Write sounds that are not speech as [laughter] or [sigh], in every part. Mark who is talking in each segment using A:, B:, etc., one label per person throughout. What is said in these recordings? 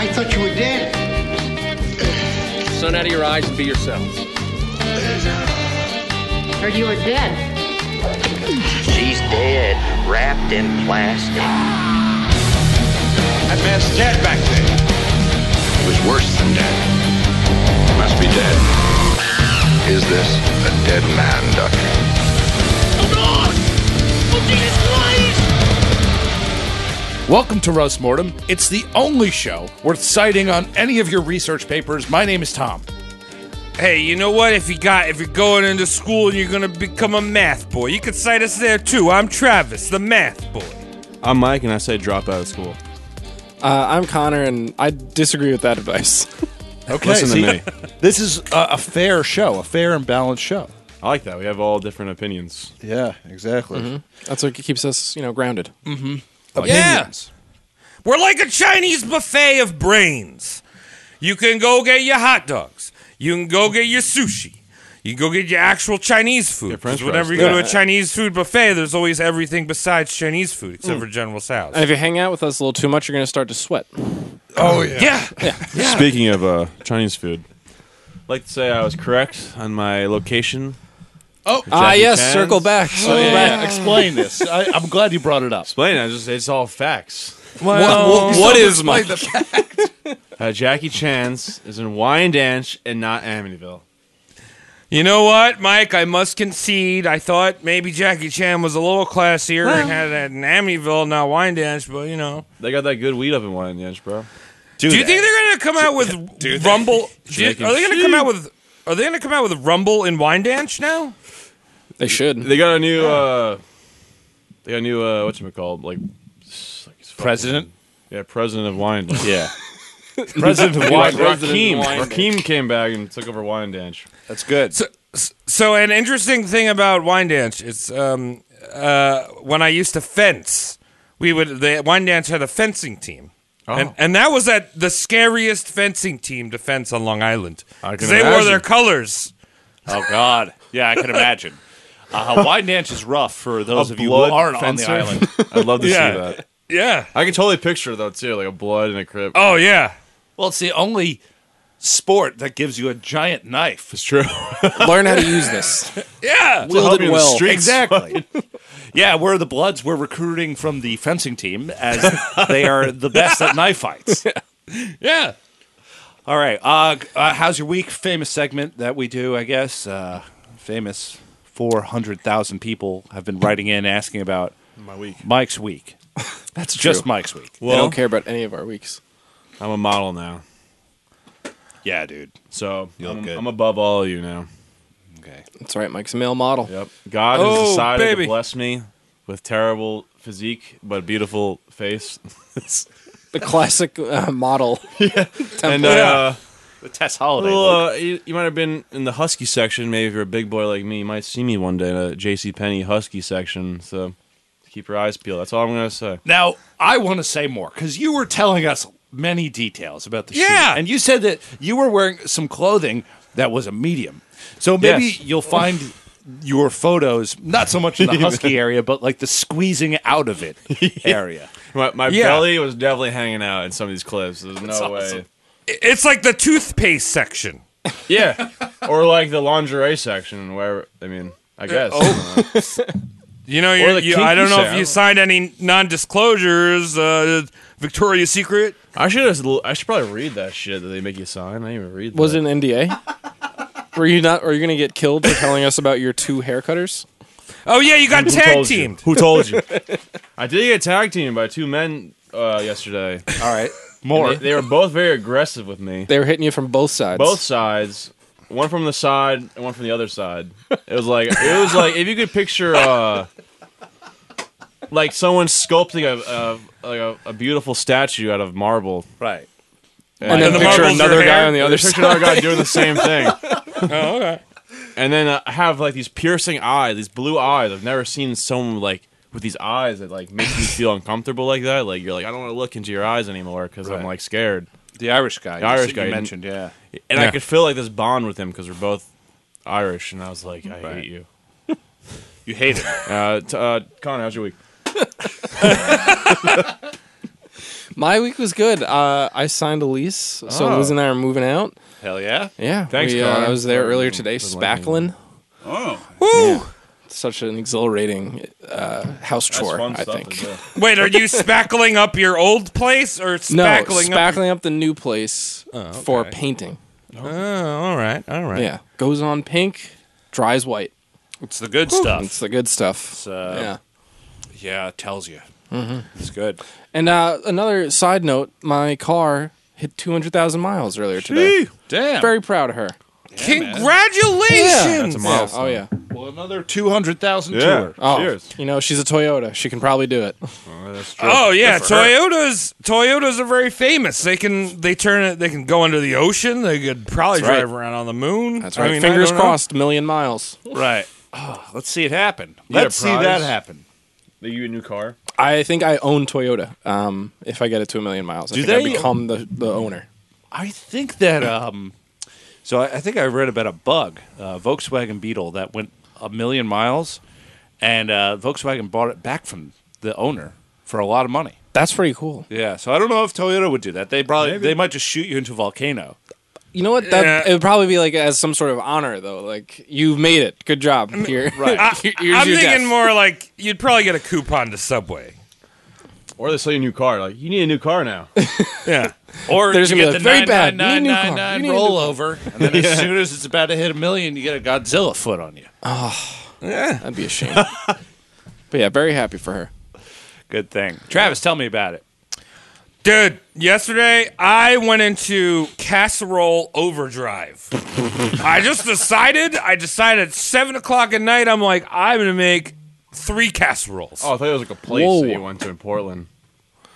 A: I thought you were dead.
B: Sun out of your eyes and be yourself.
C: Heard you were dead.
D: She's dead, wrapped in plastic.
E: That man's dead back there. It was worse than dead. Must be dead. Is this a dead man, Doctor?
F: Welcome to Russ Mortem. It's the only show worth citing on any of your research papers. My name is Tom.
G: Hey, you know what? If you got if you're going into school and you're gonna become a math boy, you could cite us there too. I'm Travis, the math boy.
H: I'm Mike, and I say drop out of school.
I: Uh, I'm Connor, and I disagree with that advice.
F: Okay,
H: Listen
F: see,
H: to me.
F: This is a, a fair show, a fair and balanced show.
H: I like that. We have all different opinions.
F: Yeah, exactly.
I: That's what keeps us, you know, grounded.
F: Opinions.
G: Mm-hmm. We're like a Chinese buffet of brains. You can go get your hot dogs. You can go get your sushi. You can go get your actual Chinese food.
H: Your french
G: 'Cause whenever
H: fries,
G: you go
H: yeah.
G: to a Chinese food buffet, there's always everything besides Chinese food, except for General Tso's.
I: Hmm. And if you hang out with us a little too much, you're going to start to sweat.
F: Oh yeah.
G: yeah.
H: Speaking of uh, Chinese food, I'd like to say I was correct on my location.
F: Oh,
H: for
I: Ah,
H: Jackie Oh,
I: yes,
H: Chan's.
I: circle back. Circle
F: yeah,
I: back.
F: yeah, Explain this. I, I'm glad you brought it up.
H: Explain. it. I just it's all facts.
I: What- what is my?
H: Uh, Jackie Chan's is in Wyandanch and not Amityville.
G: You know what, Mike? I must concede. I thought maybe Jackie Chan was a little classier and had that in Amityville, not Wine Dance, but you know.
H: They got that good weed up in Wyandanch, bro.
G: Do, you think they're gonna come out with Rumble? do you- are they gonna come out with? Are they gonna come out with Rumble and Wine Dance now?
I: They should.
H: They got a new. Uh, they got a new. Uh, what's called? Like, s- like it's fucking-
F: President.
H: Yeah, president of Wyandanch. yeah.
F: President
G: [laughs]
F: of
H: Like
F: Wyandanch.
H: Rakim. Rakim came back and took over Wyandanch.
F: That's good.
G: So, so an interesting thing about Wine Dance is um, uh, when I used to fence, we would the Wine Dance had a fencing team.
H: Oh.
G: And, and that was at the scariest fencing team to fence on Long Island
H: I can
G: because they wore their
H: imagine.
G: colors.
F: Oh God. Yeah, I can imagine. [laughs] Uh, Wyandanch is rough for those of you who aren't on the [laughs] island.
H: I'd love to
G: Yeah.
H: see that.
G: Yeah.
H: I can totally picture though too, like a blood and a crib.
G: Oh yeah.
F: Well, it's the only sport that gives you a giant knife.
G: [laughs]
H: it's true.
I: Learn how to use this.
G: Yeah.
I: Wielded
H: in the
I: well.
H: streets.
F: Exactly. yeah, we're the Bloods. We're recruiting from the fencing team as they are the best at knife fights.
G: Yeah.
F: All right. Uh, g- uh, how's your week? Famous segment that we do, I guess. Uh, famous 400,000 people have been writing in asking about
H: My week.
F: Mike's week.
I: That's
F: Just
I: true.
F: Mike's week.
I: They
H: Well,
I: don't care about any of our weeks.
H: I'm a model now,
F: Yeah, dude.
H: so
F: You look
H: I'm,
F: good.
H: I'm above all of you now.
F: Okay.
I: That's right. Mike's a male model.
H: Yep. God
G: Oh,
H: has decided
G: baby.
H: to bless me with terrible physique but beautiful face. [laughs]
I: The classic uh, model.
H: and uh,
F: The Tess Holiday.
H: well,
F: look.
H: uh, you, you might have been in the husky section. Maybe if you're a big boy like me, you might see me one day in a J.C. Penney husky section. So keep your eyes peeled. That's all I'm gonna say.
F: Now, I want to say more because you were telling us many details about the shoot.
G: Yeah.
F: And you said that you were wearing some clothing that was a medium. So maybe
H: Yes.
F: you'll find your photos, not so much in the [laughs] husky area, but like the squeezing out of [laughs] it area.
H: My, my
G: Yeah.
H: belly was definitely hanging out in some of these clips. There's no way.
F: awesome.
G: It's like the toothpaste section.
H: Yeah, or like the lingerie section, where I mean, I guess.
G: You know, you're,
H: the
G: you, I
H: kinky
G: don't know if
H: sound.
G: you signed any non-disclosures. Uh, Victoria's Secret.
H: I should have. I should probably read that shit that they make you sign. I didn't even read.
I: Was
H: that.
I: it an NDA? [laughs] Were you not? Are you going to get killed for telling us about your two haircutters?
G: Oh yeah, you got
H: Who
G: tag
H: told you?
G: teamed.
H: Who told
G: [laughs]
H: you? I did get tag teamed by two men uh, yesterday.
F: All right. More.
H: They, they were both very aggressive with me.
I: They were hitting you from both sides.
H: Both sides, one from the side and one from the other side. It was like it was like if you could picture. Uh, like someone sculpting a, a like a, a beautiful statue out of marble.
F: right.
I: And then
G: And the
I: picture
G: marbles are
I: another guy
G: hair?
I: on the
H: They're
I: other
H: picturing
I: side.
H: another guy doing the same thing.
I: [laughs]
G: Oh,
H: And then uh, I have like these piercing eyes, these blue eyes. I've never seen someone like with these eyes that like make me feel uncomfortable like that. Like you're like I don't want to look into your eyes anymore because I'm
F: Right.
H: like scared.
F: The Irish guy. The
H: Irish guy.
F: You mentioned, yeah.
H: And I
I: Yeah.
H: could feel like this bond with him because we're both Irish. And I was like, I hate you.
F: You
G: [laughs]
F: hate it.
H: Uh, t- uh, Connor, how's your week?
I: My week was good. Uh, I signed a lease, so
H: Oh.
I: Liz and I are moving out.
F: Hell yeah.
I: Yeah,
H: Thanks,
I: we, uh,
H: Connor.
I: I was there earlier today, spackling.
J: Oh,
I: Such an exhilarating uh, house chore, I think.
G: Wait,
I: [laughs]
G: are you spackling up your old place or
I: No,
G: spackling up?
I: spackling up the new place
G: okay.
I: for painting.
G: Oh, all right, all right.
I: Yeah, goes on pink, dries white.
F: It's the good stuff.
I: It's the good stuff.
F: It's, uh,
I: yeah.
F: Yeah, it tells you. It's good.
I: And uh, another side note: my car hit 200,000 miles earlier today.
F: Damn.
I: Very proud of her.
G: Congratulations!
I: That's a milestone. Oh yeah.
F: well, another 200,000
H: Yeah.
F: tour.
I: Oh,
H: Cheers.
I: you know she's a Toyota. She can probably do it.
G: Oh yeah, Toyotas. Toyotas are very famous. They can they turn it. They can go under the ocean. They could probably
I: That's right.
G: drive around on the moon.
I: That's
G: I
I: right.
G: mean, I
I: Fingers
G: don't know.
I: crossed. Million miles.
F: Right. Oh, let's see it happen.
H: get a
F: Let's see
H: prize?
F: that happen.
H: They give you a new car.
I: I think I own Toyota. Um, if I get it to a million miles, I
F: Do
I: think I
F: they-
I: become the, the owner.
F: I think that um so I, I think I read about a bug, uh, Volkswagen Beetle that went a million miles and uh, Volkswagen bought it back from the owner for a lot of money.
I: That's pretty cool.
F: Yeah, so I don't know if Toyota would do that. They probably they might just shoot you into a volcano. [laughs]
I: You know what? That
G: Yeah.
I: it would probably be like as some sort of honor, though. Like you've made it. Good job. Here, [laughs]
G: I,
I: right?
G: I'm thinking more like you'd probably get a coupon to Subway.
H: Or they sell you a new car. Like, you need a new car now.
G: Yeah.
F: Or
I: There's
F: you
I: gonna
F: get
I: be
F: the
I: like, very bad, need a new car,
F: 99999
I: you need a new
F: rollover, and then as soon as it's about to hit a million, you get a Godzilla foot on you.
I: That'd be a shame. but yeah, very happy
G: [laughs]
I: for her.
F: Good thing, Travis. Tell me about it.
G: Dude, yesterday I went into casserole overdrive. I just decided, I decided at 7 o'clock at night, I'm like, I'm going to make three casseroles.
H: Oh, I thought it was like a place
I: Whoa.
H: that you went to in
G: [laughs]
H: Portland.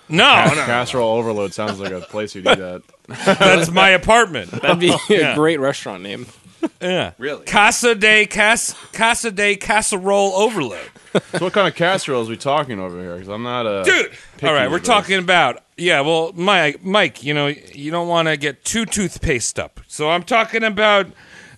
G: no,
H: [laughs] Cas-
G: no,
H: Casserole overload sounds like a place you do that.
G: that's my apartment.
I: That'd be
G: Oh, Yeah.
I: a great restaurant name.
G: Yeah.
F: Really?
G: Casa de, cas- casa de Casserole Overload.
H: So what kind of casseroles we talking over here? Because I'm not a
G: Dude!
H: picky
G: All right, we're
H: about-
G: talking about, yeah, well, Mike, Mike, you know, you don't want to get too toothpaste up. So I'm talking about.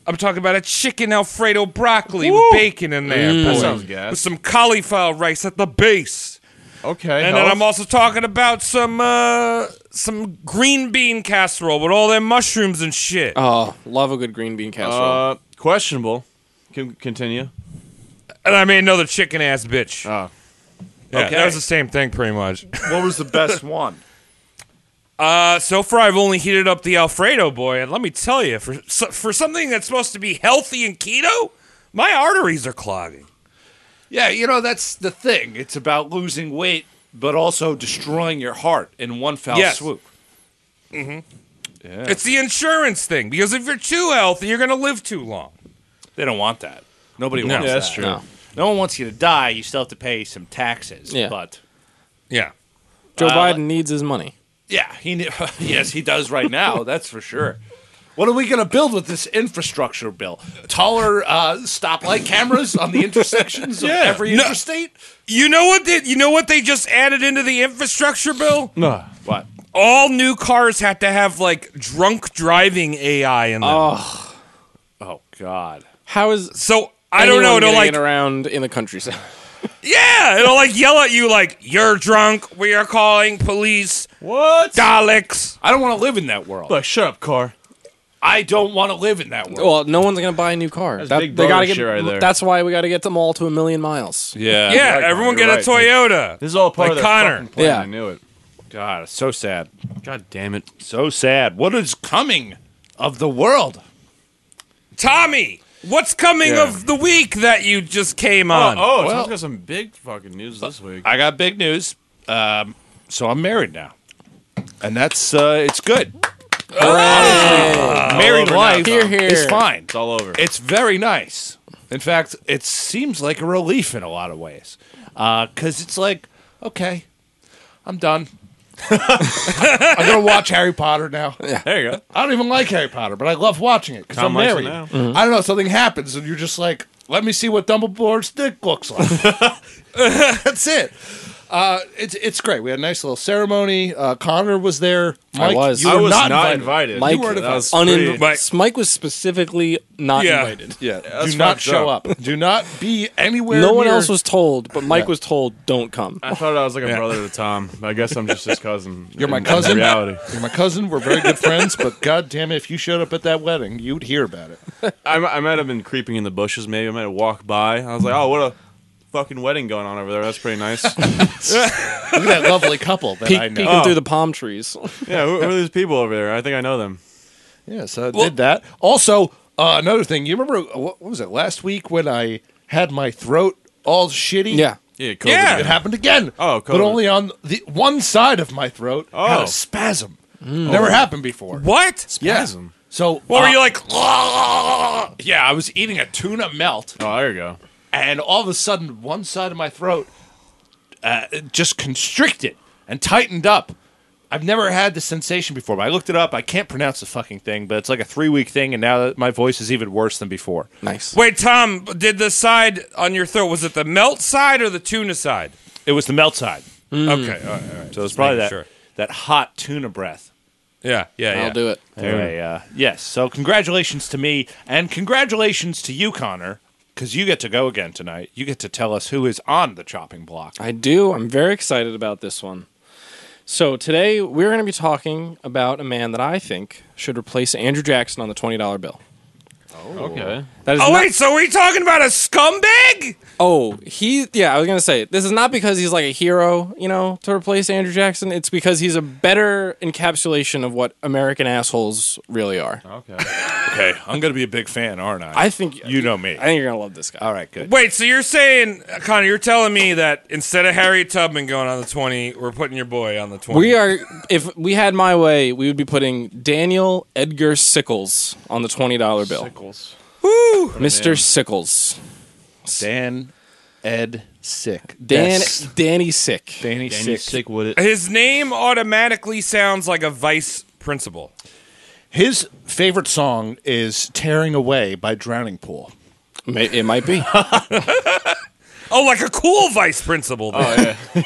G: I'm talking about a chicken Alfredo broccoli with bacon in there.
H: Mm. That
G: boy.
H: sounds
G: with
H: gas.
G: some cauliflower rice at the base.
H: Okay.
G: And then
H: health.
G: I'm also talking about some uh, some green bean casserole with all their mushrooms and shit.
I: Oh, love a good green bean casserole.
H: uh, questionable. Can continue.
G: and I made another chicken ass bitch.
H: Oh.
G: Yeah,
F: Okay.
G: That was the same thing pretty much.
F: What was the best one?
G: Uh, so far, I've only heated up the Alfredo boy, and let me tell you, for so- for something that's supposed to be healthy and keto, my arteries are clogging.
F: [laughs] Yeah, you know that's the thing. It's about losing weight, but also destroying your heart in one foul
G: Yes.
F: swoop.
G: It's the insurance thing because if you're too healthy, you're gonna live too long.
F: They don't want that. Nobody
G: No.
F: wants
G: Yeah,
F: that.
H: that's true.
I: no.
F: No one wants you to die. You still have to pay some taxes.
I: Yeah.
F: But
G: Yeah.
I: Joe
G: Uh,
I: Biden needs his money.
F: yeah, he ne- [laughs] yes he does right now. that's for sure. What are we going to build with this infrastructure bill? Taller uh, stoplight cameras on the intersections [laughs] of every
G: No.
F: interstate?
G: You know what? They, you know what they just added into the infrastructure bill?
H: No.
F: What?
G: All new cars had to have like drunk driving AI in them.
F: Oh God.
I: How is
G: so I don't know.
I: anyone
G: It'll
I: getting
G: like
I: it around in the countryside?
G: yeah, it'll like yell at you like you're drunk. We are calling police.
H: What?
G: Daleks.
F: I don't want to live in that world.
H: Like, shut up, car.
F: I don't want to live in that world.
I: Well, no one's gonna buy a new car.
H: That's
I: That-
H: Big
I: they
H: Brother
I: gotta get.
H: shit right there.
I: That's why we gotta get them all to a million miles.
F: yeah.
G: Yeah, everyone
H: you're
G: get a
H: right.
G: Toyota.
H: This is all part
G: Like
H: of their
G: Connor.
H: fucking plan.
I: Yeah.
H: I knew it.
F: God, it's so sad.
H: God damn it.
F: So sad. What is coming of the world?
G: Tommy, what's coming
F: Yeah.
G: of the week that you just came
H: Oh,
G: on?
H: oh
F: Well-
H: has got some big fucking news this week.
F: I got big news. Um, so I'm married now, and that's uh, it's good. Honestly, married
H: over
F: life
I: now. Here, here.
F: is fine.
H: It's all over.
F: It's very nice. In fact, it seems like a relief in a lot of ways, because it's like, okay, I'm done. I'm
B: [laughs]
F: gonna watch Harry Potter now.
H: there you go.
F: I don't even like Harry Potter, but I love watching it because I'm
H: Tom likes it
F: married.
H: now.
K: Mm-hmm.
B: Uh-huh.
F: I don't know. Something happens, and
B: [laughs]
F: you're just like, "Let me see what Dumbledore's dick looks like." That's it. Uh, it's it's great. We had a nice little ceremony. Uh, Connor was there. Mike,
I: I was.
F: You
H: I
F: were
H: was
F: not,
H: not
F: invited.
H: invited.
I: Mike,
F: you weren't
H: that was
F: invited.
I: Uninv-
G: Mike-
I: Mike was specifically not
G: Yeah.
I: invited.
F: Yeah,
H: that's
F: do not
H: fucked
F: show
H: up.
F: up. Do not be anywhere.
I: No one
F: near-
I: else was told, but Mike was told, "Don't come."
H: I thought I was like a brother to Tom. but I guess I'm just his cousin.
F: You're my [laughs]
H: in- in
F: cousin.
H: reality.
F: You're my cousin. We're very good friends. But god damn it, if you showed up at that wedding, you'd hear about it.
H: I, I might have been creeping in the bushes. Maybe I might have walked by. I was like, oh, what a fucking wedding going on over there. That's pretty [laughs] nice.
F: Look at that lovely couple that
I: Peek,
F: I
I: peeking
F: know.
I: through the palm trees. [laughs]
H: yeah, who, who are these people over there? I think I know them.
F: Yeah, so I did that. Also, uh, another thing. You remember uh, what what was it last week when I had my throat all shitty?
I: yeah,
H: Yeah, COVID.
G: Yeah.
F: It happened again.
H: Oh,
F: but
H: COVID.
F: only on the one side of my throat had
H: Oh.
F: a spasm.
G: Mm. Oh.
F: Never happened before.
G: What?
F: Yeah.
H: Spasm.
F: So
G: What were
F: uh,
G: you like?
F: Yeah, I was eating a tuna melt,
H: Oh, there you go.
F: and all of a sudden, one side of my throat uh, it just constricted and tightened up. I've never had this sensation before. But I looked it up. I can't pronounce the fucking thing, but it's like a three week thing, and now that my voice is even worse than before.
I: nice.
G: Wait, Tom, did the side on your throat, was it the melt side or the tuna side?
F: It was the melt side,
I: Mm.
G: Okay. All right. All right.
F: so it's probably
G: making
F: that
G: sure.
F: that hot tuna breath.
G: Yeah. Yeah.
I: I'll
G: yeah.
I: do it.
F: Anyway, uh, yes. So congratulations to me, and congratulations to you, Connor, because you get to go again tonight. You get to tell us who is on the chopping block.
I: I do. I'm very excited about this one. So today we're going to be talking about a man that I think should replace Andrew Jackson on the twenty dollar bill.
H: Okay.
I: That is
G: Oh
I: not-
G: wait, so we talking about a scumbag?
I: Oh, he. Yeah, I was gonna say this is not because he's like a hero, you know, to replace Andrew Jackson. It's because he's a better encapsulation of what American assholes really are.
H: Okay.
F: Okay, I'm gonna be a big fan, aren't I?
I: I think
F: you know me.
I: I think you're gonna love this guy.
F: All right, good.
G: Wait, so you're saying, Connor, you're telling me that instead of Harriet Tubman going on the twenty, we're putting your boy on the twenty.
I: We are. If we had my way, we would be putting Daniel Edgar Sickles on the twenty dollar bill.
H: Sickles.
I: Mister Sickles,
F: Dan, Ed, sick.
I: Dan,
F: Yes.
I: Danny Sick.
F: Danny,
H: Sick.
F: sick.
H: sick with it.
G: His name automatically sounds like a vice principal.
F: His favorite song is "Tearing Away" by Drowning Pool.
I: May- It might
F: [laughs]
I: be.
G: Oh, like a cool vice principal. then.
I: Oh,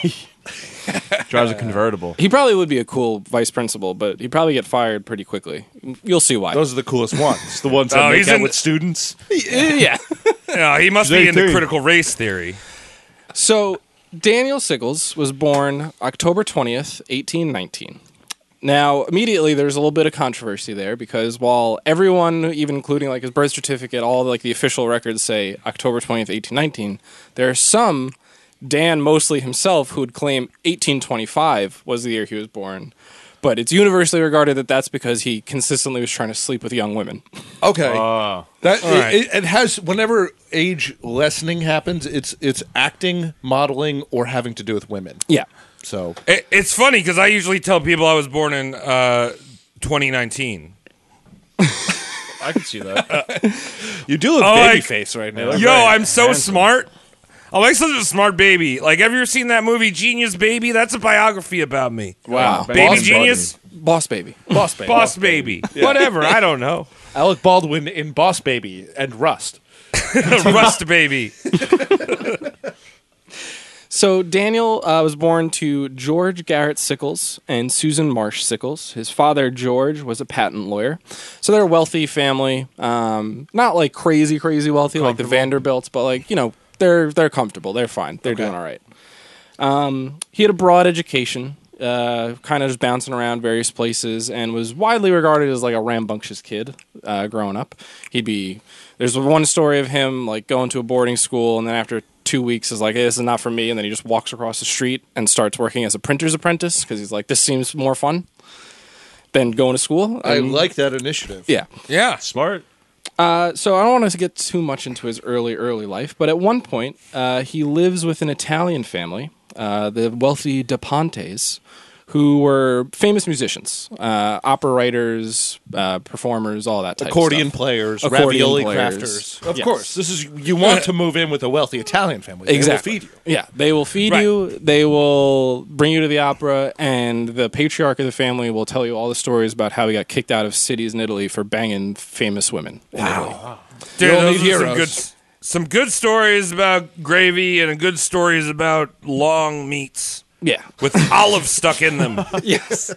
H: Drives a convertible.
I: He probably would be a cool vice principal, but he'd probably get fired pretty quickly. You'll see why.
F: Those are the coolest ones. the ones that
G: Oh,
F: make
G: he's
F: out
G: in-
F: with students.
I: [laughs] yeah.
G: No, Uh, he must be into
H: 18.
G: critical race theory.
I: So Daniel Sickles was born October 20th, 1819. Now, immediately there's a little bit of controversy there because while everyone, even including like his birth certificate, all like the official records say October 20th, 1819, there are some Dan mostly himself who would claim 1825 was the year he was born. But it's universally regarded that that's because he consistently was trying to sleep with young women.
F: Okay, that it,
G: right.
F: it, it has. Whenever age lessening happens, it's it's acting, modeling, or having to do with women.
I: Yeah.
F: So
G: It, it's funny because I usually tell people I was born in uh, 2019.
H: I can see that.
F: [laughs] you do look
G: Oh,
F: baby
G: like-
F: face right now.
G: Yo, I'm so smart. I like such a smart baby. Like, have you ever seen that movie Genius Baby? That's a biography about me.
I: Wow.
G: Baby
H: Boss
G: Genius,
I: Boss baby.
F: Boss Baby.
G: Boss Baby, whatever. I don't know.
F: Alec Baldwin in Boss Baby and Rust.
G: Rust Baby.
I: So Daniel uh, was born to George Garrett Sickles and Susan Marsh Sickles. His father George was a patent lawyer, so they're a wealthy family. Um, not like crazy, crazy wealthy like the Vanderbilts, but like you know they're they're comfortable. They're fine. They're doing all right. Um, he had a broad education, uh, kind of just bouncing around various places, and was widely regarded as like a rambunctious kid uh, growing up. He'd be there's one story of him like going to a boarding school, and then after two weeks is like, hey, this is not for me, and then he just walks across the street and starts working as a printer's apprentice because he's like, this seems more fun than going to school.
F: I
I: And-
F: like that initiative.
I: yeah.
G: Yeah.
H: Smart.
I: So I don't want to get too much into his early, early life, but at one point, uh, he lives with an Italian family, uh, the wealthy De Pontes, who were famous musicians, uh, opera writers, uh, performers, all that type
F: Accordion
I: of stuff.
F: players,
I: Accordion
F: ravioli
I: players.
F: crafters. Of
I: Yes.
F: course, this is you want to move in with a wealthy Italian family. They will
I: Exactly.
F: feed you.
I: Yeah, they will feed
G: Right.
I: you. They will bring you to the opera, and the patriarch of the family will tell you all the stories about how he got kicked out of cities in Italy for banging famous women. in Italy.
G: Dude,
F: You'll
G: those
F: need
G: are some
F: heroes.
G: good. some good stories about gravy and good stories about long meats
I: Yeah.
G: with [laughs] olives stuck in them. [laughs]
I: yes.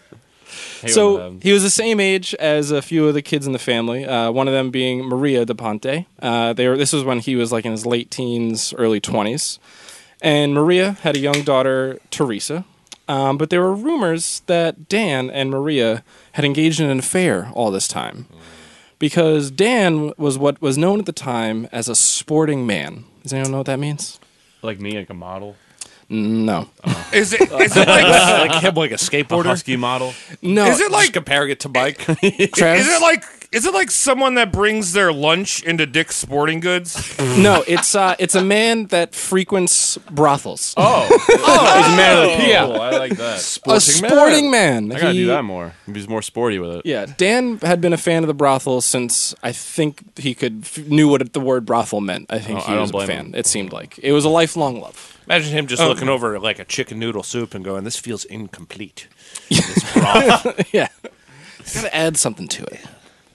H: Hey,
I: So
H: um,
I: he was the same age as a few of the kids in the family. Uh, one of them being Maria De Ponte. Uh, they were. This was when he was like in his late teens, early twenties. And Maria had a young daughter, Teresa. Um, but there were rumors that Dan and Maria had engaged in an affair all this time, because Dan was what was known at the time as a sporting man. Does anyone know what that means?
H: like me, like a model,
I: No,
G: Is it? Is it like?
F: like him, like a
H: a
F: skateboarder.
H: husky model.
I: no.
G: Is it like?
F: comparing it to [laughs] Mike.
I: Travis?
G: Is it like? Is it like someone that brings their lunch into Dick's Sporting Goods?
I: No, it's uh, it's a man that frequents brothels.
H: Oh,
I: Oh,
H: [laughs] he's man of the people. I like that.
I: a sporting man.
H: I gotta
I: He-
H: do that more. He's more sporty with it.
I: Yeah, Dan had been a fan of the brothel since I think he could f- knew what the word brothel meant. I think
H: Oh,
I: he
H: I
I: was
H: don't
I: a
H: blame
I: fan.
H: him.
I: It seemed like it was a lifelong love. [laughs]
F: Imagine him
G: Oh.
F: just looking over like a chicken noodle soup and going, "This feels incomplete." This broth.
I: yeah, gotta add something to it.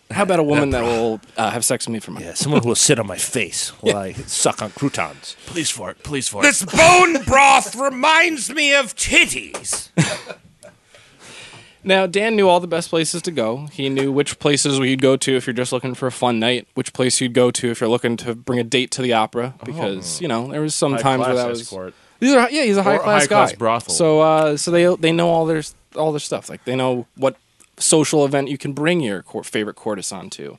I: How about a woman that will uh, have sex with me for money?
F: yeah, someone who will sit on my face while I suck on croutons. Please for it. Please for
G: This bone broth reminds me of titties.
I: Now, Dan knew all the best places to go. He knew which places you'd go to if you're just looking for a fun night, which place you'd go to if you're looking to bring a date to the opera, because you know there was some times where that was. These are yeah, he's a high class guy.
H: high-class brothel.
I: So uh, so they they know all their all their stuff. Like they know what social event you can bring your cour favorite courtesan to.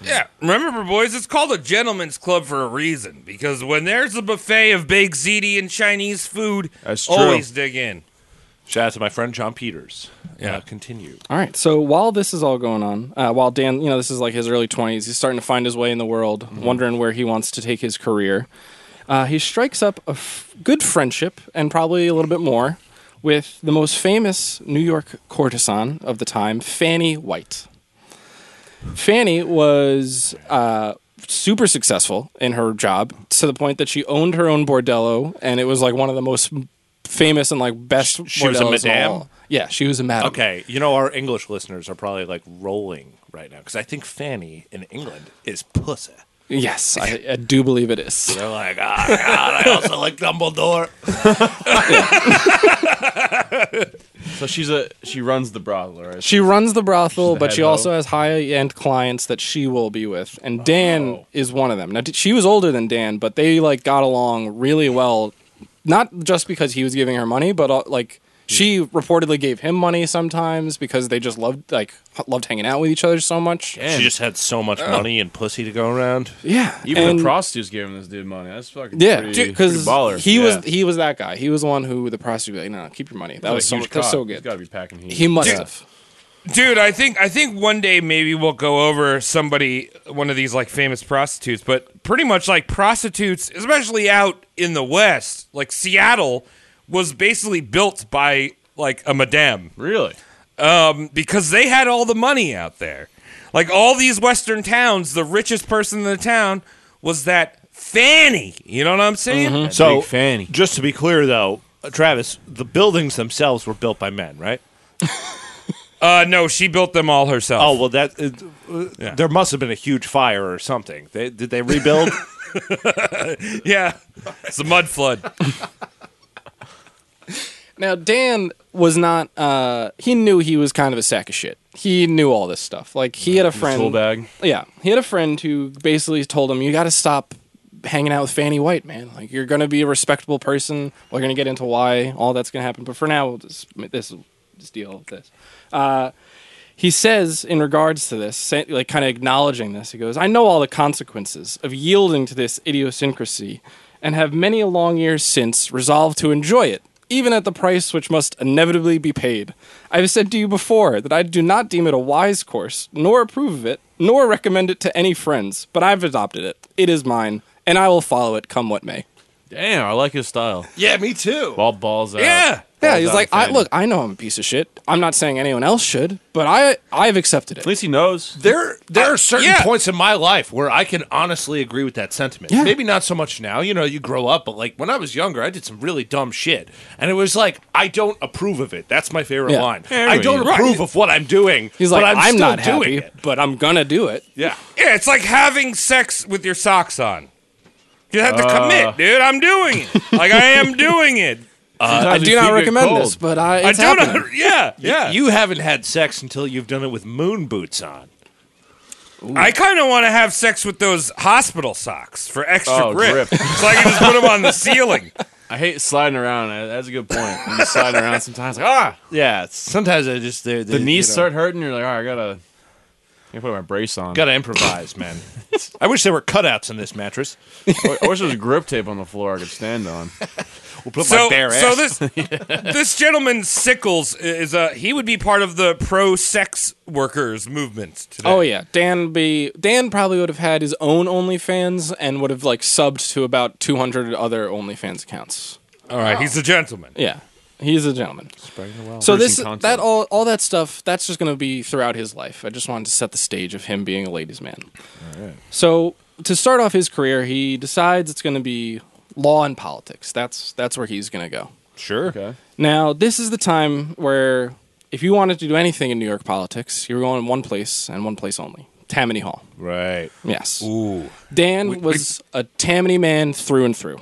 G: Yeah, remember, boys, it's called a gentleman's club for a reason because when there's a buffet of baked ziti and Chinese food,
H: That's true.
G: always dig in.
F: Shout out to my friend John Peters.
G: Yeah.
F: Uh, continue.
I: All right. So while this is all going on, uh, while Dan, you know, this is like his early twenties, he's starting to find his way in the world,
F: Mm-hmm.
I: wondering where he wants to take his career. Uh, he strikes up a f- good friendship and probably a little bit more with the most famous New York courtesan of the time, Fanny White. Fanny was uh, super successful in her job to the point that she owned her own bordello, and it was like one of the most famous and like best.
F: She was a
I: bordellos in
F: madame?
I: all- Yeah, she was a madam.
F: Okay, you know our English listeners are probably like rolling right now because I think Fanny in England is pussy.
I: Yes, I, I do believe it is.
F: They're like, ah, God, I also like Dumbledore.
H: So she's a she runs the brothel, right?
I: She runs the brothel, but
H: head
I: she
H: hoe.
I: also has high end clients that she will be with, and Dan
H: Oh.
I: is one of them. Now, d- she was older than Dan, but they like got along really well. Not just because he was giving her money, but uh, like
H: Hmm.
I: she reportedly gave him money sometimes because they just loved like h- loved hanging out with each other so much.
H: Damn.
F: She just had so much money and pussy to go around.
I: Yeah,
H: Even
I: and-
H: the prostitutes gave him this dude money. That's fucking
I: Yeah,
H: pretty- pretty
I: because
H: baller.
I: he
H: Yeah.
I: was he was that guy. He was the one who the prostitute was like, no, no, keep your money. That
H: He's a
I: was so,
H: huge
I: that was
H: cock.
I: so
H: He's got to
I: good.
H: be packing heat.
I: He must
G: Dude.
I: have.
G: Dude, I think I think one day maybe we'll go over somebody one of these like famous prostitutes, but pretty much like prostitutes, especially out in the West, like Seattle was basically built by like a madame
H: really.
G: um, because they had all the money out there. Like all these Western towns, the richest person in the town was that Fanny. You know what I'm saying?
J: Mm-hmm.
F: So,
H: Big Fanny.
F: just to be clear, though, uh, Travis, the buildings themselves were built by men, right?
G: Uh, no, she built them all herself.
F: Oh well, that it, uh, there must have been a huge fire or something. They, did they [laughs] rebuild?
G: [laughs] yeah, it's a mud flood.
I: Now Dan was not. Uh, he knew he was kind of a sack of shit. He knew all this stuff. Like he had a friend.
H: Tool bag.
I: Yeah, he had a friend who basically told him, "You got to stop hanging out with Fanny White, man. Like you're gonna be a respectable person. We're gonna get into why all that's gonna happen, but for now, we'll just this just deal with this." he says in regards to this, say- like kind of acknowledging this, he goes, I know all the consequences of yielding to this idiosyncrasy and have many a long year since resolved to enjoy it, even at the price which must inevitably be paid. I have said to you before that I do not deem it a wise course, nor approve of it, nor recommend it to any friends, but I've adopted it. It is mine, and I will follow it come what may.
H: Damn, I like his style.
J: Yeah, me too.
H: Ball balls out.
G: Yeah.
I: Yeah,
H: Balls
I: he's
H: out
I: like, I,
H: fan.
I: look, I know I'm a piece of shit. I'm not saying anyone else should, but I, I've accepted it.
H: At least he knows.
J: There,
F: Uh,
J: there are certain
G: yeah.
J: points in my life where I can honestly agree with that sentiment.
I: Yeah.
J: Maybe not so much now. You know, you grow up, but like when I was younger, I did some really dumb shit, and it was like I don't approve of it. That's my favorite
I: Yeah.
J: line.
H: Yeah,
J: I
H: right.
J: don't approve of what I'm doing.
I: He's like,
J: but
I: I'm,
J: I'm, still
I: not
J: doing
I: happy,
J: it.
I: but I'm gonna do it.
J: Yeah,
G: Yeah, it's like having sex with your socks on. You have to
H: Uh.
G: commit, dude. I'm doing it. Like I am
F: [laughs]
G: doing it.
H: Uh,
I: I do not recommend this, but I,
G: I
I: it's
G: do
I: happening.
G: not. [laughs] Yeah, yeah.
F: You haven't had sex until you've done it with moon boots on.
G: I kind of want to have sex with those hospital socks for extra
H: Oh,
G: grip,
H: grip.
G: so I can just put them
F: [laughs]
G: on the ceiling.
H: I hate sliding around. Uh, That's a good point. I'm just sliding around sometimes. Like, ah,
I: [laughs]
F: Yeah, it's- sometimes I just they
H: the knees start hurting. You're like, all right, I gotta, I gotta put my brace on.
F: Got to improvise, man. [laughs] I wish there were cutouts in this mattress.
H: I wish there was grip tape on the floor I could stand
I: [laughs]
H: on.
F: We'll put
G: So,
F: my bare ass.
G: so
F: [laughs]
G: this this gentleman Sickles is a he would be part of the pro sex workers movement today.
I: Oh yeah, Dan be Dan probably would have had his own OnlyFans and would have like subbed to about 200 other OnlyFans accounts.
G: all right, he's a gentleman.
I: Yeah, he's a gentleman. So this
H: Producing content.
I: that all all that stuff that's just going to be throughout his life. I just wanted to set the stage of him being a ladies' man. So to start off his career, he decides it's going to be law and politics. That's that's where he's going to go.
F: sure.
H: Okay.
I: Now, this is the time where if you wanted to do anything in New York politics, you were going one place and one place only Tammany Hall.
F: Right.
I: Yes. Ooh. Dan was a Tammany man through and through.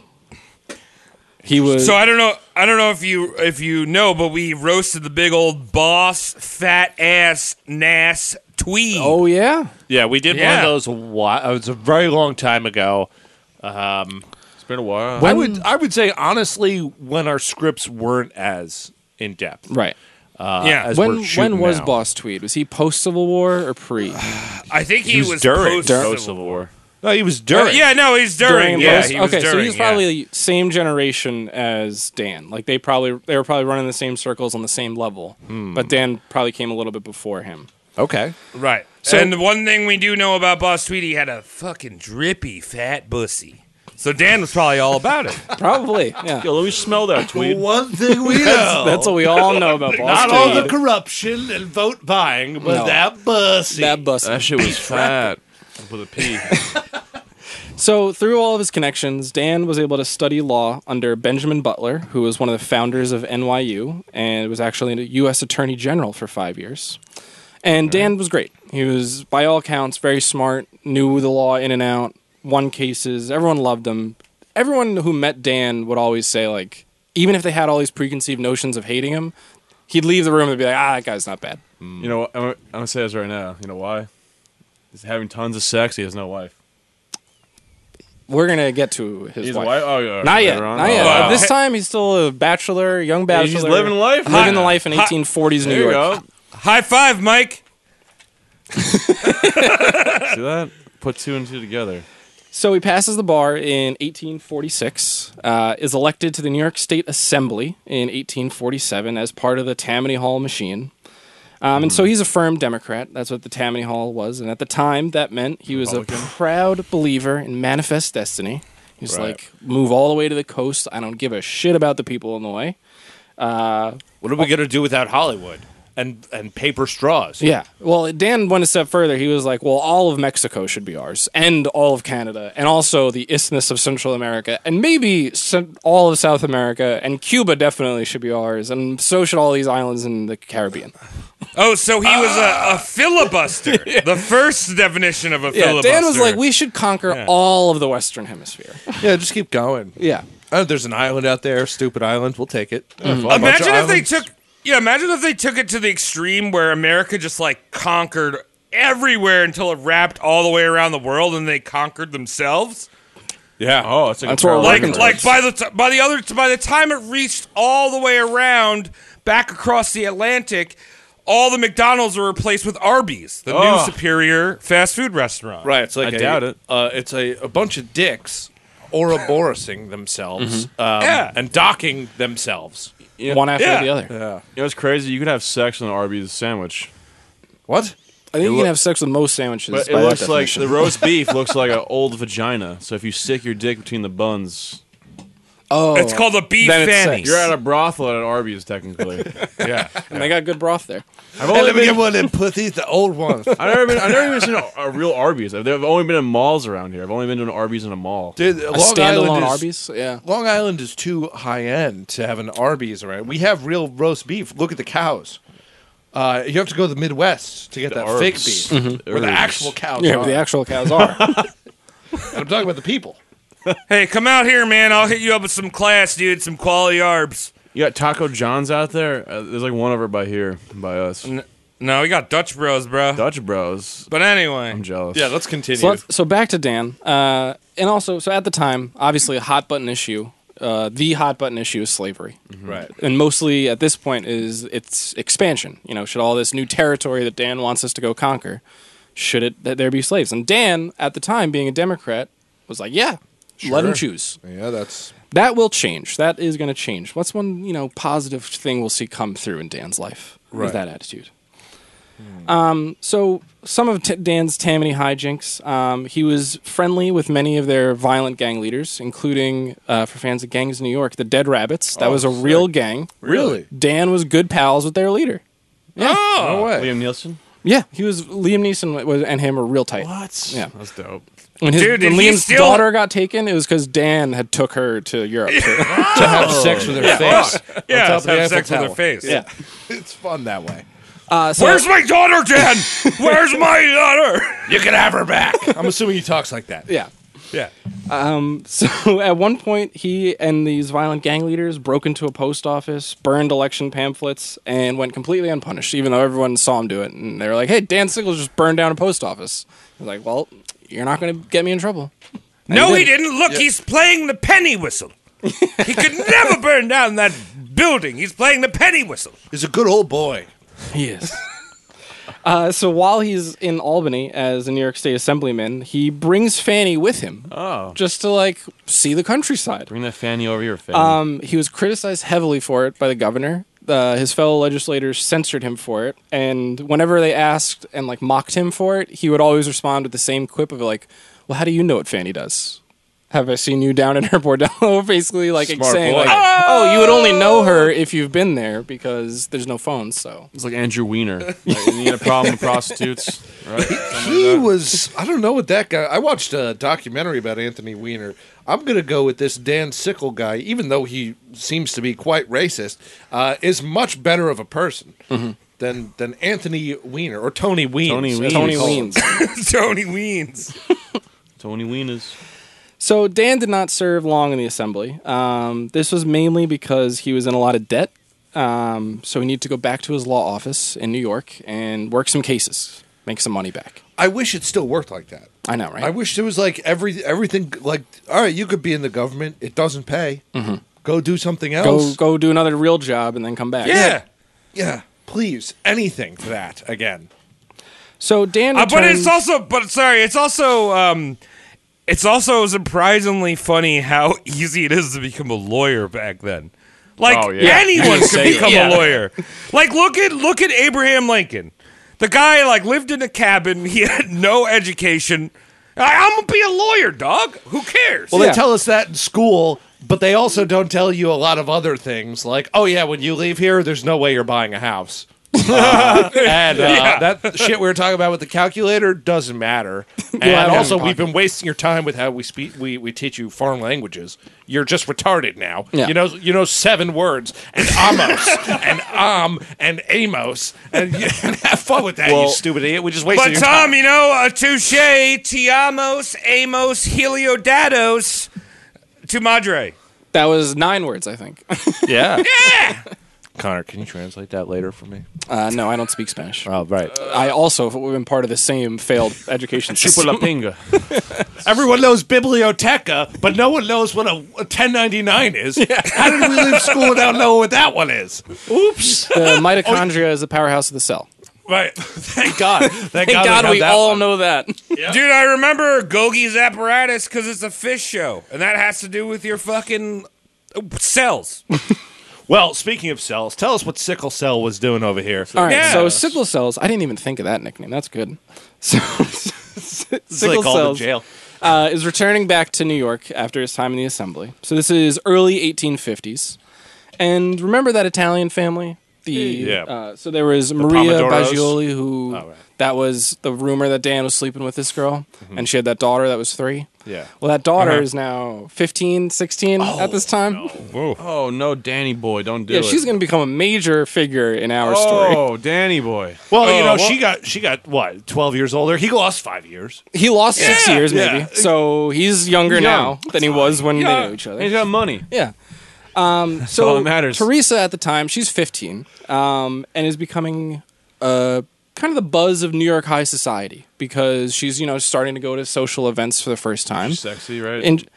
I: He was.
G: So I don't know. I don't know if you if you know, but we roasted the big old boss, fat ass, nass tweed.
I: oh, yeah.
F: Yeah, we did one
G: Yeah.
F: of those a while. It was a very long time ago.
H: It's been a while.
F: I would I would say honestly when our scripts weren't as in depth.
I: Right.
G: yeah.
F: as-
I: When
F: we're shooting
I: when was
F: now.
I: Boss Tweed? Was he post Civil War or pre?
G: Uh, I think he,
F: he was
G: was
F: during-
G: post-
F: during
G: Civil
F: Civil
G: War.
H: War.
F: No, he was
G: Uh,
F: during.
G: yeah, no, he's during.
I: and
G: yeah,
I: post?
G: he was
I: okay, so
G: during,
I: he was
G: yeah.
I: probably same generation as Dan. Like they probably they were probably running the same circles on the same level.
G: Hmm.
I: But Dan probably came a little bit before him.
F: Okay.
G: right. and the one thing we do know about Boss Tweed, he had a fucking drippy fat bussy. So Dan was probably all about
F: [laughs]
G: it. [laughs]
I: Probably, yeah.
H: Yo, let me smell
I: [laughs]
H: that tweed.
A: One thing we know.
I: That's what we all know about Boss
F: Not all the
I: Tweed.
F: corruption and vote buying, but
I: No.
F: that bussy.
I: That bus.
H: That shit was fat. With a P.
I: [laughs] So, through all of his connections, Dan was able to study law under Benjamin Butler, who was one of the founders of NYU and was actually a U.S. Attorney General for five years. And Dan was great. He was, by all accounts, very smart, knew the law in and out, won cases. Everyone loved him. Everyone who met Dan would always say, like, even if they had all these preconceived notions of hating him, he'd leave the room and be like, ah, that guy's not bad.
H: You know, I'm, I'm gonna say this right now. You know why? He's having tons of sex. He has no wife.
I: We're going to get to his
H: He's
I: wife.
H: wife. Oh, yeah.
I: Not yet.
H: later on.
I: Not yet.
H: Oh,
G: wow.
I: This time he's still a bachelor, young bachelor.
H: He's just living life.
I: living the life in
G: Hot.
I: 1840s New
H: There you
I: York.
H: go.
G: High five, Mike.
H: See that? Put two and two together.
I: So he passes the bar in 1846, uh, is elected to the New York State Assembly in 1847 as part of the Tammany Hall machine. Um, and so
H: Hmm.
I: he's a firm Democrat. That's what the Tammany Hall was. And at the time, that meant he was a proud believer in manifest destiny. He was like, move all the way to the coast. I don't give a shit about the people in the way.
F: What are we gonna do without Hollywood and and paper straws?
I: Yeah. Well, Dan went a step further. He was like, well, all of Mexico should be ours, and all of Canada, and also the isthmus of Central America, and maybe cen- all of South America, and Cuba definitely should be ours, and so should all these islands in the Caribbean.
G: Oh, so he was a,
F: Ah. [laughs]
G: a filibuster. The first definition of a
I: [laughs] Yeah.
G: filibuster.
I: Dan was like, we should conquer all of the Western Hemisphere.
F: Yeah, just keep going.
I: Yeah.
F: Oh, there's an island out there, stupid island. We'll take it. Mm.
G: Imagine if they took yeah, imagine if they took it to the extreme where America just like conquered everywhere until it wrapped all the way around the world and they conquered themselves.
H: Yeah. Oh, it's like
I: That's
H: a
I: where
H: parallel
G: Like
I: Oregon
H: universe.
G: like by the t- by the other by the time it reached all the way around back across the Atlantic, all the McDonald's were replaced with Arby's, the new
H: Oh.
G: superior fast food restaurant.
F: Right. It's like
H: I
F: a-
H: doubt it.
F: Uh, it's a, a bunch of dicks Ouroborosing themselves um,
G: Yeah.
F: and docking themselves.
I: One after
G: Yeah.
I: the other.
H: You know, it's crazy. You could have sex on an Arby's sandwich,
F: What?
I: I think you
H: loo-
I: can have sex with most sandwiches.
H: but it
I: by that
H: looks like
I: definition.
H: the
I: [laughs]
H: roast beef looks like an old vagina. So if you stick your dick between the buns,
I: oh,
G: It's called a beef
I: Then it's
G: fanny.
I: sex.
H: you're at a brothel at an Arby's technically.
F: [laughs]
I: and they got good broth there.
H: I've only been,
F: one and put these the old ones.
H: I've never been. I've never even seen a, a real Arby's. I've, I've only been in malls around here. I've only been to an Arby's in a mall.
F: [laughs] Dude,
I: A
F: Long
I: standalone
F: Island is,
I: Arby's. Yeah.
F: Long Island is too high end to have an Arby's around. We have real roast beef. [laughs] Look at the cows. Uh, you have to go to the Midwest to get that fake
H: Arbs.
I: Mm-hmm.
F: beef, where the
H: Arbs.
F: actual cows
I: Yeah,
F: are.
I: where the actual cows are.
F: And I'm talking about the people.
G: hey, come out here, man. I'll hit you up with some class, dude. Some quality arbs.
H: You got Taco John's out there. Uh, there's like one over by here, by us.
G: no, we got Dutch Bros, bro.
H: Dutch Bros.
G: But anyway,
H: I'm jealous.
L: Yeah, let's continue.
I: So, let's- so back to Dan, uh, and also so at the time, obviously a hot button issue. Uh, the hot button issue is slavery,
L: right.
I: and mostly at this point is its expansion. You know, should all this new territory that Dan wants us to go conquer, should it that there be slaves? And Dan, at the time being a Democrat, was like, "Yeah, let them choose."
F: Yeah, that's
I: That will change. That is going to change. What's one you know positive thing we'll see come through in Dan's life with that attitude? Um, so some of t- Dan's Tammany hijinks. Um, he was friendly with many of their violent gang leaders, including uh, for fans of Gangs of New York, the Dead Rabbits. That was a real gang.
F: Oh, really Oh,
I: Dan was good pals with their leader.
F: no way.
H: Liam Nielsen.
I: Yeah, he was. Liam Neeson was, and him were real tight.
H: What?
I: Yeah.
H: that's dope.
I: When, his,
G: Dude, did
I: when
G: he
I: Liam's
G: steal-
I: daughter got taken, it was because Dan had took her to [laughs] Europe.
G: [laughs]
L: To have sex with her face.
G: yeah,
L: top of
G: let's
L: the
G: have
L: Eiffel
G: sex with
L: Tower.
G: her face.
I: yeah.
F: It's fun that way.
I: Uh, so-
G: Where's my daughter,
L: [laughs]
G: Dan? Where's my daughter?
L: You can have her
G: [laughs]
L: back. I'm assuming he talks like that.
I: yeah.
G: Yeah.
I: So [laughs] at one point, he and these violent gang leaders broke into a post office, burned election pamphlets, and went completely unpunished, even though everyone saw him do it. And they were like, hey, Dan Sickles just burned down a post office. I was like, well, you're not going to get me in trouble.
G: No, he didn't. Look, he's playing the penny whistle. he
L: [laughs]
G: could never burn down that building. He's playing the penny whistle.
L: He's a good old boy.
I: He is. [laughs] Uh, so while he's in Albany as a New York State Assemblyman, he brings Fanny with him
H: Oh,
I: just to like see the countryside.
H: bring that fanny over here, fanny.
I: Um, he was criticized heavily for it by the governor. Uh, his fellow legislators censored him for it, and whenever they asked and like mocked him for it, he would always respond with the same quip of like, "Well, how do you know what Fanny does? Have I seen you down in her [laughs] bordello?" Basically, like
L: Smart
I: saying,
L: boy.
I: like, "Oh, you would only know her if you've been there because there's no phones." So
H: it's like Andrew Weiner. Like, you had a problem with prostitutes, right?
F: He was. I don't know what that guy. I watched a documentary about Anthony Weiner. I'm gonna go with this Dan Sickle guy, even though he seems to be quite racist. Uh, is much better of a person than than Anthony Weiner or Tony Weens.
H: Tony
F: as
H: Weens.
F: they
I: Tony
F: call him.
H: [laughs]
I: Weens.
G: Tony Weens.
H: Tony Wieners.
I: So Dan did not serve long in the assembly. Um, this was mainly because he was in a lot of debt. Um, so he needed to go back to his law office in New York and work some cases, make some money back.
F: I wish it still worked like that.
I: I know, right?
F: I wish it was like every everything like all right, you could be in the government. It doesn't pay. Go do something
I: go
F: else.
I: go do another real job and then come back.
G: Yeah.
F: Yeah, please, anything for that again.
I: So Dan,
G: Uh, but
I: returned-
G: it's also, but sorry, it's also, um, it's also surprisingly funny how [laughs] easy it is to become a lawyer back then. Like
H: Oh, yeah.
G: anyone could
H: say
G: become a lawyer. Like look at look at Abraham Lincoln. The guy like lived in a cabin. He had no education. I, I'm gonna be a lawyer, dog. Who cares?
F: Well,
I: Yeah.
F: they tell us that in school, but they also don't tell you a lot of other things. Like, oh yeah, when you leave here, there's no way you're buying a house. Uh, [laughs] and uh, that shit we were talking about with the calculator doesn't matter.
I: have
F: And
I: it
F: also,
I: in your
F: we've been wasting your time with how we speak. We, we teach you foreign languages. You're just retarded now.
I: Yeah.
F: You know you know seven words and amos and um and amos and, you, [laughs] and have fun with that. you
L: Well,
F: stupid idiot. We just wasted
G: But
F: your
G: Tom,
F: time.
G: you know, uh, touche, tiamos, amos, heliodados, to madre.
I: that was nine words,
F: [laughs]
I: I think.
L: Yeah.
F: Connor, can you translate that later for me?
I: Uh, no, I don't speak Spanish.
F: Oh, right.
I: I also have been part of the same failed
F: [laughs]
I: education
H: Chupa
I: system.
H: la pinga.
F: Everyone knows biblioteca, but no one knows what a, a 1099 is. How did we leave school without knowing what that one is? Oops.
I: the mitochondria is the powerhouse of the cell.
F: Right. Thank Oh,
I: [laughs]
F: God. Thank,
I: Thank God,
F: we, have
I: we
F: that
I: all
F: one.
I: know that.
G: Dude, I remember Gogi's apparatus because it's a fish show, and that has to do with your fucking uh, cells.
L: Well, speaking of cells, tell us what sickle cell was doing over here.
I: All right,
G: Yeah.
I: so sickle cells. I didn't even think of that nickname. That's good. [laughs] So sickle
L: It's like all
I: cells
L: the jail.
I: uh, is returning back to New York after his time in the assembly. So this is early 1850s, and remember that Italian family the
F: Yeah.
I: uh, so there was
F: The
I: Maria
F: Pomodoros?
I: Baggioli who that was the rumor that Dan was sleeping with this girl and she had that daughter that was 3.
F: Yeah.
I: Well, that daughter
H: Uh-huh.
I: is now 15, 16 at this time.
H: [laughs] Oh no, Danny boy, don't do
I: yeah,
H: it.
I: she's going to become a major figure in our story.
H: Oh, Danny boy.
F: Well, you know, she got she got what twelve years older. He lost five years.
I: He lost six
F: Yeah,
I: years,
F: yeah.
I: maybe. So he's younger
F: Young.
I: now than he was when they knew each other.
H: He's got money.
I: Yeah.
F: [laughs]
I: Um, so
H: all that matters.
I: Teresa at the time, she's 15, um, and is becoming uh, kind of the buzz of New York high society because she's you know starting to go to social events for the first time.
H: She's sexy, right?
I: And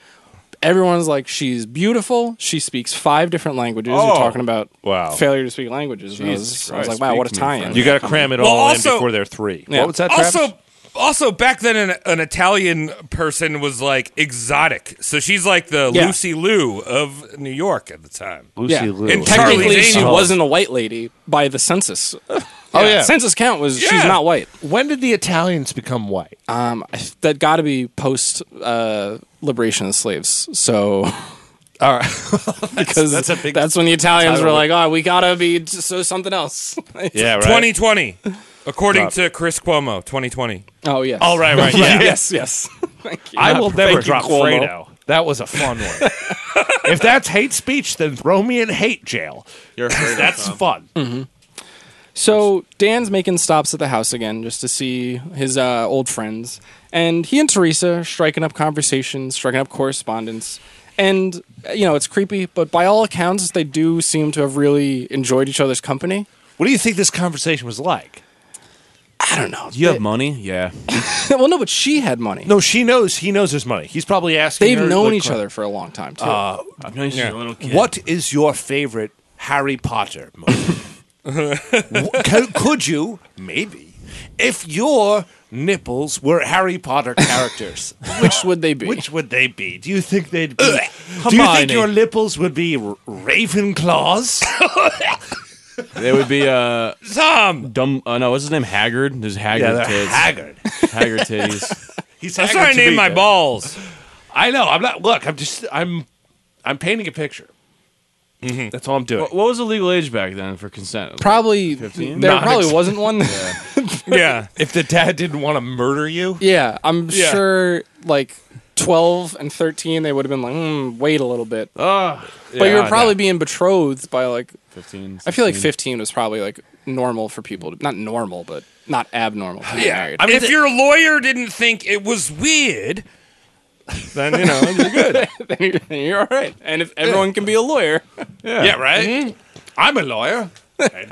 I: everyone's like, she's beautiful. She speaks five different languages. We're
H: Oh.
I: talking about
F: Wow.
I: failure to speak languages. And I
F: Jesus
I: was, I was
F: Christ,
I: like, wow,
F: speak
I: what a
F: to me,
I: tie-in.
F: friend. You gotta cram it
G: Well,
F: all
G: also-
F: in before they're three.
I: Yeah.
F: What was that? Travis?
G: Also, also back then, an, an Italian person was like exotic, so she's like the
I: Yeah.
G: Lucy Liu of New York at the time.
F: Lucy
I: yeah.
F: Liu.
G: And Charlie's
I: Technically, she
G: Angels.
I: wasn't a white lady by the census. [laughs] oh
K: yeah.
I: census count was she's
G: Yeah.
I: not white.
K: When did the Italians become white?
I: Um, I th- that got to be post uh, liberation of slaves. So, because that's,
F: that's a big
I: when the Italians were
F: title.
I: like, "Oh, we gotta be t- so something else."
F: [laughs]
I: [laughs]
F: yeah, right.
G: 2020, according to Chris Cuomo, 2020.
I: Oh yes.
F: Oh, right, right. Yeah.
I: Yes. Yes. Thank you.
F: I will never
I: Thank you,
F: drop
I: Cuomo.
F: Fredo. That was a fun one. if that's hate speech, then throw me in hate jail.
H: You're afraid of
F: That's
H: Tom.
F: fun.
I: So Dan's making stops at the house again just to see his uh, old friends, and he and Teresa are striking up conversations, striking up correspondence, and uh, you know it's creepy, but by all accounts, they do seem to have really enjoyed each other's company. [laughs]
F: What do you think this conversation was like?
I: I don't know.
H: You have money? Yeah.
I: well, no, but she had money.
F: No, she knows. He knows his money. He's probably asking.
I: They've
F: her,
I: known
F: like,
I: each other for a long time too.
F: Uh,
H: I've known you since you were a little kid.
F: What is your favorite Harry Potter movie? Wh- could, could you maybe, if your nipples were Harry Potter characters,
I: Which would they be?
F: which would they be? Do you think they'd be? do you think
I: Hermione.
F: your nipples would be r- Ravenclaws?
H: They would be uh
G: Tom,
H: dumb. Uh, no, what's his name? Haggard. There's Haggard
F: yeah, they're
H: tits.
F: haggard.
H: Haggard titties.
F: He's
G: I'm
F: haggard
G: trying to name
F: me,
G: my
F: man.
G: balls.
F: I know. I'm not. Look, I'm just. I'm. I'm painting a picture. That's all I'm doing.
H: what, what was the legal age back then for consent?
I: Probably there
F: Not
I: probably
F: ex-
I: wasn't one. [laughs] Yeah,
G: Yeah,
F: if the dad didn't want to murder you,
I: I'm
F: Yeah.
I: sure like twelve and thirteen they would have been like, mm, wait a little bit.
H: Ah,
I: but you
H: yeah,
I: were probably being betrothed by like
H: 15.
I: I feel like fifteen was probably like normal for people to not normal, but not abnormal. To yeah, married. [laughs]
G: if your lawyer didn't think it was weird, then you know you're good.
I: then, you're, then you're all right. And if everyone can be a lawyer,
F: yeah, right.
G: Mm-hmm.
F: I'm a lawyer.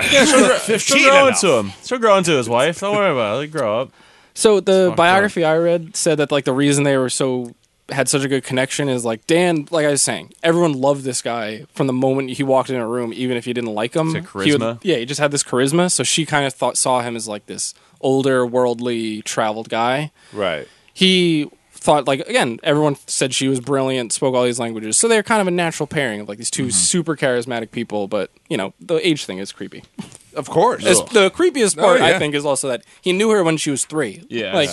H: She'll
F: Fifteen.
H: grow
F: enough.
H: into him. She'll grow into his wife. Don't worry about it. He'll grow up.
I: [laughs] So the biography I read said that like the reason they were so had such a good connection is like Dan, like I was saying, everyone loved this guy from the moment he walked in a room, even if you didn't like him.
H: It's a
I: He would-
H: charisma.
I: yeah, he just had this charisma. So she kind of thought saw him as like this older, worldly, traveled guy.
F: Right.
I: He thought like again, everyone said she was brilliant, spoke all these languages. So they're kind of a natural pairing of like these 2 super charismatic people, but you know, the age thing is creepy.
K: Of course.
I: It's- the creepiest part I
K: yeah.
I: think is also that he knew her when she was three.
H: Yeah.
I: Like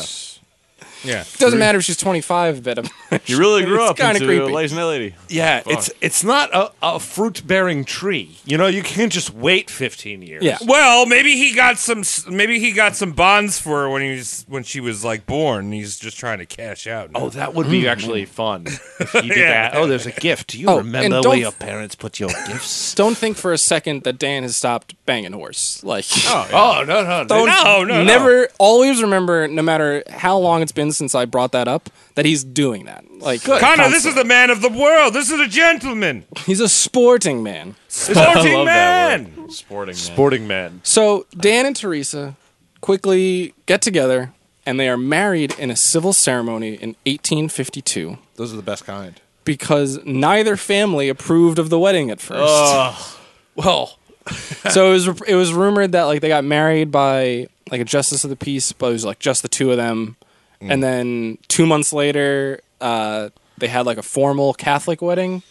G: Yeah,
I: doesn't matter if she's 25, but
H: You really grew
I: [laughs] It's
H: up
I: kinda
H: into
I: creepy.
H: ladies and that lady.
F: Yeah, it's it's not a, a fruit bearing tree. You know, you can't just wait 15 years.
I: Yeah.
G: Well, maybe he got some. Maybe he got some bonds for her when he was when she was like born. and He's just trying to cash out. now.
F: Oh, that would
K: Mm.
F: be
K: [laughs]
F: actually fun if you did
G: Yeah.
F: that. Oh, there's a gift. Do you
I: Oh, and
F: remember
I: don't-
F: where your parents
K: [laughs]
F: put your gifts?
I: don't think for a second that Dan has stopped banging horse. Like,
F: Oh, no, no, no.
I: [laughs] don't
G: No, no, no.
I: never always remember, no matter how long it's been since I brought that up, that he's doing that. Like,
G: Connor, this is the man of the world. This is a
J: [laughs]
G: gentleman,
I: he's a sporting man.
G: sporting man.
H: Sporting man.
F: Sporting man.
I: So Dan and Teresa quickly get together, and they are married in a civil ceremony in 1852
K: Those are the best kind.
I: because neither family approved of the wedding at first.
F: Well,
I: [laughs] so it was it was rumored that like they got married by like a justice of the peace, but it was like just the two of them. And then two months later, uh, they had like a formal Catholic wedding.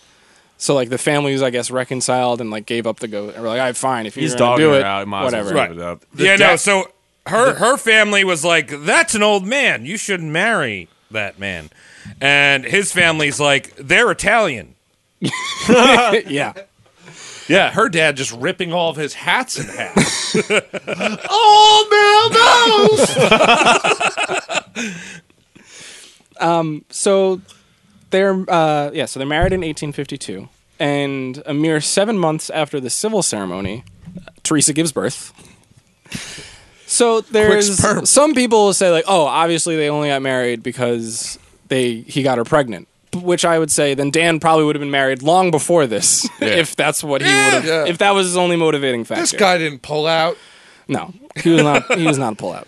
I: So like the families, I guess, reconciled and like gave up the ghost. We're like, all right, fine, if you're
H: He's
I: gonna
H: dogging
I: do
H: her
I: it,
H: out. Might as well
I: whatever.
H: wrap it up.
G: yeah, no. So her her family was like, "That's an old man. You shouldn't marry that man." And his family's like, "They're Italian."
I: [laughs] yeah.
J: Yeah, her dad just ripping all of his hats in half.
A: Oh,
I: Um, so they're uh, yeah, so they're married in 1852, and a mere seven months after the civil ceremony, Teresa gives birth. So
F: sperm.
I: there's some people will say like, oh, obviously they only got married because they he got her pregnant. Which I would say, then Dan probably would have been married long
K: [laughs]
I: before this, if that's what he would have,
K: Yeah.
I: if that was his only motivating factor.
K: This guy didn't pull out.
I: no, he was not, he was not a pullout.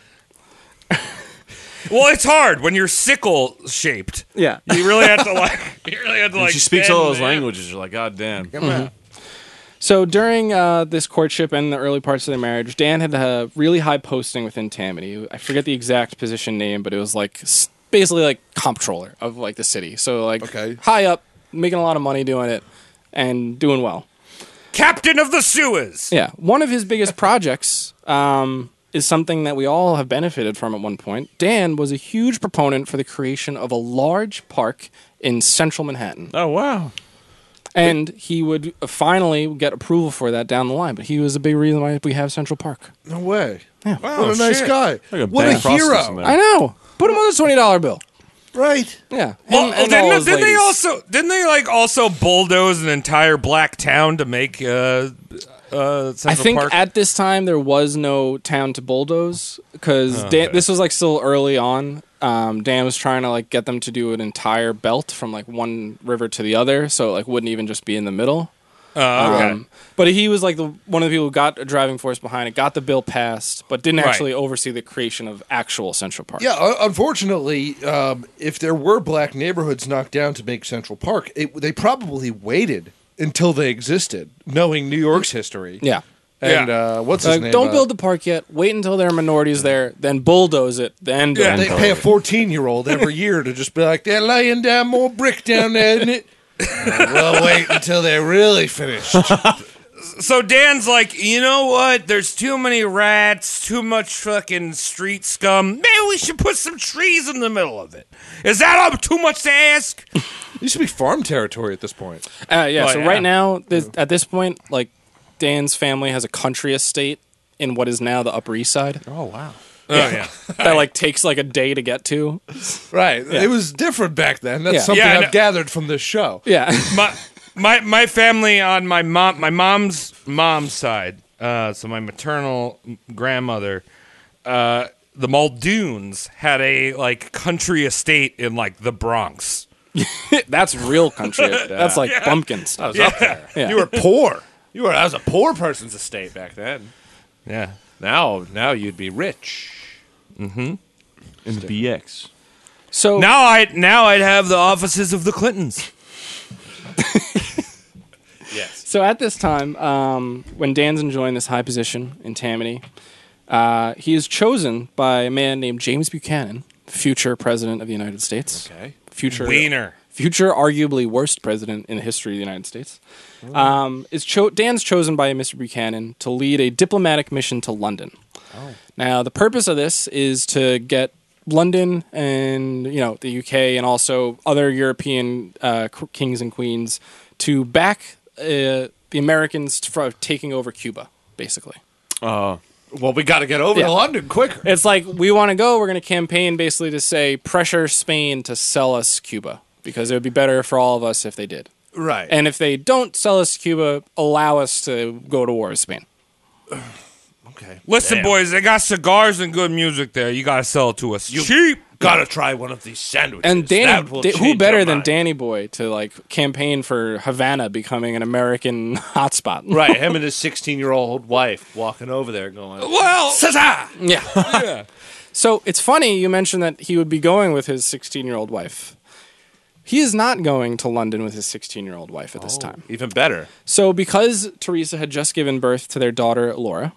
G: Well, it's hard when you're sickle shaped.
I: Yeah,
G: You really have to like. [laughs] You really have to like.
H: she speaks
G: bend
H: all those
G: there.
H: languages. You're like, God damn.
I: So during uh, this courtship and the early parts of their marriage, Dan had a really high posting within Tammany. I forget the exact position name, but it was like s- basically like comptroller of like the city. So like
K: Okay.
I: high up, making a lot of money doing it and doing well.
G: Captain of the sewers.
I: Yeah, one of his biggest projects um, is something that we all have benefited from at one point. Dan was a huge proponent for the creation of a large park in central Manhattan.
H: Oh wow.
I: And he would uh, finally get approval for that down the line. But he was a big reason why we have Central Park.
K: No way.
I: Yeah.
K: what a nice guy.
H: Oh, Like a
K: What a
H: Ben Frost or
K: hero.
H: something.
I: I know. Put him on the twenty dollar bill.
K: Right.
I: Yeah.
G: Well,
I: Him and all
G: didn't,
I: his
G: didn't they
I: ladies.
G: also didn't they like also bulldoze an entire black town to make uh uh Central
I: I think
G: Park?
I: at this time there was no town to bulldoze because
G: Oh,
I: this was like still early on. Um, Dan was trying to like get them to do an entire belt from like one river to the other, so it, like wouldn't even just be in the middle.
G: Uh, okay.
I: Um, but he was like the one of the people who got a driving force behind it, got the bill passed, but didn't
G: Right.
I: actually oversee the creation of actual Central Park.
K: Yeah, uh, unfortunately, um, if there were black neighborhoods knocked down to make Central Park, it, they probably waited until they existed, knowing New York's history.
I: Yeah.
K: And
G: Yeah.
K: Uh, what's his
I: Like,
K: name?
I: don't
K: uh,
I: build the park yet. Wait until there are minorities there, then bulldoze it, then build
K: They
I: it.
K: pay a 14 year old
H: [laughs]
K: every year to just be like, they're laying down more brick down there, isn't
F: [laughs]
K: it? we'll wait until they're really finished.
G: So Dan's like, you know what? There's too many rats, too much fucking street scum. Man, we should put some trees in the middle of it. Is that up too much to ask?
K: used to be farm territory at this point.
I: Uh, yeah.
G: Oh,
I: so
G: yeah.
I: right now, this, at this point, like Dan's family has a country estate in what is now the Upper East Side
G: Oh yeah.
I: that like takes like a day to get to.
K: Right. It was different back then. That's
I: Yeah.
K: something
G: Yeah, I know.
K: I've gathered from this show.
I: Yeah.
G: my my my family on my mom my mom's mom's side uh so my maternal grandmother uh the Muldoons had a like country estate in like the Bronx.
I: [laughs] That's real country. That's like bumpkins.
J: I was up there.
I: Yeah.
J: You were poor. You were. I was a poor person's estate back then.
G: Yeah.
F: Oh.
J: Now, now you'd be rich.
H: In the BX.
I: So
G: Now I now I'd have the offices of the Clintons.
J: Yes.
I: So at this time, um, when Dan's enjoying this high position in Tammany, uh, he is chosen by a man named James Buchanan, future president of the United States.
J: Okay.
I: Future
G: Wiener.
I: future arguably worst president in the history of the United States. Um, is cho- Dan's chosen by Mr. Buchanan to lead a diplomatic mission to London. Now, the purpose of this is to get London and you know the UK and also other European uh, c- kings and queens to back uh, the Americans from taking over Cuba, basically.
H: Oh.
J: Well, we got to get over
I: Yeah.
J: to London quicker.
I: It's like we want to go. We're going to campaign basically to say pressure Spain to sell us Cuba because it would be better for all of us if they did.
J: Right.
I: And if they don't sell us Cuba, allow us to go to war with Spain.
J: okay.
G: Listen, boys, they got cigars and good music there. You gotta sell it to us cheap.
J: Gotta try one of these sandwiches.
I: And
J: That
I: Danny,
J: will
I: da- who
J: change
I: better
J: your
I: than
J: mind.
I: Danny Boy to like campaign for Havana becoming an American [laughs] hotspot?
J: Right. Him and his 16 year old wife walking over there going,
G: Well,
I: [laughs] Yeah. So it's funny you mentioned that he would be going with his 16 year old wife. He is not going to London with his 16 year old wife at this time.
J: even better.
I: So, because Teresa had just given birth to their daughter, Laura,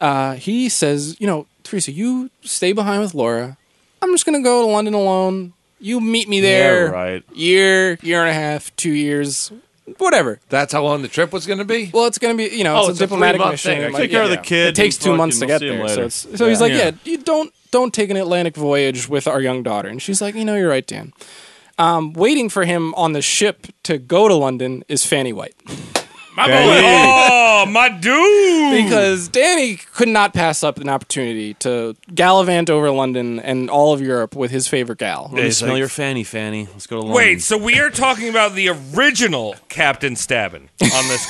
I: uh, he says, You know, Teresa, you stay behind with Laura. I'm just going to go to London alone. You meet me there.
H: right.
I: Year, year and a half, two years, whatever.
K: That's how long the trip was going to be?
I: Well, it's going to be, you know,
J: Oh,
I: it's,
J: it's
I: a
J: a
I: diplomatic
J: three-month
I: mission.
J: thing.
I: It
J: I
I: might-
H: Take care of
I: yeah,
H: the kid.
I: It takes two
H: Fucking-
I: months to
H: we'll
I: get
H: see him
I: there. So,
H: later.
I: it's, so he's like,
H: Yeah.
I: yeah. you don't don't take an Atlantic voyage with our young daughter. And she's like, you know, you're right, Dan. Um, waiting for him on the ship to go to London is Fanny White.
G: My boy. Oh, my dude.
I: Because Danny could not pass up an opportunity to gallivant over London and all of Europe with his
H: [laughs]
I: favorite gal.
H: Let me smell your fanny, Fanny. Let's go to London. [laughs]
G: Wait, so we are talking about the original Captain Stabbin on this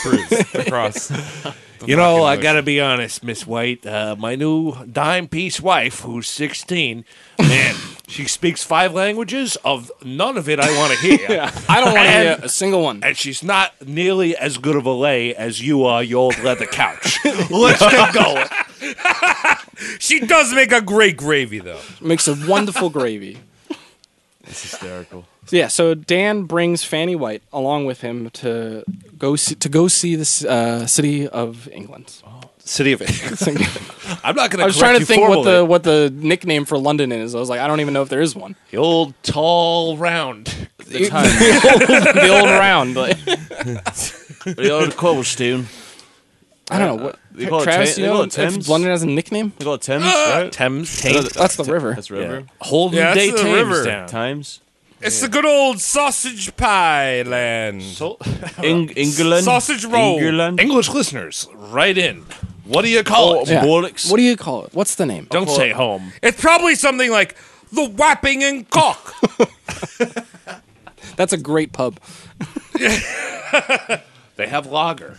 F: [laughs]
G: cruise across.
F: You know, I gotta be honest, Miss White. Uh, my new dime piece wife, who's sixteen, man, she speaks five languages. Of none of it, I want to hear.
I: I don't want to hear
H: [laughs]
F: And-
I: a single one.
F: And she's not nearly as good of a lay as you are, you old leather couch. Let's [laughs] get going.
G: She does make a great gravy, though.
I: Makes a wonderful gravy.
H: It's hysterical.
I: So, yeah, so Dan brings Fanny White along with him to go see, to go see the uh, city of England.
M: City of
I: [laughs]
M: England.
H: [laughs]
M: I'm not going
I: I was trying to think what the what the nickname for London is. I was like, I don't even know if there is one.
F: The old tall round.
I: The, old, the old round, like,
H: the old cobblestone.
I: I don't know what.
H: They call it
I: Travis,
H: Tha-
I: you
H: they
I: know
H: call it
I: if
H: Thames?
I: London has a nickname.
H: They call it Thames, right?
F: Thames,
I: That's the river.
H: That's river.
F: Holden
G: Yeah,
F: Day
G: that's the
F: Thames
G: river.
F: down.
H: Times.
G: It's the good old sausage pie land.
H: Eng- England.
G: Sausage roll.
H: England.
F: English listeners, right in. What do you call it?
I: Yeah.
H: Bollocks.
I: What do you call it? What's the name?
F: Don't say home.
G: it's probably something like the Wapping and Cock.
I: That's a great pub.
F: They have lager.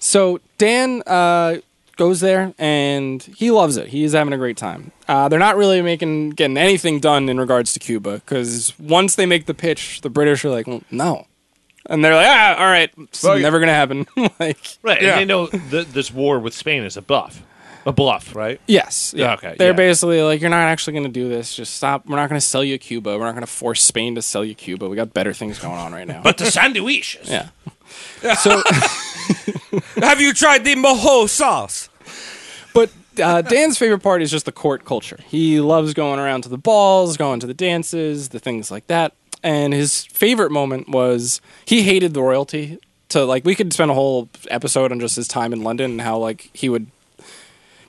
I: So Dan uh, goes there and he loves it. He is having a great time. Uh, they're not really making getting anything done in regards to Cuba because once they make the pitch, the British are like, "Well, no, and they're like, ah, all right, it's
H: Fuck it."
I: never gonna happen. [laughs] like,
F: [laughs] Right.
G: Yeah.
F: And they know th- this war with Spain is a bluff. A bluff, right?
I: yes, yeah.
F: Okay,
I: They're
F: yeah.
I: basically like, you're not actually gonna do this. Just stop. We're not gonna sell you Cuba. We're not gonna force Spain to sell you Cuba. We got better things going
G: [laughs]
I: on right now.
F: But the sandwiches.
I: yeah.
F: [laughs]
I: So.
G: Have you tried the mojo sauce?
I: But uh, Dan's favorite part is just the court culture. He loves going around to the balls, going to the dances, the things like that. And his favorite moment was he hated the royalty. To like, we could spend a whole episode on just his time in London and how like he would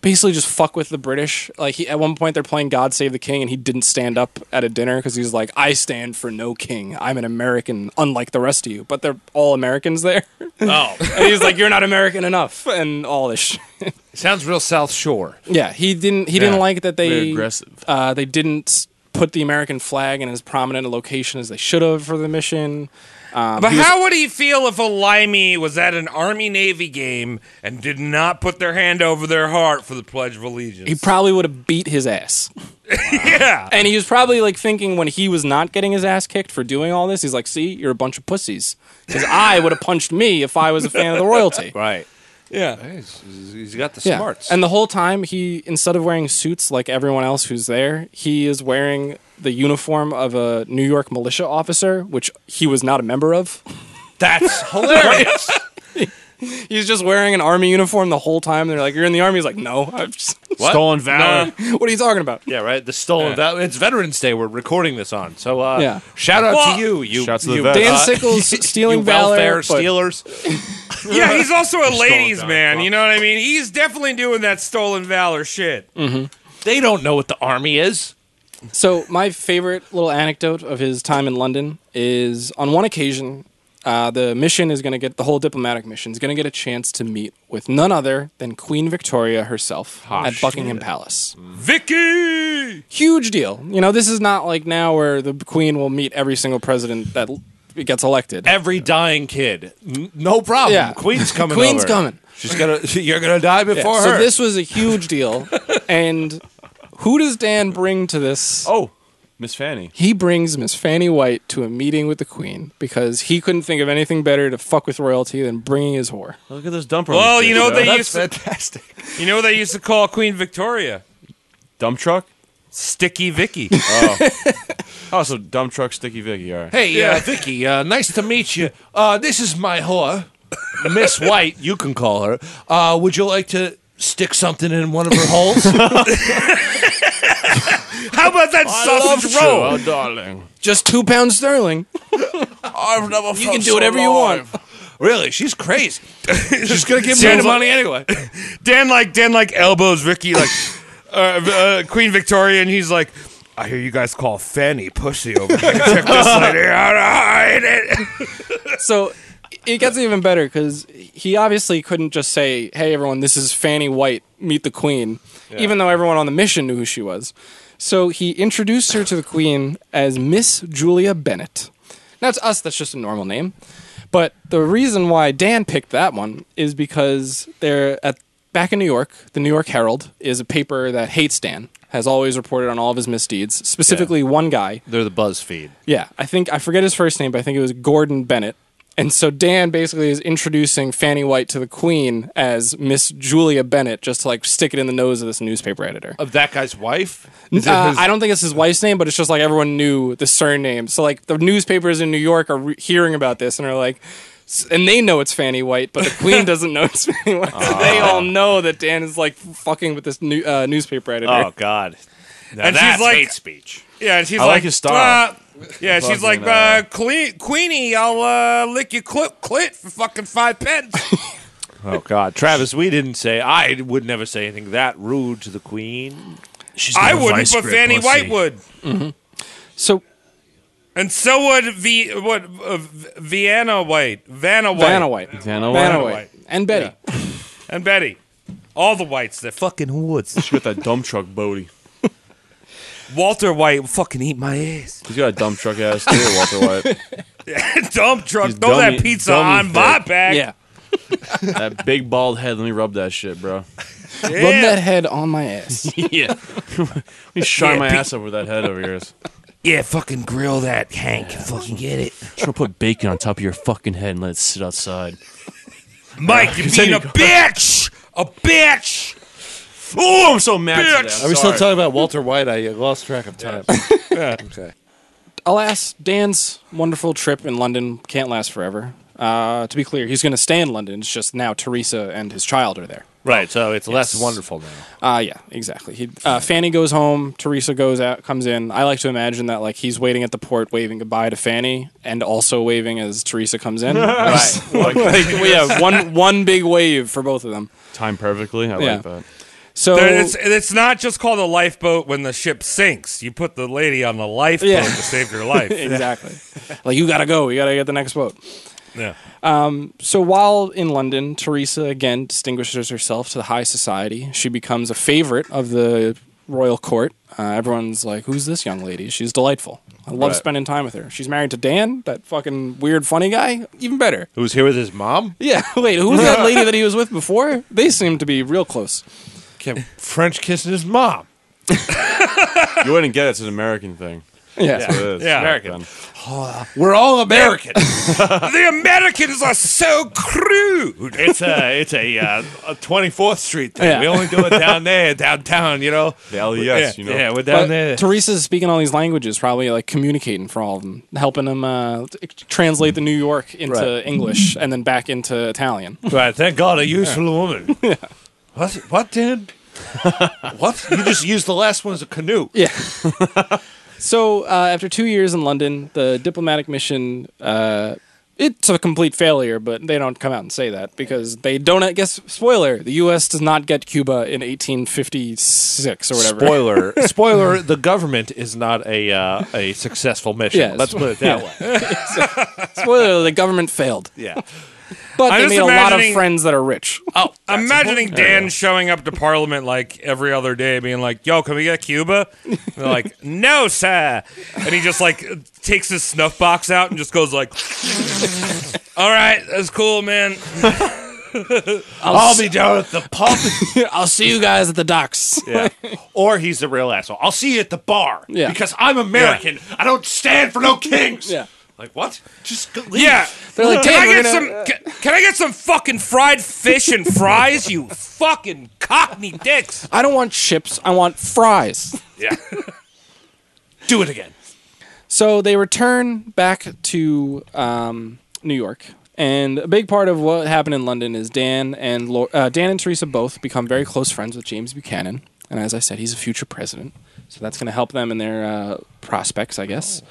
I: basically just fuck with the British. Like he, at one point, they're playing "God Save the King" and he didn't stand up at a dinner because he was like, "I stand for no king. I'm an American, unlike the rest of you." But they're all Americans there, [laughs]
F: Oh.
I: and he's like, "You're not American enough," and all this. Shit.
F: Sounds real South Shore.
I: Yeah, he didn't. He didn't
H: Yeah.
I: like that they
H: Very aggressive.
I: Uh, they didn't s- put the American flag in as prominent a location as they should have for the mission. Um,
G: But
I: he was-
G: how would he feel if a limey was at an Army Navy game and did not put their hand over their heart for the Pledge of Allegiance?
I: he probably would have beat his ass,
F: [laughs]
G: yeah.
I: and he was probably like thinking when he was not getting his ass kicked for doing all this, he's like, "See, you're a bunch of pussies." Because I would have punched me if I was a fan of
H: [laughs]
I: the royalty.
F: Right.
G: Yeah.
F: He's, he's got the
I: Yeah.
F: smarts.
I: And the whole time, he instead of wearing suits like everyone else who's there, he is wearing the uniform of a New York militia officer, which he was not a member of.
F: That's hilarious.
I: He's just wearing an army uniform the whole time. They're like, "You're in the army." He's like, "No, I'm just." [laughs]
H: Stolen valor.
I: what are you talking about?
F: yeah, right. The stolen val- It's Veterans Day. We're recording this on. So uh,
I: Yeah.
F: shout out
G: Well-
F: to you. you
H: Shouts to the
F: you,
H: vets.
I: Dan
F: uh,
I: Sickles
F: [laughs]
I: stealing
F: you welfare
I: valor. but-
F: stealers.
G: Yeah, he's also a ladies'
F: guy.
G: man. You know what I mean? He's definitely doing that stolen valor shit.
F: They don't know what the army is.
I: So my favorite little anecdote of his time in London is on one occasion, uh, the mission is going to get the whole diplomatic mission is going to get a chance to meet with none other than Queen Victoria herself
F: Ah,
I: at Buckingham Palace.
G: Vicky!
I: Huge deal. You know, this is not like now where the Queen will meet every single president that l- gets elected.
F: Every dying kid. N- No problem.
I: Yeah.
F: um,
I: [laughs]
F: Queen's coming.
I: Queen's
F: over.
I: coming.
F: She's
H: [laughs]
F: gonna. You're gonna die before
I: Yeah,
F: her.
I: So this was a huge deal. and who does Dan bring to this?
H: Oh, Miss Fanny.
I: He brings Miss Fanny White to a meeting with the Queen because he couldn't think of anything better to fuck with royalty than bringing his whore.
H: Look at this dumper. on
G: Well,
H: his
G: you
H: dick,
G: know
H: bro.
G: they
H: That's
G: used to,
F: fantastic.
G: you know what they used to call Queen Victoria?
H: dump truck.
G: Sticky Vicky.
H: Oh, so dump truck, sticky Vicky. All right.
F: Hey, uh, Vicky, uh, nice to meet you. Uh, this is my whore, Miss White. You can call her. Uh, would you like to stick something in one of her holes?
G: How about that sausage roll?
H: Oh, darling.
I: Just two pounds sterling.
H: I've never.
I: You can do whatever you want.
F: [laughs] really? She's crazy. She's [laughs] gonna give me
G: Sounds
F: the
G: like-
F: money anyway.
G: Dan like Dan like elbows
F: [laughs]
G: Ricky like uh, uh, Queen Victoria, and he's like, "I hear you guys
F: [laughs]
G: call Fanny pussy over here. Check this lady out. I hate it."
I: So it gets even better because he obviously couldn't just say, "Hey, everyone, this is Fanny White. Meet the Queen,"
N: Yeah.
I: even though everyone on the mission knew who she was. So he introduced her to the Queen as Miss Julia Bennett. Now to us, that's just a normal name, but the reason why Dan picked that one is because they're at back in New York. The New York Herald is a paper that hates Dan. Has always reported on all of his misdeeds, specifically one guy.
F: They're the BuzzFeed.
I: Yeah, I think I forget his first name, but I think it was Gordon Bennett. And so Dan basically is introducing Fanny White to the Queen as Miss Julia Bennett, just to like stick it in the nose of this newspaper editor.
F: Of that guy's wife? Uh, Is it
I: Uh,
F: his-
I: I don't think it's his wife's name, but it's just like everyone knew the surname. So like the newspapers in New York are re- hearing about this and are like, s- and they know it's Fanny White, but the
F: [laughs]
I: Queen doesn't know it's Fanny White. So they
F: Ah.
I: all know that Dan is like fucking with this new uh, newspaper
F: [laughs]
I: editor.
F: Oh, God. Now that's hate speech.
G: Yeah, and she's
I: I
G: like,
I: like his style.
G: "Uh," yeah, she's like,
I: Fucking,
G: uh, "Cle- Queenie, I'll uh, lick your cl- clit for fucking five pence. [laughs]
F: Oh God, Travis, we didn't say. I would never say anything that rude to the Queen.
G: I wouldn't, but Fanny White would.
I: So,
G: and so would V. What uh, V- Vienna White, Vanna White,
I: Vanna White. Vanna White. Vanna White. And Betty,
G: and Betty, all the whites. They're fucking woods. She
H: got that dump truck, Bodie.
G: [laughs] Walter White will fucking eat my ass.
H: He's got a dump truck ass too, Walter
G: [laughs]
H: White.
G: dump truck.
H: He's
G: Throw
H: dummy-
G: that pizza
H: dummy
G: on my
H: thick.
G: back.
H: that big bald head. Let me rub that shit, bro.
I: rub that head on my ass.
H: yeah. Let me shine
G: Yeah,
H: my
G: pe-
H: ass over that head over [laughs] yours.
G: Yeah, fucking grill that, Hank. Fucking get it.
H: Try to put bacon on top of your fucking head and let it sit outside.
G: [laughs] Mike, you're being
H: Continue.
G: a bitch! A bitch!
H: Oh, I'm so mad
G: Bitch!
K: Are we still talking about Walter White? I lost track of time. okay.
I: alas, Dan's wonderful trip in London can't last forever. Uh, to be clear, he's going to stay in London. It's just now Teresa and his child are there.
F: Right, so it's less
I: Yes.
F: wonderful now.
I: Uh, yeah, exactly. He, uh, Fanny goes home. Teresa goes out, comes in. I like to imagine that like he's waiting at the port, waving goodbye to Fanny, and also waving as Teresa comes
G: [laughs]
I: in.
H: Right.
I: [laughs] like, we have one one big wave for both of them.
H: Time perfectly. I
I: Yeah.
H: like that.
I: So
G: There- it's, it's not just called a lifeboat when the ship sinks. You put the lady on the lifeboat
I: Yeah.
G: to save
F: [laughs]
G: your life. [laughs]
I: exactly. like you gotta go. You gotta get the next boat.
G: Yeah.
I: Um, so while in London, Teresa again distinguishes herself to the high society. She becomes a favorite of the royal court. Uh, everyone's like, "Who's this young lady? She's delightful. I love
F: Right.
I: spending time with her." She's married to Dan, that fucking weird, funny guy. Even better.
F: Who's here with his mom?
I: Yeah. [laughs] Wait, who's that lady that he was with before? They seem to be real close.
F: French kissing his mom.
H: You wouldn't get it. It's an American
F: [laughs]
H: thing.
I: Yeah. [laughs]
H: That's what it is.
G: Yeah.
H: American.
F: We're all American.
G: the Americans are so crude.
F: it's a it's a, uh, a 24th Street thing.
I: Yeah.
F: We only [laughs] do it down there, downtown. You know.
H: The LES,
F: yeah,
H: you know.
F: Yeah, we're down
I: But
F: there.
I: Teresa's speaking all these languages, probably like communicating for all of them, helping them uh, t- translate the New York into
F: Right.
I: English and then back into Italian. [laughs]
F: right. Thank God, a useful [laughs] woman. What? What, [laughs] Dan? what? You just used the last one as a canoe.
I: Yeah. so uh, after two years in London, the diplomatic mission. Uh, it's a complete failure, but they don't come out and say that because they don't. I guess spoiler: the U.S. does not get Cuba in 1856 or whatever.
F: Spoiler, spoiler. The government is not a uh, a successful mission.
I: [laughs] Yes.
F: Let's put it that way.
I: [laughs] spoiler: the government failed,
F: Yeah.
I: but
G: I'm just
I: they made a lot of
G: imagining-
I: friends that are rich. [laughs]
G: Oh, imagining Dan showing up to Parliament like every other day, being like, "Yo, can we get Cuba?" And they're
I: [laughs]
G: like, "No, sir," and he just like takes his snuff box out and just goes like, [laughs] "All right, that's cool, man."
F: [laughs] I'll, be down at the pub.
I: I'll see you guys at the docks.
F: yeah. [laughs] Or he's a real asshole. I'll see you at the bar.
I: Yeah.
F: Because I'm American. I don't stand for no kings.
I: [laughs] Yeah.
F: Like what? Just go leave.
G: Yeah,
I: They're like,
G: "Can I
I: "Dan, we're
G: get some?
I: gonna- uh,
G: Can, can I get some fucking fried fish and fries? You fucking cockney dicks!"
I: I don't want chips. I want fries.
G: [laughs]
F: Yeah. Do it again.
I: So they return back to um, New York, and a big part of what happened in London is Dan and Lo- uh, Dan and Teresa both become very close friends with James Buchanan, and as I said, he's a future president, so that's going to help them in their uh, prospects, I guess.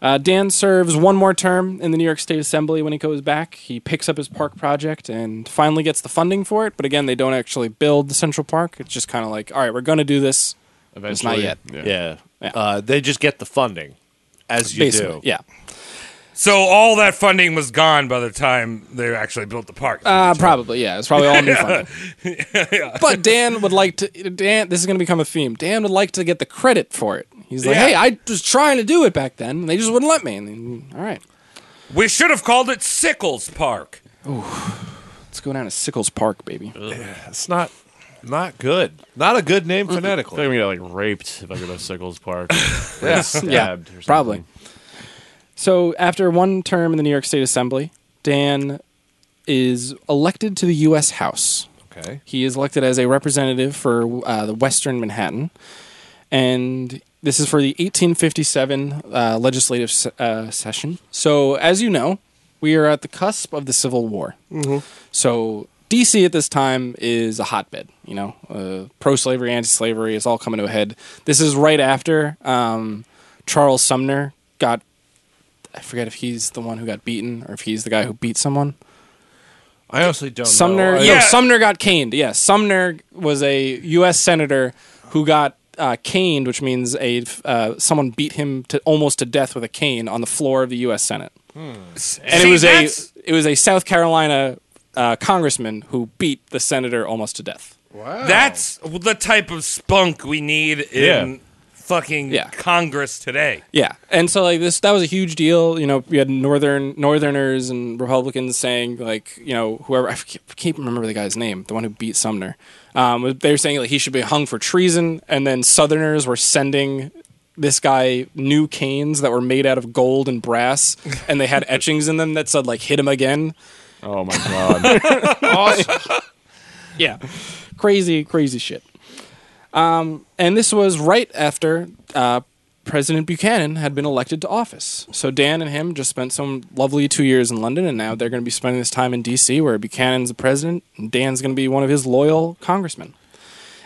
I: Uh, Dan serves one more term in the New York State Assembly when he goes back. He picks up his park project and finally gets the funding for it. But again, they don't actually build the Central Park. It's just kind of like, all right, we're going to do this. It's not
H: Eventually,
I: yet.
H: Yeah.
F: Yeah.
I: Yeah.
F: Uh, they just get the funding, as you do.
I: Basically, yeah.
G: So all that funding was gone by the time they actually built the park.
I: Uh, probably, yeah. It's probably
G: [laughs]
I: all new funding.
G: Yeah, yeah.
I: But Dan would like to. Dan, this is going to become a theme. Dan would like to get the credit for it. He's like,
G: Yeah.
I: hey, I was trying to do it back then, and they just wouldn't let me. And then, all right,
G: We should have called it Sickles Park.
I: let's go down to Sickles Park, baby.
F: It's not not good. Not a good
H: [laughs]
F: name phonetically.
H: I'm gonna get like raped if I go to Sickles Park.
F: [laughs] Yeah.
I: yeah,
H: stabbed or something.
I: probably. So after one term in the New York State Assembly, Dan is elected to the U.S. House.
F: Okay.
I: He is elected as a representative for uh, the Western Manhattan, and this is for the 1857 uh, legislative se- uh, session. So, as you know, we are at the cusp of the Civil War. So, DC at this time is a hotbed. You know, uh, pro-slavery, anti-slavery, it's all coming to a head. This is right after um, Charles Sumner got. I forget if he's the one who got beaten or if he's the guy who beat someone.
F: I honestly don't
I: Sumner,
F: know.
I: no,
G: Yeah.
I: Sumner got caned. Yes, Sumner was a U.S. senator who got uh, caned, which means a uh, someone beat him to almost to death with a cane on the floor of the U.S. Senate, and
G: See,
I: it was a
G: that's-
I: it was a South Carolina uh, congressman who beat the senator almost to death.
G: That's the type of spunk we need in
H: Yeah.
G: fucking
I: Yeah.
G: Congress today.
I: Yeah, and so like this, that was a huge deal. You know, you had northern Northerners and Republicans saying like, you know, whoever I can't, can't remember the guy's name, the one who beat Sumner. Um, they were saying like he should be hung for treason, and then Southerners were sending this guy new canes that were made out of gold and brass, and they had [laughs] etchings in them that said like "hit him again."
H: Oh my god.
I: [laughs] Yeah, crazy, crazy shit. Um, and this was right after uh, President Buchanan had been elected to office. So Dan and him just spent some lovely two years in London, and now they're going to be spending this time in D.C., where Buchanan's the president, and Dan's going to be one of his loyal congressmen.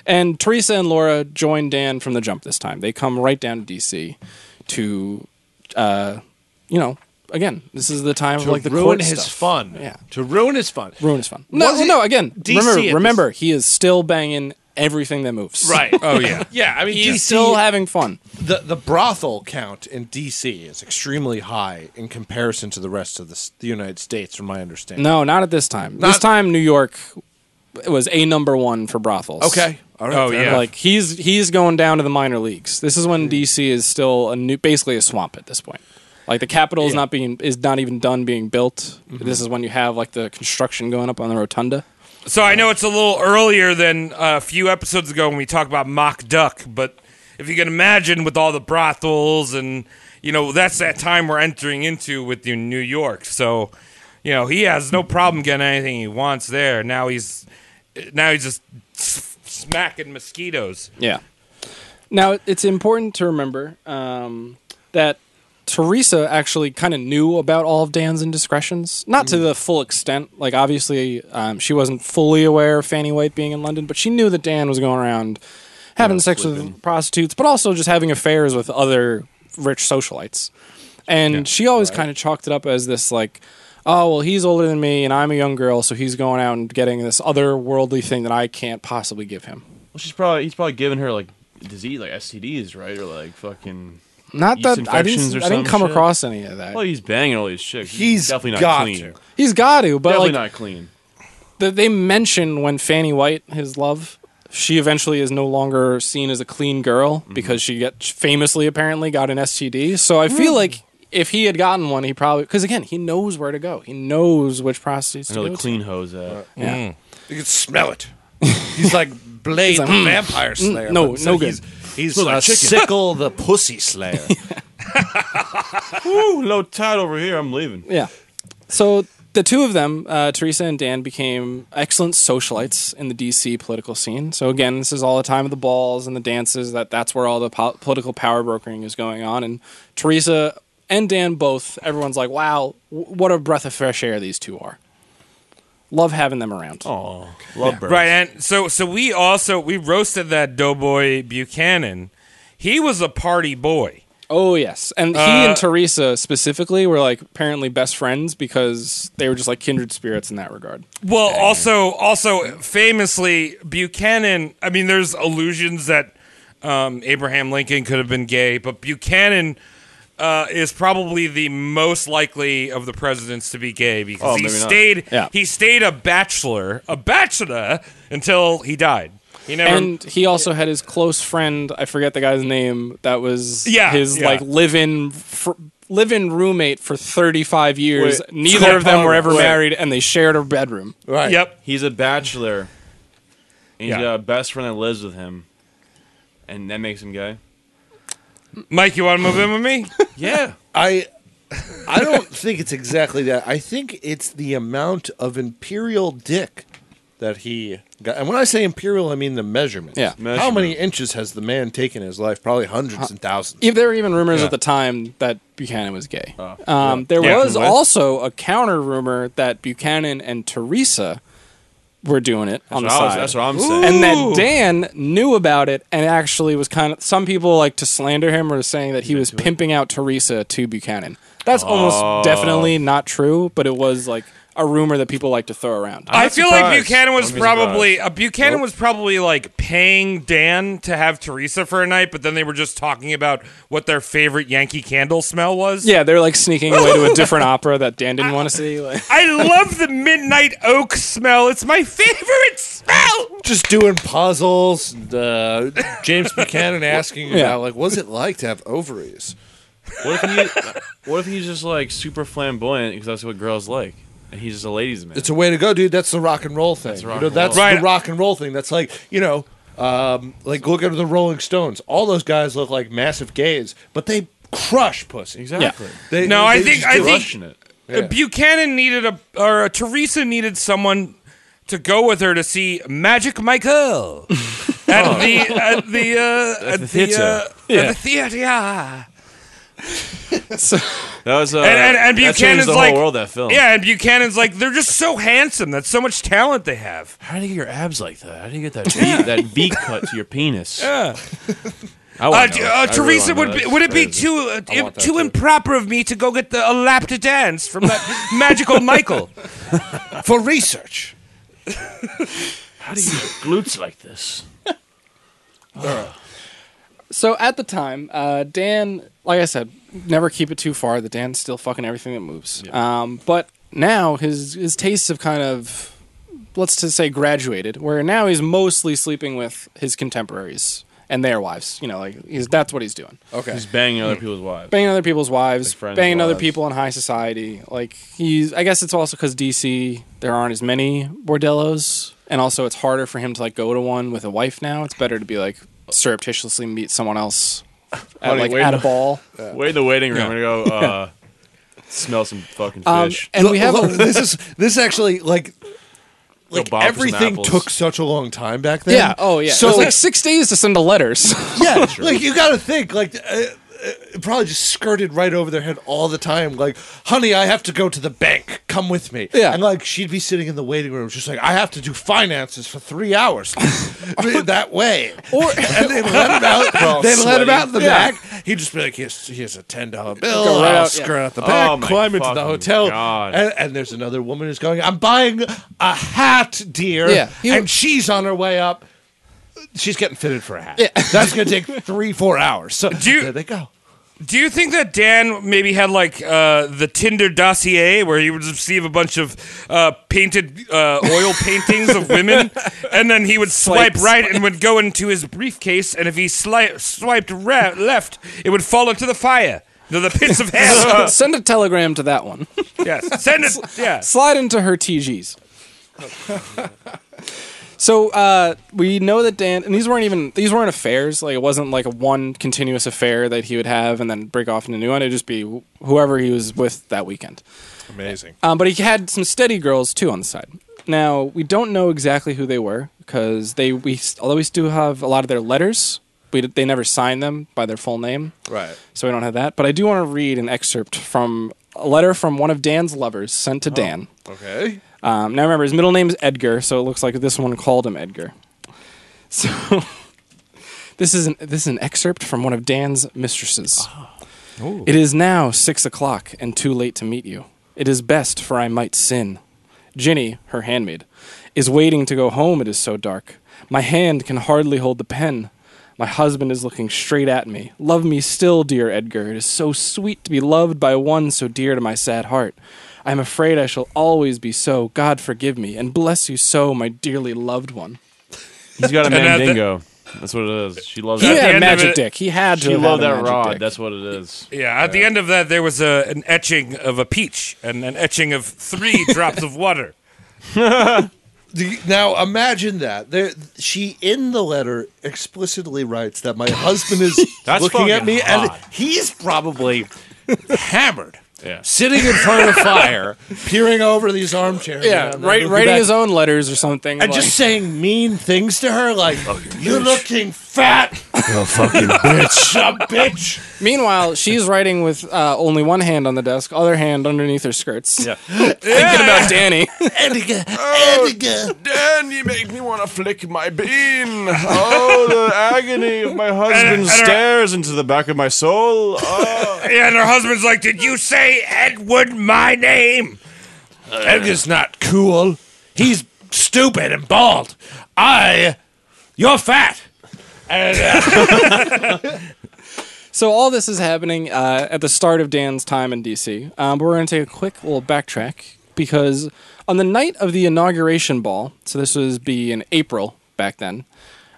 I: And Teresa and Laura join Dan from the jump this time. They come right down to D.C. to, uh, you know, again, this is the time of
J: To
I: like the
J: ruin
I: court
J: his
I: stuff.
J: fun.
I: Yeah.
J: To ruin his
I: [laughs]
J: fun.
I: Ruin is fun. No,
J: Was it
I: no. Again,
J: DC at this-
I: remember, remember, he is still banging everything that moves.
J: Right.
G: Oh yeah.
J: yeah. I mean,
I: He's
J: DC
I: still having fun.
K: [laughs] the the brothel count in D.C. is extremely high in comparison to the rest of the, s- the United States, from my understanding.
I: No, not at this time. this
K: Not-
I: time, New York was a number one for brothels.
K: Okay. All right.
G: Oh yeah.
I: Like he's he's going down to the minor leagues. This is
J: Hmm.
I: when DC is still a new, basically a swamp at this point. Like the capital is not being is not even done being built.
J: Mm-hmm.
I: This is when you have like the construction going up on the rotunda.
G: So I know it's a little earlier than a few episodes ago when we talked about mock duck, but if you can imagine with all the brothels and you know that's that time we're entering into with the New York. So you know he has no problem getting anything he wants there. Now he's now he's just s- smacking mosquitoes.
I: Yeah. Now it's important to remember um, that Teresa actually kind of knew about all of Dan's indiscretions, not to the full extent. Like obviously, um, she wasn't fully aware of Fanny White being in London, but she knew that Dan was going around having sex with prostitutes, but also just having affairs with other rich socialites. And she always kind of chalked it up as this like, oh well, he's older than me, and I'm a young girl, so he's going out and getting this other worldly thing that I can't possibly give him.
H: Well, she's probably he's probably giving her like disease, like STDs, right, or like fucking.
I: Not
H: yeast
I: that I
H: infections
I: didn't,
H: or
I: I didn't
H: some
I: come
H: shit?
I: across any of that.
H: Well, he's banging all these chicks.
K: He's
H: definitely not
K: got
H: clean.
K: to.
I: he's got to, but
H: Definitely
I: like
H: not clean.
I: th- they mention when Fanny White, his love, she eventually is no longer seen as a clean girl
H: Mm-hmm.
I: because she get famously apparently got an STD. So I
H: Hmm.
I: feel like if he had gotten one, he probably because again he knows where to go. He knows which prostitutes
H: I
I: to
H: know
I: go
H: the
I: to.
H: clean hose. Uh,
I: Yeah.
K: You can smell
I: [laughs]
K: it. He's like Blade
I: like,
K: the
I: "Mm,
K: Vampire Slayer.
I: no,
K: but-
I: no good.
K: He's, he's uh, Sickle the
H: [laughs]
K: Pussy
I: [laughs]
K: Slayer.
H: Woo, low tide over here. I'm leaving.
I: Yeah. So the two of them, uh, Teresa and Dan, became excellent socialites in the DC political scene. So again, this is all the time of the balls and the dances. That that's where all the po- political power brokering is going on. And Teresa and Dan both, everyone's like, "Wow, w- what a breath of fresh air these two are." Love having them around.
H: Oh, love birds.
G: Right, and so so we also we roasted that doughboy Buchanan. He was a party boy.
I: Oh yes, and he
G: Uh,
I: and Teresa specifically were like apparently best friends because they were just like kindred spirits in that regard.
G: Well, also, also famously, Buchanan. I mean, there's allusions that um, Abraham Lincoln could have been gay, but Buchanan uh, is probably the most likely of the presidents to be gay because
I: Oh,
G: he
I: maybe not.
G: stayed
I: Yeah.
G: he stayed a bachelor a bachelor until he died. He never
I: and he also had his close friend. I forget the guy's name. That was
G: Yeah,
I: his
G: yeah.
I: like live-in fr- live-in roommate for 35 years.
H: Wait,
I: Neither
H: Scott
I: of them were
H: Pilgrim.
I: ever
H: Wait.
I: married, and they shared a bedroom.
H: Yep. He's a bachelor. And he's
I: Yeah.
H: got a best friend that lives with him. And that makes him gay.
G: Mike, you want to move in with [laughs] me?
H: yeah.
F: I I don't think it's exactly that. I think it's the amount of imperial dick that he got. And when I say imperial, I mean the measurements.
I: Yeah.
F: How many inches has the man taken in his life? Probably hundreds and thousands.
I: If there were even rumors
F: Yeah.
I: at the time that Buchanan was gay,
H: Oh.
I: um, there
F: Yeah.
I: was
F: With-
I: also a counter rumor that Buchanan and Teresa were doing it on the
H: what I was-
I: side.
H: that's what I'm saying.
I: And
H: Ooh.
I: that Dan knew about it and actually was kind of. Some people like to slander him or saying that he was pimping out Teresa to Buchanan. That's
G: Oh.
I: almost definitely not true, but it was like a rumor that people like to throw around.
G: I feel like Buchanan was probably uh, Buchanan was probably like paying Dan to have Teresa for a night, but then they were just talking about what their favorite Yankee candle smell was.
I: Yeah, they're like sneaking away to a different [laughs] opera that Dan didn't want to see. Like.
G: I love the midnight oak smell. It's my favorite smell.
F: Just doing puzzles. And, uh, James Buchanan asking
H: Yeah.
F: about like, what's it like to have ovaries?
H: [laughs] What if he? What if he's just like super flamboyant because that's what girls like, and he's just a ladies' man.
F: It's a way to go, dude. That's the rock and roll thing.
H: That's
F: That's,
H: rock
F: you know,
H: and roll.
F: that's
H: Right.
F: the rock and roll thing. That's like, you know, um, like look at the Rolling Stones. All those guys look like massive gays, but they crush pussy.
H: Exactly.
F: They,
G: no,
F: they
G: I
F: just
G: think
F: do
G: I
F: it.
G: think
F: Yeah.
G: Buchanan needed a or uh, Teresa needed someone to go with her to see Magic Michael at the at the uh, at the uh,
H: the theater.
G: at
H: Yeah.
G: the theater. yeah.
H: That was uh,
G: and, and, and
H: that changed
G: Buchanan's
H: the whole
G: like,
H: world that film.
G: yeah, and Buchanan's like, they're just so handsome. That's so much talent they have.
H: How do you get your abs like that? How do you
G: [laughs]
H: get that V, that V cut to your penis?
G: Yeah.
H: I wanna
G: Uh,
H: know.
G: d- uh,
H: I really
G: Teresa
H: wanna
G: would
H: know.
G: be,
H: That's
G: would it be
H: crazy.
G: too uh,
H: I want that
G: too improper of me to go get the a lap to dance from that [laughs] magical Michael
F: [laughs] for research?
H: How do you get glutes like this?
I: So at the time, uh, Dan, like I said, never keep it too far. The Dan's still fucking everything that moves. Um, but now his his tastes have kind of let's just say graduated, where now he's mostly sleeping with his contemporaries and their wives. You know, like he's that's what he's doing.
F: Okay.
H: He's banging other people's wives.
I: Banging other people's wives,
H: Like friends'
I: banging other
H: wives.
I: people in high society. Like he's, I guess it's also because DC there aren't as many bordellos, and also it's harder for him to like go to one with a wife now. It's better to be like surreptitiously meet someone else at,
H: Honey,
I: like
H: wait
I: at
H: a-
I: a ball.
H: Wait in the waiting room. I'm gonna go uh, [laughs] Um, smell some fucking fish.
I: and we have
F: Look,
I: a-
F: look, [laughs] this is this actually like like
H: bob for some
F: everything
H: apples.
F: took such a long time back then.
I: yeah. Oh yeah. So
F: So
I: it was like six days to send the letters.
H: [laughs]
F: yeah, like you got to think like. Uh, uh, it probably just skirted right over their head all the time. Like, honey, I have to go to the bank. Come with me. Yeah. And like, she'd be sitting in the waiting room, just like, I have to do finances for three hours
H: [laughs]
F: that way. Or [laughs] and they let him out.
H: [laughs] Well,
F: they let him
H: sweaty.
F: out in the
H: Yeah.
F: back. He'd just be like, here's, here's a ten dollar bill.
H: Go right
F: I'll
H: out, yeah.
F: skirt out the
H: Oh
F: back,
H: my
F: climb into the
H: fucking
F: hotel,
H: God.
F: and, and there's another woman who's going, I'm buying a hat, dear.
I: Yeah. He-
F: and she's on her way up she's getting fitted for a hat.
J: [laughs]
F: Yeah. That's going to take three, four hours. So there they go.
G: Do you think that Dan maybe had like uh, the Tinder dossier where he would receive a bunch of uh, painted uh,
H: [laughs]
G: oil paintings of women, and then he would swipe,
I: Swipe,
G: right and would go into his briefcase, and if he sli- swiped ra- left, it would fall into the fire, to the pits of
H: [laughs]
G: hell. [laughs]
I: [laughs] send a telegram to that one.
G: yes,
A: [laughs]
G: send it. Yeah,
I: Slide into her TGs. [laughs] so uh, we know that Dan, and these weren't even these weren't affairs. Like it wasn't like a one continuous affair that he would have and then break off into a new one. It'd just be wh- whoever he was with that weekend.
F: Amazing.
I: Um, but he had some steady girls too on the side. Now we don't know exactly who they were because they we although we still have a lot of their letters, we d- they never signed them by their full name.
F: Right.
I: So we don't have that. But I do want to read an excerpt from a letter from one of Dan's lovers sent to Dan.
F: Okay.
I: Um, now remember, his middle name is Edgar, so it looks like this one called him Edgar. [laughs] So this is an this is an excerpt from one of Dan's mistresses. It is now six o'clock and too late to meet you. It is best, for I might sin. Jinny, her handmaid, is waiting to go home. It is so dark. My hand can hardly hold the pen. My husband is looking straight at me. Love me still, dear Edgar. It is so sweet to be loved by one so dear to my sad heart. I am afraid I shall always be so. God forgive me and bless you so, my dearly loved one.
H: He's got a
I: And at the-
H: mandingo. That's what it is. She loves.
I: He
H: that.
I: had a At the end of magic it- dick. He had to
H: She
I: have
H: loved
I: had a
H: that
I: magic
H: rod.
I: dick.
H: That's what it is.
G: Yeah, at the end of that, there was a, an etching of a peach and an etching
A: [laughs]
G: of three drops of water.
K: Do you- now imagine that there, she in the letter explicitly writes that my husband is
F: That's
K: looking at
F: fucking
K: me
H: Ah.
F: hot.
K: and he's
H: [laughs]
K: probably
F: hammered,
H: yeah.
K: sitting in front of a fire, peering over these armchairs.
I: Yeah,
K: and
I: right,
F: [laughs]
K: looking
I: writing
K: back
I: his own letters or something.
K: and just saying mean things to her, like
H: Oh,
K: you're looking fat.
I: You're a
K: fucking bitch. A bitch.
I: Meanwhile, she's writing with uh, only one hand on the desk, other hand underneath her skirts. Yeah. [laughs] Thinking about Danny.
K: Edgar,
E: Edgar. Dan, you make me want to flick my bean.
H: Oh, the agony of my husband stares into the back of my soul. Oh.
G: Yeah, and her husband's like, "Did you say Edward my name?"
A: Edgar's not cool. He's stupid and bald. I. You're fat.
G: And,
I: So all this is happening uh, at the start of Dan's time in DC. Um, but we're going to take a quick little backtrack because on the night of the inauguration ball, so this was be in April back then,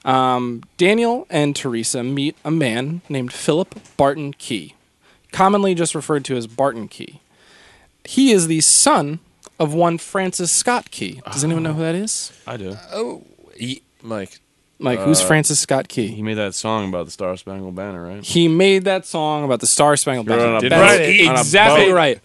I: um, Daniel and Teresa meet a man named Philip Barton Key, commonly just referred to as Barton Key. He is the son of one Francis Scott Key. Does anyone know who that is?
H: I do.
I: Oh,
H: Mike.
I: Mike, who's Francis Scott Key?
H: He made that song about the Star Spangled Banner, right?
I: He made that song about the Star Spangled
H: You're on
I: Banner.
H: a
I: That's
H: boat. Right, he-
I: exactly
H: on a boat.
I: right.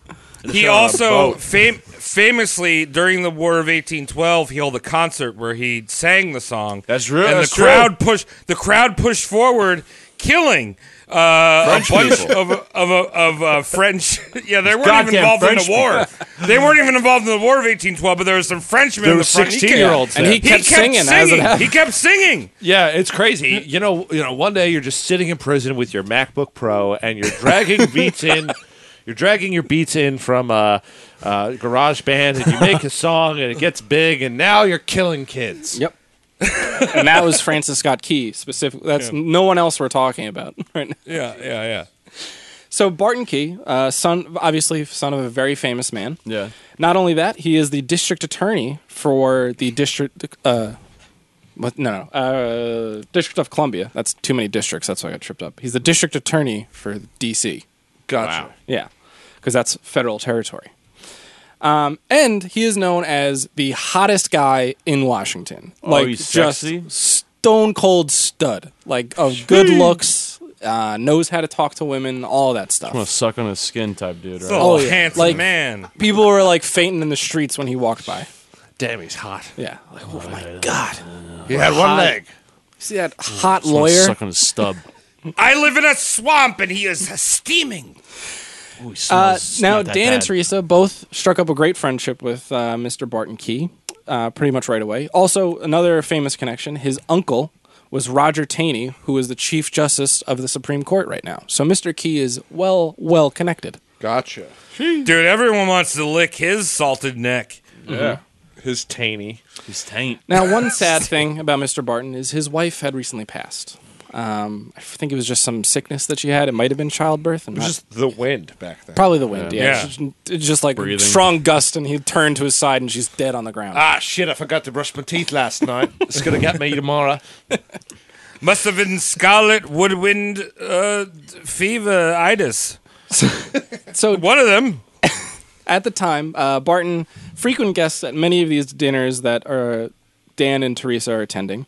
G: he also fam- famously during the War of 1812, he held a concert where he sang the song. That's
H: true,
G: And
H: that's
G: the
H: true.
G: crowd pushed the crowd pushed forward, killing uh, a
H: French
G: bunch
H: people.
G: of of of uh, French. [laughs] Yeah, they weren't even
H: goddamn
G: involved in
H: French
G: the war. They weren't even involved in the War of 1812, but there were some Frenchmen.
J: There
G: in
J: were
G: the front. He kept-
J: 16-year-olds
G: and
J: there.
G: he kept, singing.
J: as it happened.
G: He kept singing.
J: Yeah, it's crazy. You know, you know, one day you're just sitting in prison with your MacBook Pro and you're dragging beats in. [laughs] You're dragging your beats in from uh, uh, Garage Band, and you make a song, and it gets big, and now you're killing kids.
I: Yep. and that was Francis Scott Key specifically. That's
J: Yeah.
I: no one else we're talking about [laughs] right now.
G: Yeah, yeah, yeah.
I: So Barton Key, uh, son, obviously son of a very famous man.
H: Yeah.
I: Not only that, he is the district attorney for the district. Uh, what? No, no, uh, District of Columbia. That's too many districts. That's why I got tripped up. He's the district attorney for DC.
K: Gotcha. Wow.
I: Yeah, because that's federal territory. Um, and he is known as the hottest guy in Washington.
H: Oh,
I: like
H: he's
I: just
H: sexy?
I: stone cold stud. Like of good looks, uh, knows how to talk to women, all that stuff.
H: I'm gonna suck on his skin, type dude. Right?
I: Oh, yeah. like,
G: man.
I: People were like fainting in the streets when he walked by.
J: Damn, he's hot.
I: Yeah. Like, oh my god.
K: He had one
I: Hot-
K: leg.
I: See that hot
H: Someone
I: lawyer? Uh,
H: Suck on his stub.
G: I live in a swamp, and he is steaming.
I: Uh,
G: smells
I: now,
G: not that
I: Dan and
G: bad.
I: Teresa both struck up a great friendship with uh, Mr. Barton Key uh, pretty much right away. Also, another famous connection his uncle was Roger Taney, who is the Chief Justice of the Supreme Court right now. So, Mr. Key is well, well connected.
K: Gotcha.
G: Dude, everyone wants to lick his salted neck.
I: Yeah.
H: Mm-hmm.
K: His tainy.
H: His taint.
I: Now, one sad thing about Mr. Barton is his wife had recently passed. Um, I think it was just some sickness that she had. It might have been childbirth. and
K: It was just the wind back then.
I: Probably the wind, yeah.
K: Yeah.
I: It's just- it's just like
K: Breathing.
I: strong gust, and he turned to his side, and she's dead on the ground.
K: Ah, shit! I forgot to brush my teeth last night. It's gonna get me tomorrow.
G: Must have been scarlet woodwind uh, fever itis.
I: So
G: one of them.
I: at the time, uh, Barton frequent guests at many of these dinners that are Dan and Teresa are attending.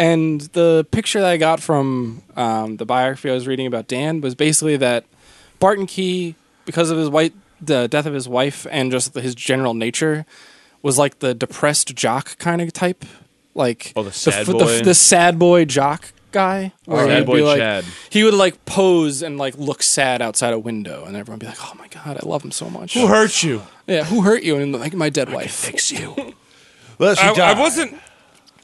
I: And the picture that I got from um, the biography I was reading about Dan was basically that Barton Key, because of his white, the death of his wife and just his general nature, was like the depressed jock kind of type, like oh, the
H: sad
I: f-
H: boy. Oh,
I: the, sad boy jock guy. where
H: Sad
I: he'd
H: boy
I: be like-
H: Chad.
I: He would like pose and like look sad outside a window, and everyone would be like, "Oh my god, I love him so much."
H: Who hurt you?
I: Yeah, who hurt you? And like my dead wife.
K: fix
I: [laughs]
K: you.
G: I, I wasn't.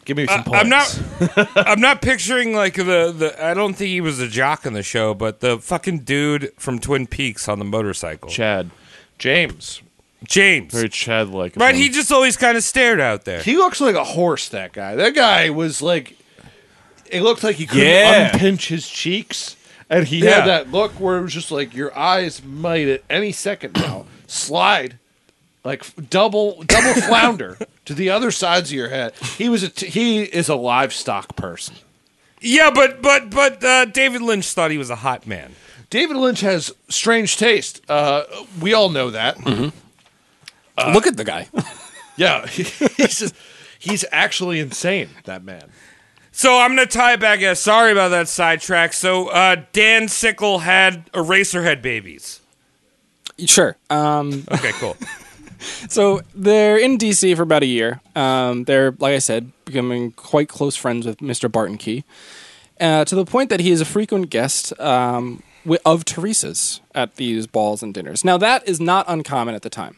K: Give me
G: I-
K: some points.
G: I'm not. [laughs] I'm not picturing like the, the. I don't think he was a jock in the show, but the fucking dude from Twin Peaks on the motorcycle.
H: Chad.
K: James.
G: James.
H: Very Chad like.
G: Right, he just always kind of stared out there.
K: He looks like a horse. That guy. That guy was like. it looked like he couldn't
A: Yeah.
K: unpinch his cheeks, and he
A: Yeah.
K: had that look where it was just like your eyes might at any second now [coughs] slide, like f- double [laughs] double flounder to the other sides of your head. He was a t- he is a livestock person.
G: Yeah, but but but uh, David Lynch thought he was a hot man.
K: David Lynch has strange taste. Uh, we all know that.
I: Uh, Look at the
K: [laughs]
I: guy.
K: yeah, he's just, he's actually insane. That man.
G: So I'm gonna tie it back. in. Sorry about that sidetrack. So uh, Dan Sickle had Eraserhead babies.
I: Sure.
K: Uh,
I: Um,
G: Okay, cool.
I: so they're in DC for about a year. Um, they're, like I said, becoming quite close friends with Mr. Barton Key uh, to the point that he is a frequent guest um, wi- of Teresa's at these balls and dinners. Now, that is not uncommon at the time.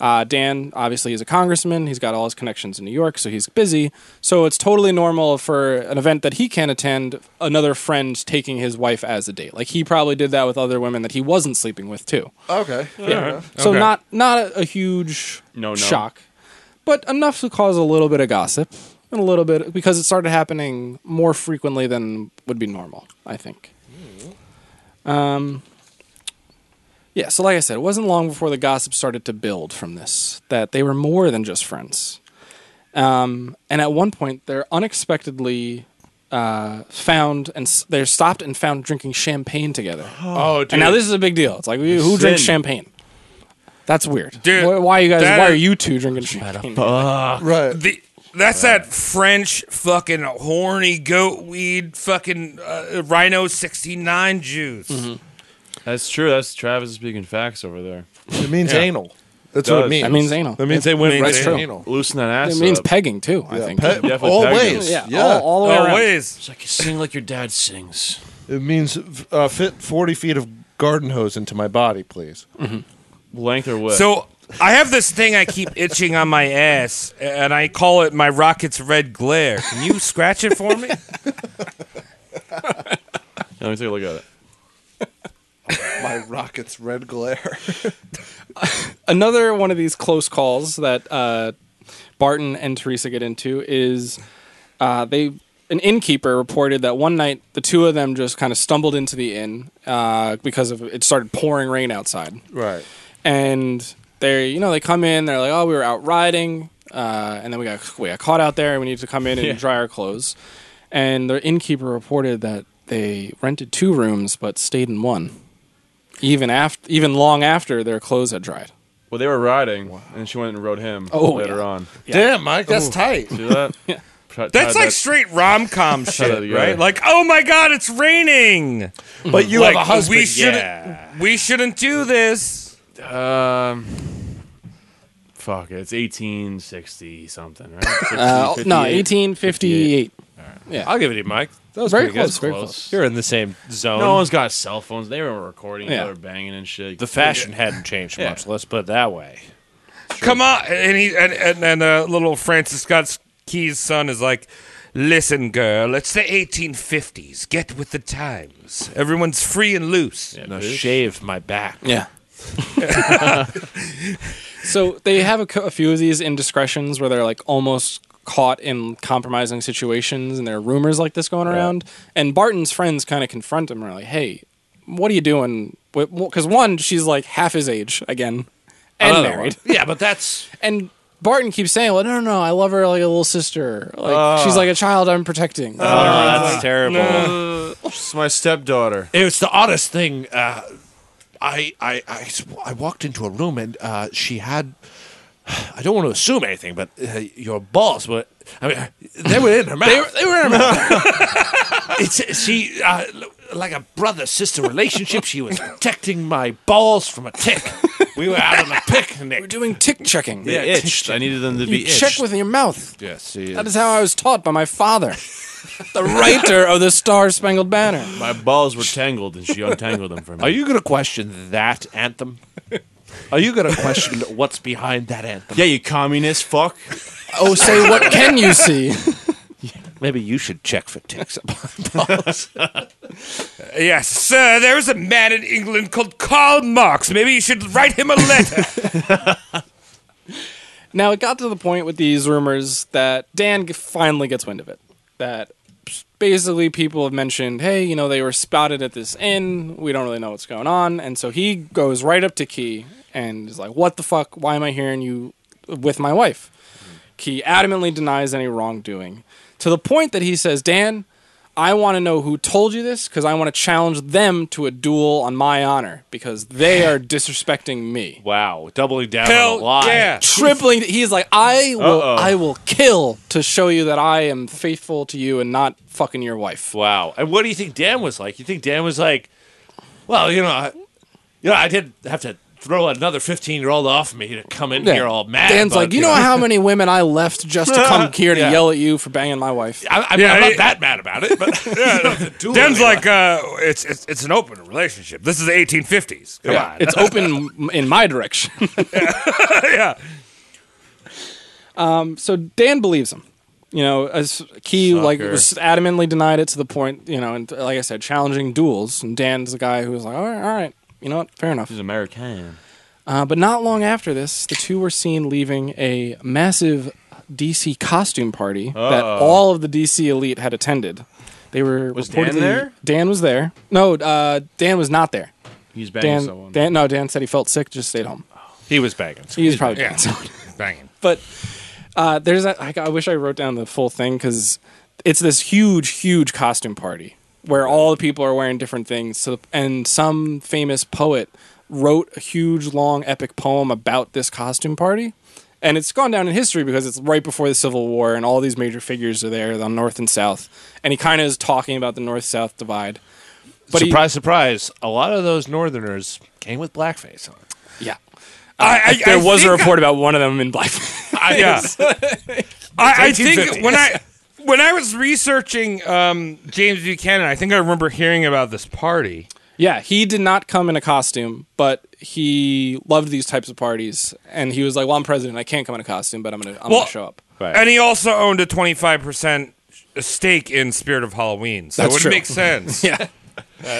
I: Uh, Dan obviously is a congressman. He's got all his connections in New York, so he's busy. So it's totally normal for an event that he can attend, another friend taking his wife as a date. Like he probably did that with other women that he wasn't sleeping with too.
K: Okay.
I: Yeah. So not not a, a huge
H: No, no.
I: shock, but enough to cause a little bit of gossip and a little bit because it started happening more frequently than would be normal. I think. Um. Yeah. So, like I said, it wasn't long before the gossip started to build from this that they were more than just friends. Um, and at one point, they're unexpectedly uh, found and s- they're stopped and found drinking champagne together.
K: Oh, dude.
I: And now this is a big deal. It's like who who drinks
K: Sin.
I: champagne? That's weird.
G: Dude,
I: why, why are you guys?
G: that
I: Why
G: is-
I: are you two drinking champagne?
K: Right.
G: The that's that French fucking horny goat weed fucking uh, Rhino sixty nine juice.
H: That's true. That's Travis speaking facts over there.
K: It means
G: Yeah.
K: anal. That's
H: Does.
K: what it means.
I: That means anal.
K: That means they went
G: means
K: right to
G: anal.
K: anal.
H: Loosen that ass.
I: It means
H: up.
I: pegging too. I think.
K: Pet-
H: Definitely
K: always.
H: pegging.
I: yeah,
K: Yeah.
I: All,
G: Oh,
I: all the way around.
G: Always.
H: It's like you sing like your dad sings.
K: It means uh, fit 40 feet of garden hose into my body, please.
H: Length or width?
G: So I have this thing I keep [laughs] itching on my ass, and I call it my rocket's red glare. Can you scratch it for me?
H: Yeah, let me take a look at it.
K: my rocket's red glare.
I: Another one of these close calls that uh, Barton and Teresa get into is uh, they an innkeeper reported that one night the two of them just kind of stumbled into the inn uh, because of it started pouring rain outside.
K: right.
I: and they you know they come in they're like oh we were out riding uh, and then we got we got caught out there and we need to come in and dry our clothes and the innkeeper reported that they rented two rooms but stayed in one even after even long after their clothes had dried
H: Well, they were riding, and she went and rode him
I: Oh,
H: later
I: yeah.
H: on.
K: Damn, Mike, that's tight.
H: See that? Try-
G: That's
H: tie
G: like
H: that-
G: straight rom com shit,
H: together.
G: right? Like, oh my god, it's raining.
K: But you
G: like
K: have a husband.
G: we shouldn't
K: Yeah.
G: we shouldn't do this.
H: Um, fuck it. It's eighteen sixty something, right? 60,
I: uh, no
H: 58.
I: 1858
A: I'll give it to you, Mike. That was
I: Very
A: pretty good.
I: close, very close.
A: You're in the same zone.
H: No one's got cell phones. They were recording.
I: Yeah.
H: Yeah. They were banging and shit.
A: the fashion hadn't changed
H: Yeah.
A: much. Let's put it that way.
G: Come on, and he and and, and uh, little Francis Scott Key's son is like, listen, girl, it's the 1850s. Get with the times. Everyone's free and loose.
A: No, shave my back.
I: yeah [laughs] so they have a, co- a few of these indiscretions where they're like almost caught in compromising situations and there are rumors like this going around and barton's friends kind of confront him and are like hey what are you doing because one she's like half his age again and
A: Another
I: married
A: one. Yeah, but that's
I: and barton keeps saying well no no no i love her like a little sister like she's like a child i'm protecting
A: that's terrible.
H: It's my stepdaughter.
A: It was the oddest thing. Uh, I, I, I, s- I walked into a room and uh, she had. I don't want to assume anything, but uh, your balls were. I mean, they were in her mouth. they, were, they were in her mouth. [laughs] it's she uh, like a brother sister relationship. She was protecting my balls from a tick. We were out on a
I: we're
A: picnic.
I: doing tick checking
H: They itched. I needed them to
I: you
H: be itched.
I: check with your mouth
A: Yes,
I: That is how I was taught by my father, [laughs] the writer of the Star Spangled Banner.
H: my balls were tangled, and she untangled them for me.
A: Are you going to question that anthem? Are you going to
F: [laughs]
A: question what's behind that anthem?
H: Yeah, you communist fuck.
I: Oh, say what can you see?
A: Maybe you should check for ticks.
G: Yes, sir. There is a man in England called Karl Marx. Maybe you should write him a letter.
I: Now it got to the point with these rumors that Dan g- finally gets wind of it. That basically people have mentioned, hey, you know, they were spotted at this inn. We don't really know what's going on. And so he goes right up to Key and is like, what the fuck? Why am I hearing you with my wife? Key adamantly denies any wrongdoing to the point that he says, Dan, I want to know who told you this because I want to challenge them to a duel on my honor because they are disrespecting me.
F: Wow, doubling down
I: Hell
F: on a lie.
A: [laughs]
I: Tripling. He's like, I will,
F: Uh-oh.
I: I will kill to show you that I am faithful to you and not fucking your wife.
F: [laughs] Wow. And what do you think Dan was like? You think Dan was like, well, you know, I, you know, I did have to throw another fifteen-year-old off me to come in
I: Yeah.
F: here all mad.
I: Dan's
F: but,
I: like, you know how many women I left just to come here to
F: Yeah.
I: yell at you for banging my wife.
F: I, I mean, I'm not that mad about it, but
G: [laughs] Dan's like, uh, it's, it's it's an open relationship. This is the 1850s. Come
I: Yeah,
G: on,
I: it's open m- in my direction. [laughs]
G: yeah.
I: Um, so Dan believes him. You know, as Key like was adamantly denied it to the point, you know, and like I said, challenging duels. And Dan's the guy who was like, all right, all right, you know what, fair enough. He's
H: American.
I: Uh, but not long after this, the two were seen leaving a massive DC costume party that
F: Uh-oh.
I: all of the DC elite had attended. They were was
F: Dan there?
I: Dan was there. No, uh, Dan was not there.
F: He's banging
I: Dan,
F: someone. Oh,
I: Dan, no, Dan said he felt sick, just stayed home.
F: he was banging.
I: He was probably banging someone.
G: banging.
I: But uh, there's that. I, I wish I wrote down the full thing because it's this huge, huge costume party where all the people are wearing different things. So, and some famous poet wrote a huge, long, epic poem about this costume party. And it's gone down in history because it's right before the Civil War, and all these major figures are there, the North and South. And he kind of is talking about the North South divide. But he-
A: surprise, surprise! A lot of those Northerners came with blackface on.
I: yeah.
G: I- I-
I: there
G: I
I: was a
G: think I-
I: report about one of them in [laughs] blackface.
G: I, yeah. I, I think
I: 1850s.
G: when I when I was researching um, James Buchanan, I think I remember hearing about this party.
I: Yeah, he did not come in a costume, but he loved these types of parties, and he was like, "Well, I'm president. I can't come in a costume, but I'm gonna, I'm
G: Well-
I: gonna show up."
G: And he also owned a 25% stake in Spirit of Halloween. So it
I: That's
G: would
I: true.
G: make sense.
I: [laughs] yeah.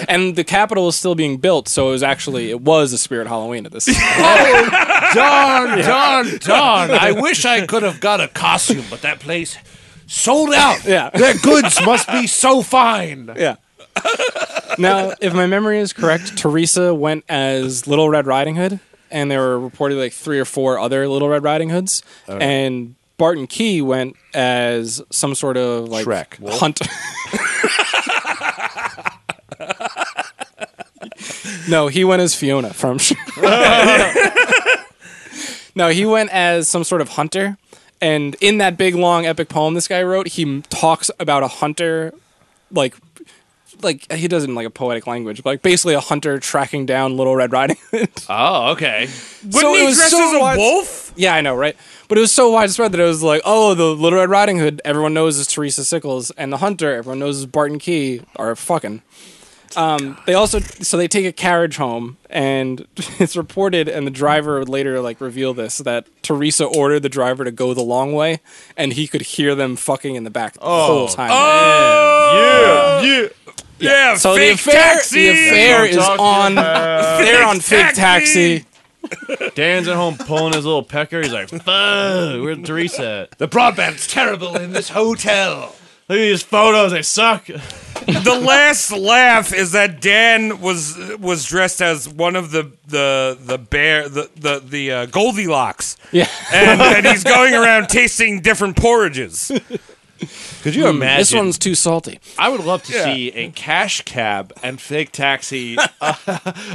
I: And the Capitol was still being built, so it was actually it was a spirit Halloween at this.
A: Darn, darn, darn! I wish I could have got a costume, but that place sold out.
I: Yeah.
A: [laughs] their goods must be so fine.
I: yeah. Now, if my memory is correct, Teresa went as Little Red Riding Hood, and there were reportedly like three or four other Little Red Riding Hoods,
A: Oh.
I: and Barton Key went as some sort of like
A: Shrek.
I: hunt. [laughs] no, he went as Fiona from. Sh- no, he went as some sort of hunter, and in that big long epic poem this guy wrote, he m- talks about a hunter, like. Like he does it in like a poetic language, but like basically a hunter tracking down Little Red Riding Hood. [laughs]
F: Oh, okay.
G: Wouldn't he dress as a
I: wides-
G: wolf?
I: Yeah, I know, right? But it was so widespread that it was like, oh, the Little Red Riding Hood, everyone knows is Teresa Sickles, and the Hunter, everyone knows is Barton Key, are fucking. Um, they also so they take a carriage home, and [laughs] it's reported, and the driver would later like reveal this that Teresa ordered the driver to go the long way, and he could hear them fucking in the back the whole time.
G: Oh! Yeah. Yeah.
I: so the
G: Oh, fake
I: affair,
G: taxi.
I: the affair is on. They're on fake
G: taxi.
I: taxi.
H: Dan's at home pulling his little pecker. He's like, "Fuck, where's Teresa?" At?
A: The broadband's terrible in this hotel.
H: Look at these photos; they suck.
G: [laughs] the last laugh is that Dan was was dressed as one of the the the bear the the the uh, Goldilocks,
I: Yeah.
G: and, and he's going around tasting different porridges.
F: Could you imagine?
I: Hmm, This one's too salty.
F: I would love to
G: Yeah.
F: see a cash cab and fake
G: [laughs]
F: taxi uh,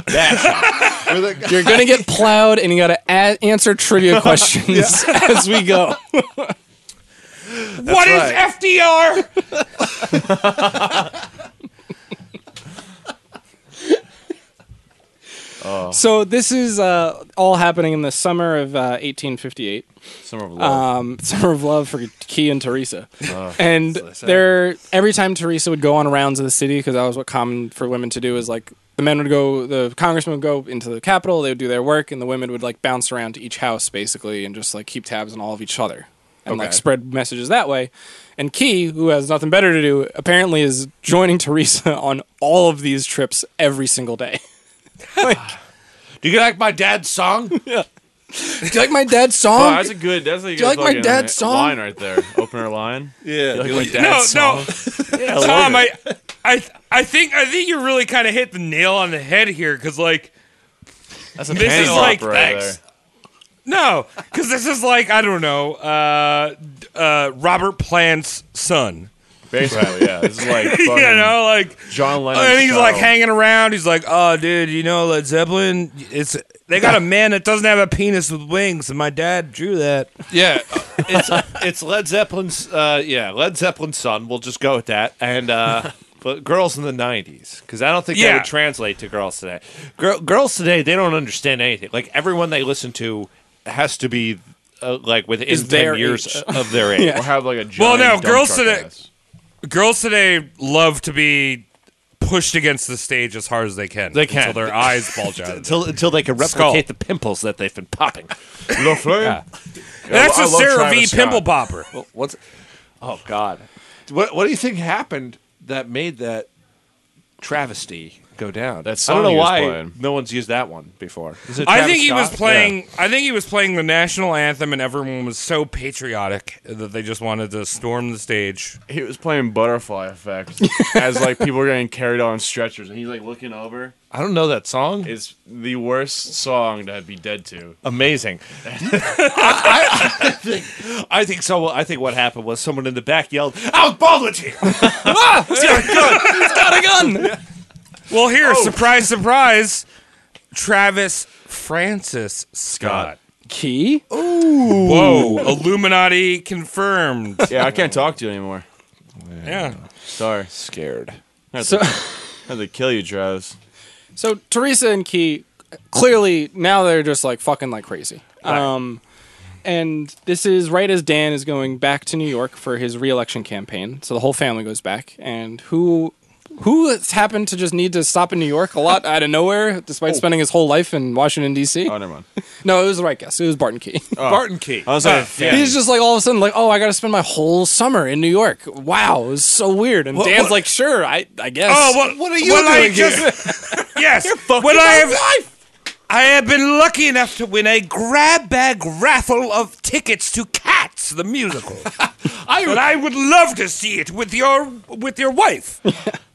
F: mashup.
I: You're gonna get plowed, and you gotta a- answer trivia questions as we go.
G: What is FDR?
I: So this is uh, all happening in the summer of uh, 1858.
H: Summer of love.
I: Um, [laughs] summer of love for Key and Teresa, and there every time Teresa would go on rounds of the city because that was what common for women to do is like the men would go, the congressmen would go into the Capitol, they would do their work, and the women would like bounce around to each house basically and just like keep tabs on all of each other and like spread messages that way. And Key, who has nothing better to do, apparently is joining [laughs] Teresa on all of these trips every single day.
A: Do you like my dad's song?
I: [laughs] Do you like my dad's song?
H: Oh, that's a good. That's a
I: Do
H: good
I: you like my
H: fucking
I: dad's song?
H: Line right there, opener line.
O: Yeah,
H: you like
O: you
H: my
O: like-
H: dad's
G: no,
H: song?
G: no,
H: Yeah, I love
G: Tom,
H: it.
G: I, I, I think, I think you really kind of hit the nail on the head here, because like,
H: That's
G: this
H: penny
G: is
H: drop
G: like,
H: right
G: Thanks. no, because this is like, I don't know, uh, d- uh, Robert Plant's son. [laughs]
H: Basically, yeah. This is like
G: you
H: fucking
G: know, like
H: John Lennon.
G: and he's
H: style.
G: like hanging around. He's like, "Oh, dude, you know Led Zeppelin? It's they
H: [laughs]
G: got a man that doesn't have a penis with wings, and my dad drew that."
F: Yeah, uh, it's [laughs] it's Led Zeppelin's. Uh, yeah, Led Zeppelin's son. We'll just go with that. And uh, [laughs] but girls in the '90s, because I don't think that
G: Yeah.
F: would translate to girls today. Girl, girls today, they don't understand anything. Like everyone they listen to has to be uh, like within
I: Is
F: ten
I: their
F: years
I: age.
F: of [laughs] their age.
H: Or have like a
G: Well,
H: giant
G: no,
H: dump
G: girls
H: truck
G: today-
H: ass.
G: Girls today love to be pushed against the stage as hard as they can.
F: They can.
G: until their eyes bulge
H: [laughs]
G: out. of them.
F: Until, until they can replicate
G: Skull.
F: the pimples that they've been popping.
H: Le Fleur?
G: That's
H: I
G: a
H: love
G: Sarah V
H: Travis Scott.
G: pimple popper.
O: What's
F: Oh God, what what do you think happened that made that travesty go down?
H: That
F: I
H: song
F: don't know
H: he was
F: why
H: playing.
F: no one's used that one before. Is it
G: I
F: Travis
G: think he was
F: Scott?
G: playing. I think he was playing the national anthem, and everyone was so patriotic that they just wanted to storm the stage.
H: He was playing Butterfly Effect as like people were getting carried on stretchers, and he's like looking over.
F: I don't know that song.
H: It's the worst song to be dead to.
F: amazing. I, I- I think, I think so. I think what happened was someone in the back yelled, "Out Baldwin!"
I: ah, he's got a gun. He's got a gun.
G: Well, here,
F: Oh.
G: surprise, surprise, Travis Francis Scott.
I: Key.
G: Whoa,
F: [laughs]
G: Illuminati confirmed.
H: Yeah, I can't talk to you anymore.
G: yeah.
H: Sorry,
F: Scared.
I: So,
H: I had to kill you, Travis.
I: so Teresa and Key clearly now they're just like fucking like crazy. Um, and this is right as Dan is going back to New York for his reelection campaign. So the whole family goes back, and who who has happened to just need to stop in New York a lot out of nowhere, despite spending his whole life in Washington D.C.
H: Oh, never mind.
I: No, it was the right guess. It was Barton Key.
G: Oh,
I: [laughs]
F: Barton Key.
H: I was like, yeah.
I: He's just like all of a sudden like, oh, I got to spend my whole summer in New York. Wow, it was so weird. And Dan's
F: what-
I: like, sure, I I guess.
G: Oh, what, what are you doing I just, [laughs] Yes. when I have, I have been lucky enough to win a grab bag raffle of tickets to Cats the musical. [laughs] I would, I would love to see it with your with your [laughs] wife.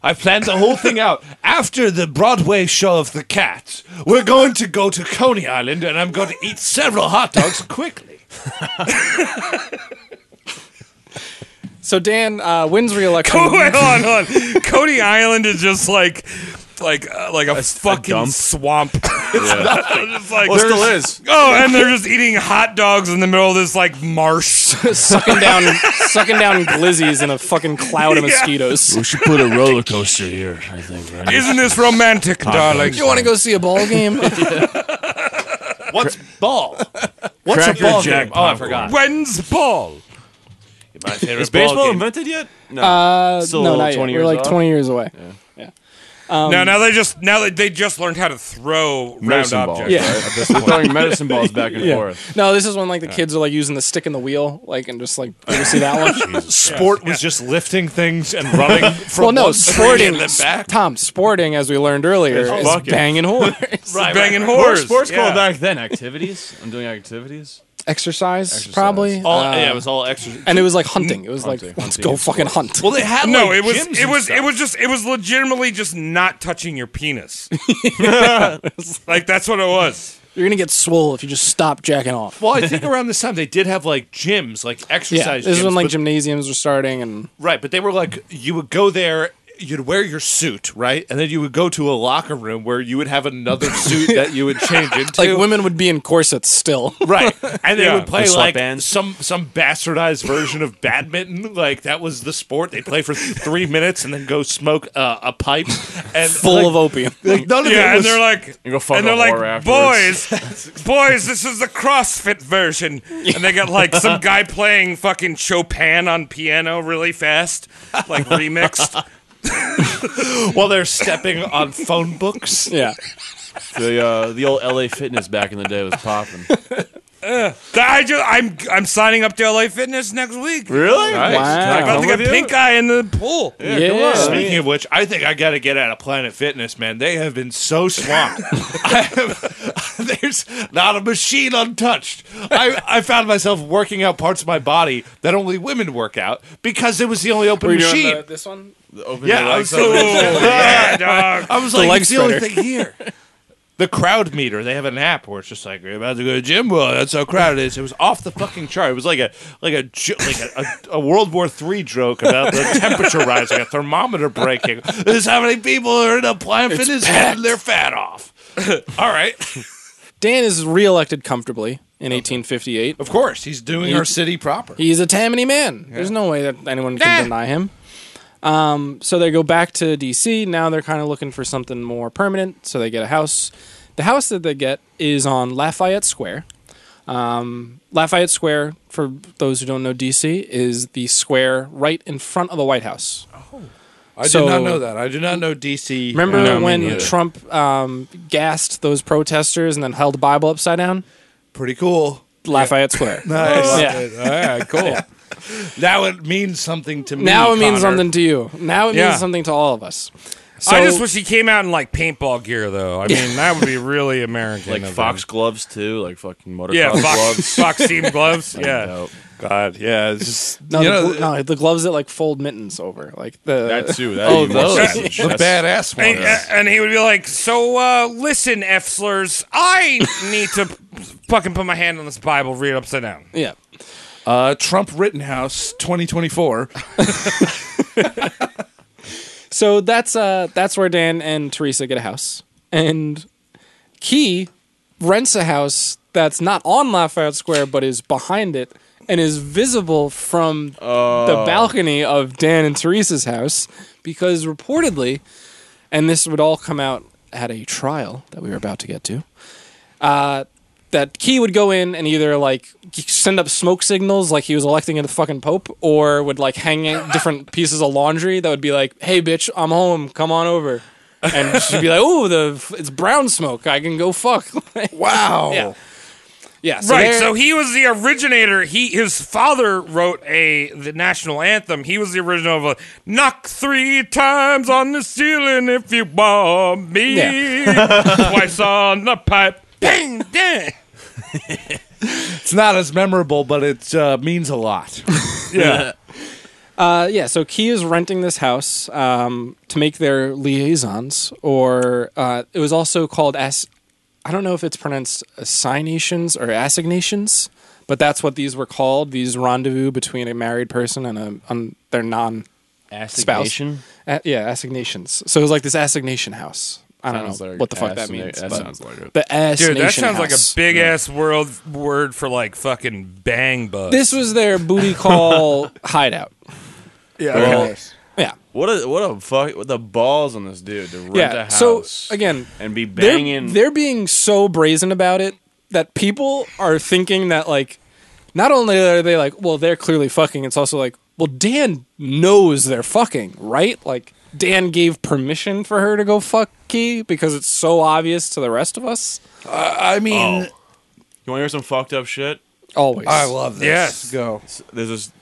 F: I planned the whole thing out. After the Broadway show of The Cats, we're going to go to Coney Island, and I'm going to eat several hot dogs [laughs] quickly.
I: So Dan uh, wins re-election.
G: Wait, hold on, hold on. [laughs] Coney Island is just like like uh, like a, fucking
H: dump.
G: swamp. [laughs] It's nothing. It's like-
H: Well, it still is.
G: [laughs] Oh, and they're just eating hot dogs in the middle of this like [laughs] marsh.
I: sucking down sucking down glizzies in a fucking cloud of mosquitoes.
H: We should put a roller coaster here, I think, right?
G: Isn't this romantic, darling?
I: You want to go see a ball game?
F: What's
H: [laughs]
F: ball? What's
H: Cracker
F: a ball
H: Jack
F: game? Oh, I forgot.
G: When's ball?
F: My favorite
H: Is baseball invented yet? No.
I: [laughs] Uh,
H: Still
I: no, not
H: 20
I: yet.
H: years
I: We're like
H: off?
I: twenty years away.
G: no, now they just now they, they just learned how to throw round
H: Medicine balls,
G: objects.
I: Yeah.
H: right? At this point.
F: [laughs]
H: throwing medicine balls back and forth.
I: No, this is when like the kids are like using the stick and the wheel, like and just like you ever see that one?
F: Sport was just lifting things and running from
I: well, no,
F: one tree
I: sporting.
F: and then back.
I: Tom, sporting, as we learned earlier, is
H: bucket.
I: banging horns.
F: [laughs] Right, right.
G: Banging
H: Or
G: horse.
H: sports
G: yeah.
H: called back then. Activities? I'm doing activities.
I: Exercise, probably.
F: All,
I: Uh,
F: yeah, it was all extra.
I: and it was like hunting. It was like
H: Hunting,
I: let's
H: hunting
I: go
H: and
I: fucking hunt.
F: Well, they had
G: No,
F: like,
G: it was
F: gyms
G: it
F: and
G: was
F: stuff.
G: it was just it was legitimately just not touching your penis. [laughs] like that's what it was.
I: You're gonna get swole if you just stop jacking off.
F: Well, I think around this time they did have like gyms, like
I: yeah,
F: exercise.
I: this is
F: gyms,
I: when like
F: but-
I: gymnasiums were starting and
F: right, but they were like you would go there, you'd wear your suit, right, and then you would go to a locker room where you would have another suit that you would [laughs] change into,
I: like women would be in corsets still.
J: [laughs]
F: right, and they
G: Yeah.
F: would play
H: And
F: like
H: sweatbands.
F: some some bastardized version of badminton, like that was the sport they play for three minutes and then go smoke uh, a pipe and
J: [laughs]
I: full
F: like,
I: of opium.
F: Like none of
G: Yeah,
F: it
G: and
F: was.
G: they're like
H: You go fuck
G: and they're
H: a
G: like
H: whore afterwards.
G: boys, [laughs] boys, this is the CrossFit version. And they got like some guy playing fucking Chopin on piano really fast, like remixed.
F: while they're stepping on phone books.
I: [laughs] yeah.
H: The uh, the old LA Fitness back in the day was popping.
G: Ugh. I just, I'm I'm signing up to LA Fitness next week.
J: Really? Nice. Wow. Can I
G: I'm about
J: come
G: to get
J: with you?
G: pink eye in the pool.
J: Speaking of which, I think I got to get out of Planet Fitness, man. They have been so
F: [laughs]
J: swamped. I have- [laughs] there's not a machine untouched. I, I found myself working out parts of my body that only women work out because it was the only open
I: Were you
J: machine.
I: doing the, uh, this one?
J: yeah, I was, so- [laughs]
G: Uh,
J: I was
I: The
J: like,
I: leg
J: it's the only
I: spreader.
J: thing
A: [laughs]
J: here. The crowd meter. They have an app where it's just like you're about to go to the gym. Well, that's how crowded it is. It was off the fucking chart. It was like a like a jo- like a, a, a World War Three joke about
A: [laughs]
J: the temperature rising, a thermometer breaking. This is how many people are in a Planet
I: It's
J: Fitness
I: packed.
J: and their fat off. All right,
I: Dan is reelected comfortably in 1858.
A: Of course, he's doing
I: You-
A: our city proper.
I: He's a Tammany man. There's no way that anyone can deny him. Um, so they go back to DC. Now they're kind of looking for something more permanent. So they get a house. The house that they get is on Lafayette Square. Um, Lafayette Square, for those who don't know DC, is the square right in front of the White House.
K: Oh. I
I: So-
K: did not know that. I did not know DC.
I: Remember
K: No, me
I: when
K: neither.
I: Trump um, gassed those protesters and then held the Bible upside down?
A: Pretty cool.
I: Lafayette Square.
A: Nice.
I: Yeah.
K: All right, cool.
A: Now it means something to me.
I: Now it
A: Connor.
I: means something to you. Now it
G: Yeah.
I: means something to all of us. So,
G: I just wish he came out in like paintball gear, though. I mean, that would be really American.
H: Like
G: of him.
H: fox gloves too, like fucking motocross
G: yeah,
H: gloves.
G: fox, fox team gloves. [laughs] Yeah,
H: Dope.
J: God, yeah, it's just
I: No,
A: You
I: the,
A: know,
I: glo- no, the gloves that like fold mittens over, like the
H: That too. That
A: Oh,
H: even more
A: those.
H: savage.
A: The badass
G: And,
A: one.
G: and he would be like, "So, uh, listen, F slurs, I need to fucking put my hand on this Bible, read it upside down."
I: [laughs] yeah.
A: Uh, Trump Rittenhouse 2024.
I: So that's uh that's where Dan and Teresa get a house, and Key rents a house that's not on Lafayette Square but is behind it and is visible from the balcony of Dan and Teresa's house because reportedly, and this would all come out at a trial that we were about to get to. Uh, that Key would go in and either like send up smoke signals like he was electing the fucking Pope, or would like hang in [laughs] different pieces of laundry that would be like, "Hey, bitch, I'm home. Come on over." And she'd be like, "Oh, the it's brown smoke. I can go fuck." [laughs]
A: Wow.
I: yeah, yeah. So
G: right.
I: they're-
G: So he was the originator. He his father wrote a the national anthem. He was the original of a knock three times on the ceiling if you want me. [laughs] Twice on the pipe. Bang, dang.
A: It's not as memorable, but it uh, means a lot.
G: Yeah.
I: Uh, yeah, so Key is renting this house um, to make their liaisons, or uh, it was also called as I don't know if it's pronounced assignations or assignations, but that's what these were called. These rendezvous between a married person and a on their non spouse.
H: Assignation?
I: A- yeah, assignations. So it was like this assignation house. I don't
H: Sounds
I: know
H: like
I: what the fuck that
H: assigna-
I: means.
H: that
I: but
H: sounds like it.
I: The assignation
G: Dude, that sounds like a
I: house.
G: big ass world word for like fucking bang bug.
I: This was their booty call [laughs] hideout.
A: Yeah.
H: Well,
I: Yeah.
H: what a what a fuck! What the balls on this dude to rent a
I: yeah.
H: house.
I: So again,
H: and be
I: they're,
H: banging.
I: they're being so brazen about it that people are thinking that like not only are they like well they're clearly fucking it's also like well dan knows they're fucking right like dan gave permission for her to go fuck key because it's so obvious to the rest of us
A: I mean,
H: you want to hear some fucked up shit?
I: always
A: I love this.
G: Yes.
A: Go.
H: there's this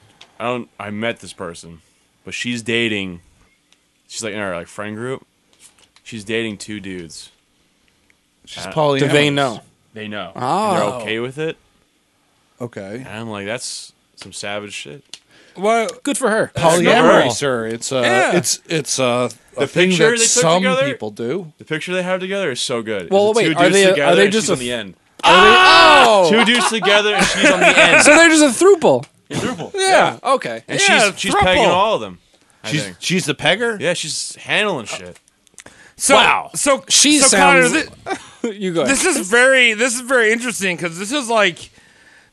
H: I don't I met this person, but she's dating she's like in our like friend group. She's dating two dudes.
A: She's polyamorous.
I: do they know
H: They know. And they're
I: Oh.
H: okay with it.
A: Okay.
H: And I'm like, that's some savage shit.
G: what?
I: good for her
A: Oh, Polyamory, sir. It's uh,
G: Yeah.
A: it's it's uh, a
H: The
A: thing
H: picture
A: that
H: they took
A: some
H: together?
A: people do.
H: The picture they have together is so good.
I: Well,
H: It's the
I: wait,
H: two
I: are
H: dudes
I: they- are
H: together
I: they
H: and
I: just
H: she's
I: a
H: on the end?
I: oh
H: Two dudes together and she's on the
I: [laughs]
H: end.
I: so they're just a throuple
H: Quadruple.
I: yeah okay
H: And
G: Yeah,
H: she's she's pegging
G: thruple.
H: all of them. I
A: She's
H: think.
A: she's the pegger.
H: Yeah, she's handling shit.
G: So,
I: Wow.
G: So
I: She
G: so
I: sounds-
G: Connor, thi-
I: [laughs] you go ahead.
G: this is very this is very interesting because this is like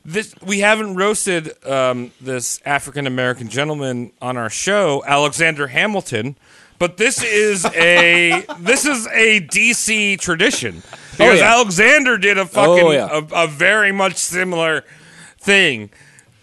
G: this we haven't roasted um, this African American gentleman on our show, Alexander Hamilton, but this is
I: [laughs]
G: a this is a DC tradition because
I: Oh, yeah.
G: Alexander did a fucking
I: Oh, yeah.
G: a, a very much similar thing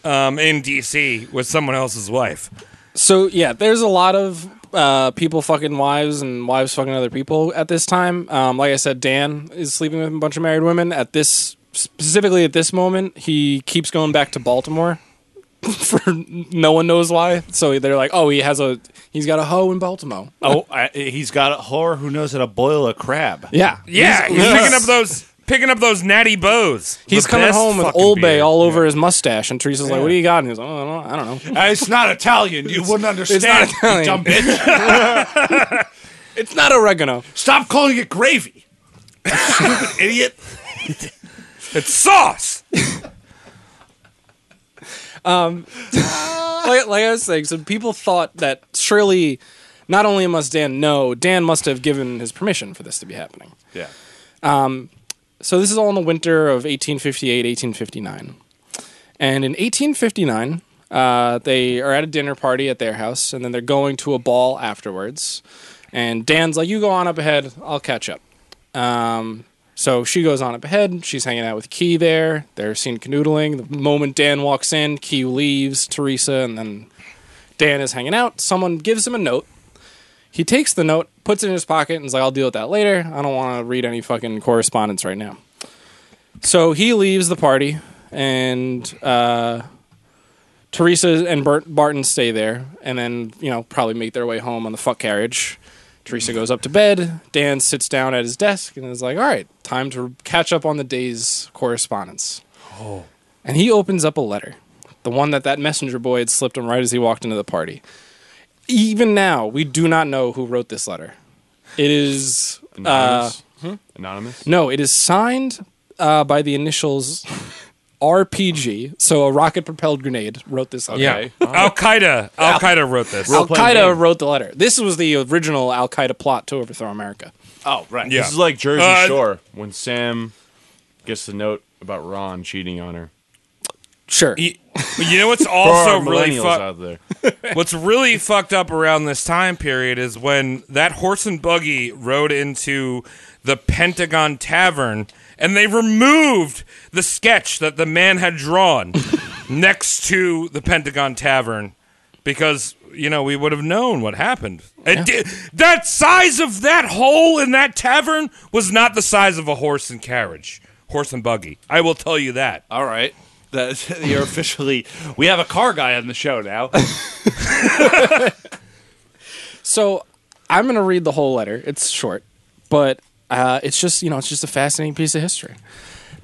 G: um, in DC with someone else's wife.
I: So yeah, there's a lot of uh, people fucking wives and wives fucking other people at this time. Um, like I said, Dan is sleeping with a bunch of married women at this specifically at this moment, he keeps going back to Baltimore [laughs] for no one knows why. So they're like, "Oh, he has a he's got a hoe in Baltimore."
F: Oh, I, he's got a whore who knows how to boil a crab.
I: Yeah.
G: Yeah, he's,
I: He's- he's-
G: picking up those picking up those natty bows.
I: He's
G: The
I: coming
G: best
I: home with
G: fucking
I: Old Bay
G: beer.
I: all over his mustache, and Teresa's like, "What do you got?" And he's like, "Oh, I don't know." I don't know.
F: Uh, it's not Italian. You wouldn't
I: It's not
F: understand.
I: Italian.
F: dumb bitch.
I: It's not oregano.
F: Stop calling it gravy. Stupid [laughs] idiot.
G: It's sauce.
I: [laughs] like, like I was saying, so people thought that surely not only must Dan know, Dan must have given his permission for this to be happening.
F: Yeah.
I: So this is all in the winter of 1858, 1859. And in 1859, uh, they are at a dinner party at their house, and then they're going to a ball afterwards. And Dan's like, You go on up ahead, I'll catch up. Um, so she goes on up ahead. She's hanging out with Key there. They're seen canoodling. The moment Dan walks in, Key leaves Teresa, and then Dan is hanging out. Someone gives him a note. He takes the note, puts it in his pocket, and is like, I'll deal with that later. I don't want to read any fucking correspondence right now. So he leaves the party, and uh, Teresa and Bert- Barton stay there, and then, you know, probably make their way home on the fuck carriage. Teresa goes up to bed. Dan sits down at his desk and is like, all right, time to catch up on the day's correspondence. And he opens up a letter, the one that that messenger boy had slipped him right as he walked into the party even now, we do not know who wrote this letter. It is uh,
H: Anonymous. Anonymous.
I: no, it is signed uh, by the initials [laughs] RPG. So a rocket-propelled grenade wrote this letter.
G: Yeah. Al Qaeda. Al Qaeda wrote this.
I: Al Qaeda wrote the letter. This was the original Al Qaeda plot to overthrow America.
F: Oh, right.
G: Yeah.
H: This is like Jersey
G: Uh,
H: Shore when Sam gets the note about Ron cheating on her.
I: Sure.
G: Y- you know what's
H: For our
G: also really
H: millennials
G: fucked
H: out there.
G: What's really fucked up around this time period is when that horse and buggy rode into the Pentagon Tavern and they removed the sketch that the man had drawn
F: [laughs]
G: next to the Pentagon Tavern because you know we would have known what happened. It di- that size of that hole in that tavern was not the size of a horse and carriage, horse and buggy. I will tell you that.
F: All right. That's, [laughs] you're officially. We have a car guy on the show now.
I: So I'm going to read the whole letter. It's short, but uh, it's just, you know, it's just a fascinating piece of history.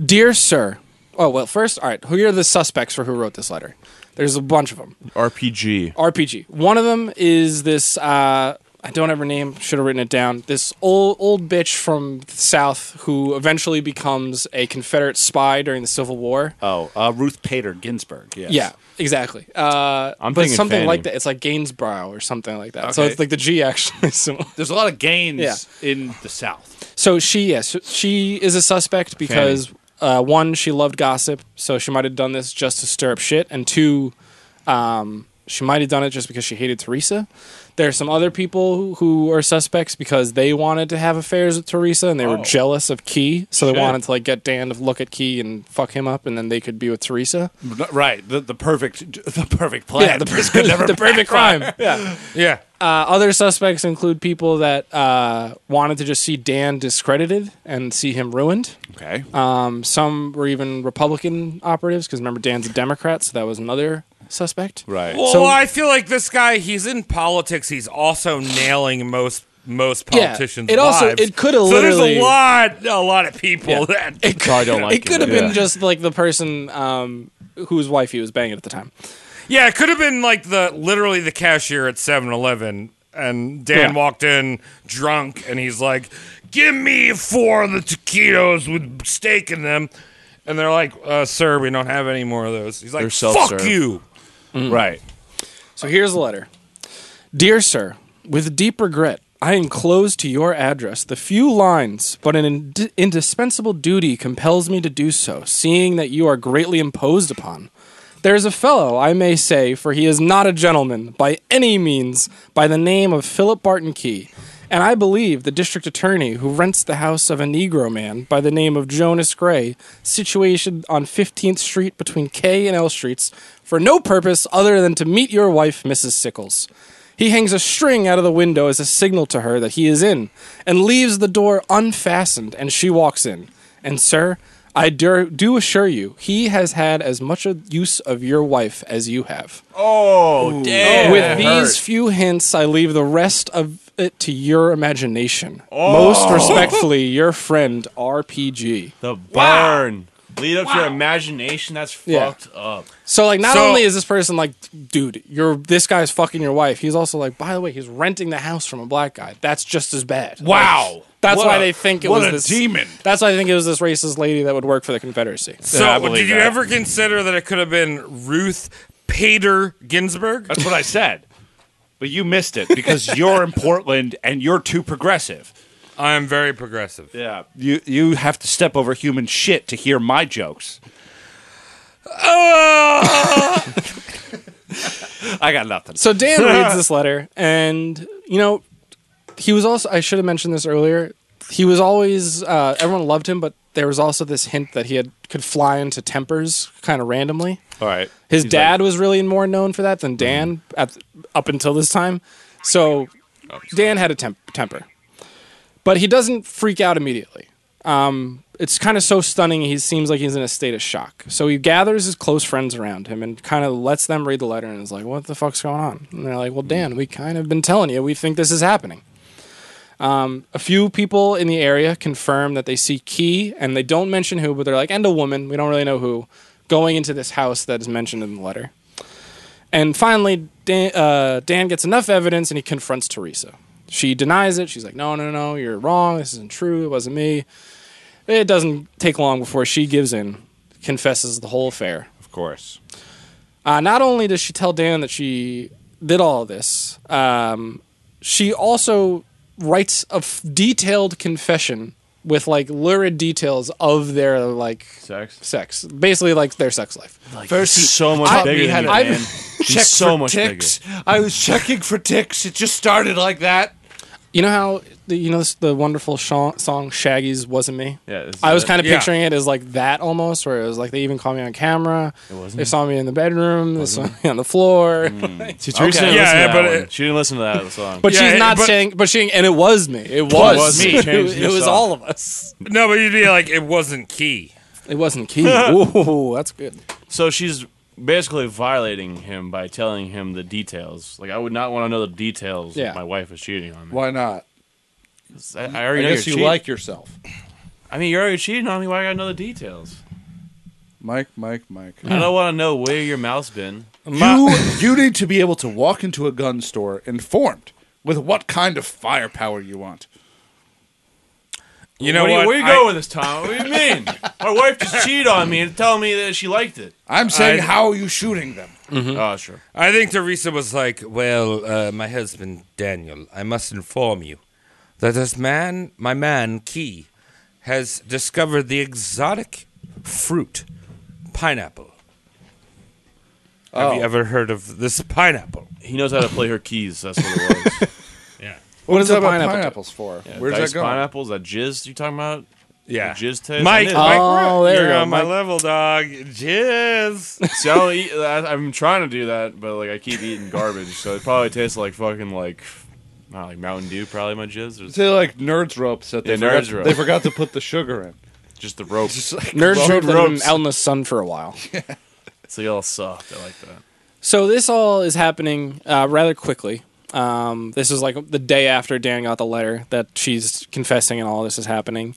I: Dear sir. Oh, well, first, all right, who are the suspects for who wrote this letter? There's a bunch of them.
H: RPG.
I: RPG. One of them is this. Uh, I don't have her name. Should have written it down. This old old bitch from the South who eventually becomes a Confederate spy during the Civil War.
F: oh, uh, Ruth Pater Ginsburg. Yes.
I: Yeah, exactly. Uh,
H: I'm
I: but
H: thinking
I: something
H: Fanny.
I: like that. It's like Gainsborough or something like that. So
F: Okay.
I: it's like the G actually. So,
F: There's a lot of gains
I: Yeah.
F: in the South.
I: so she yes she is a suspect because uh, one she loved gossip, so she might have done this just to stir up shit, and two Um, she might have done it just because she hated Teresa. There are some other people who, who are suspects because they wanted to have affairs with Teresa and they
F: Oh.
I: were jealous of Key, so they wanted to like get Dan to look at Key and fuck him up, and then they could be with Teresa.
F: Right. The, the perfect the perfect plan.
I: the,
F: This
G: [laughs]
F: could never
I: [laughs] the perfect crime. Yeah.
G: Yeah.
I: Uh, other suspects include people that uh, wanted to just see Dan discredited and see him ruined.
F: Okay.
J: Uh,
I: Um, some were even Republican operatives because remember Dan's a Democrat, so that was another suspect.
F: right.
G: Well,
I: So-
G: I feel like this guy, he's in politics. He's also nailing most most
I: Yeah,
G: politicians.
I: it also-
G: lives.
I: it coulda
G: so there's
I: literally-
G: a lot a lot of people that
I: It could,
H: I
I: [laughs]
H: don't like
I: it could have
H: it.
I: been
H: Yeah.
I: just like the person um, whose wife he was banging at the time.
G: yeah, it could have been like the literally the cashier at 7-Eleven, and Dan
I: Yeah.
G: walked in drunk, and he's like, "Give me four of the taquitos with steak in them," and they're like, uh, "Sir, we don't have any more of those." He's like,
H: They're
G: "Fuck
H: self-serve. Mm.
G: you."
F: Right.
I: So here's the letter. Dear sir, with deep regret, I enclose to your address the few lines, but an ind- indispensable duty compels me to do so, seeing that you are greatly imposed upon. There is a fellow, I may say, for he is not a gentleman by any means, by the name of Philip Barton Key, and I believe the district attorney who rents the house of a Negro man by the name of Jonas Gray, situated on 15th Street between K and L Streets, for no purpose other than to meet your wife, Mrs. Sickles. He hangs a string out of the window as a signal to her that he is in, and leaves the door unfastened, and she walks in. And, sir, I do, do assure you, he has had as much of- use of your wife as you have.
H: Oh, damn.
I: With these few hints, I leave the rest of it to your imagination.
H: Oh.
I: Most respectfully, your friend RPG.
H: The burn. Lead up to your imagination. That's
I: Yeah.
H: fucked up.
I: So like, not
H: So-
I: only is this person like, dude, you're this guy's fucking your wife. He's also like, by the way, he's renting the house from a black guy. That's just as bad.
J: Wow.
I: Like, that's
J: What
I: why
J: a-
I: they think it
J: what
I: was
J: a
I: this
J: demon.
I: That's why I think it was this racist lady that would work for the Confederacy.
G: So, did you ever consider that it could have been Ruth Pater Ginsburg?
J: That's what I said. But you missed it [laughs] because you're in Portland and you're too progressive.
G: I am very progressive.
J: Yeah. You you have to step over human shit to hear my jokes. Ah!
F: [laughs]
J: I got nothing. [laughs]
I: So Dan reads this letter, and you know, he was also. I should have mentioned this earlier. He was always. Uh, everyone loved him, but there was also this hint that he had could fly into tempers kind of randomly.
J: All right.
I: His dad was really more known for that than Dan at, up until this time. So Dan had a temp- temper, but he doesn't freak out immediately. Um, it's kind of so stunning. He seems like he's in a state of shock. So he gathers his close friends around him and kind of lets them read the letter and is like, "What the fuck's going on?" And they're like, "Well, Dan, we kind of been telling you. We think this is happening." Um, a few people in the area confirm that they see Key, and they don't mention who, but they're like, and a woman, we don't really know who, going into this house that is mentioned in the letter. And finally, Dan, uh, Dan gets enough evidence and he confronts Teresa. She denies it. She's like, no, no, no, you're wrong. This isn't true. It wasn't me. It doesn't take long before she gives in, confesses the whole affair.
J: Of course.
I: Uh, not only does she tell Dan that she did all of this, um, she also writes a f- detailed confession with like lurid details of their like
H: Sex.
I: sex, basically like their sex life.
H: First, he's so much
I: I-
H: bigger than you,
I: I've-
H: man. He's so much bigger.
A: I was checking for ticks. It just started like that.
I: You know how the, you know this, the wonderful sha- song "Shaggy's Wasn't Me."
H: Yeah, this is
I: I was
H: it.
I: kind of
G: Yeah.
I: picturing it as like that almost, where it was like they even caught me on camera. They saw me in the bedroom. They saw me on the floor.
H: See, Teresa
I: Okay.
H: didn't
G: Yeah,
H: listen
G: yeah,
H: to
G: but
H: that one.
G: it-
H: She didn't listen to that song.
I: But
G: Yeah,
I: she's
G: it-
I: not
G: but-
I: saying. But she and it was me. It was,
H: was me.
I: [laughs] It,
H: Changed
I: it was
H: yourself.
I: all of us.
G: No, but you'd be like, it wasn't Key.
I: It wasn't Key. Ooh, that's good.
H: So she's basically violating him by telling him the details. Like I would not want to know the details.
I: Yeah.
H: If my wife was cheating on me.
K: Why not?
H: I, I
K: I
H: already know
K: guess you
H: you're cheating.
K: like yourself.
H: I mean, you're already cheating on me. Why I gotta know the details?
K: [laughs] Mike, Mike, Mike.
H: I
J: Uh,
H: don't want to know where your mouth's been.
K: You, you need to be able to walk into a gun store informed with what kind of firepower you want.
G: You know
H: Where
G: what?
H: do you- Where you
G: I-
H: going with this, Tom? What do
K: [laughs]
H: you mean? my wife just cheated on me and telling me that she liked it.
K: I'm saying,
G: I-
K: how are you shooting them?
G: Mm-hmm.
H: Oh, sure.
G: I think Teresa was like, "Well, uh, my husband Daniel, I must inform you that this man, my man Key, has discovered the exotic fruit pineapple. Have you ever heard of this pineapple?
H: He knows how to play her keys. That's what it
G: [laughs]
H: was.
I: What is
K: What
I: a
K: about
I: pineapple?
K: pineapples for? Where's
H: Diced
K: that going?
H: Pineapples? That jizz you talking about?
G: Yeah,
H: The jizz taste?
G: Mike.
H: I
G: Mike,
H: knew.
I: Oh,
G: we're-
I: there
G: you're
I: we go,
G: on my
I: Mike.
G: level, dog. Jizz.
H: See, I don't eat, I, I'm trying to do that, but like I keep eating garbage, so it probably tastes like fucking like, I don't know, like Mountain Dew, probably my jizz, or
K: Say like nerds ropes that they
H: Yeah,
K: forgot,
H: Nerds rope.
K: they forgot to put the sugar [laughs] in.
H: just the rope.
K: Just like
I: Nerds
K: long
I: have been
K: ropes.
I: out in the sun for a while.
H: It's like all soft. I like that.
I: So this all is happening uh, rather quickly. Um, this is like the day after Dan got the letter that she's confessing and all this is happening.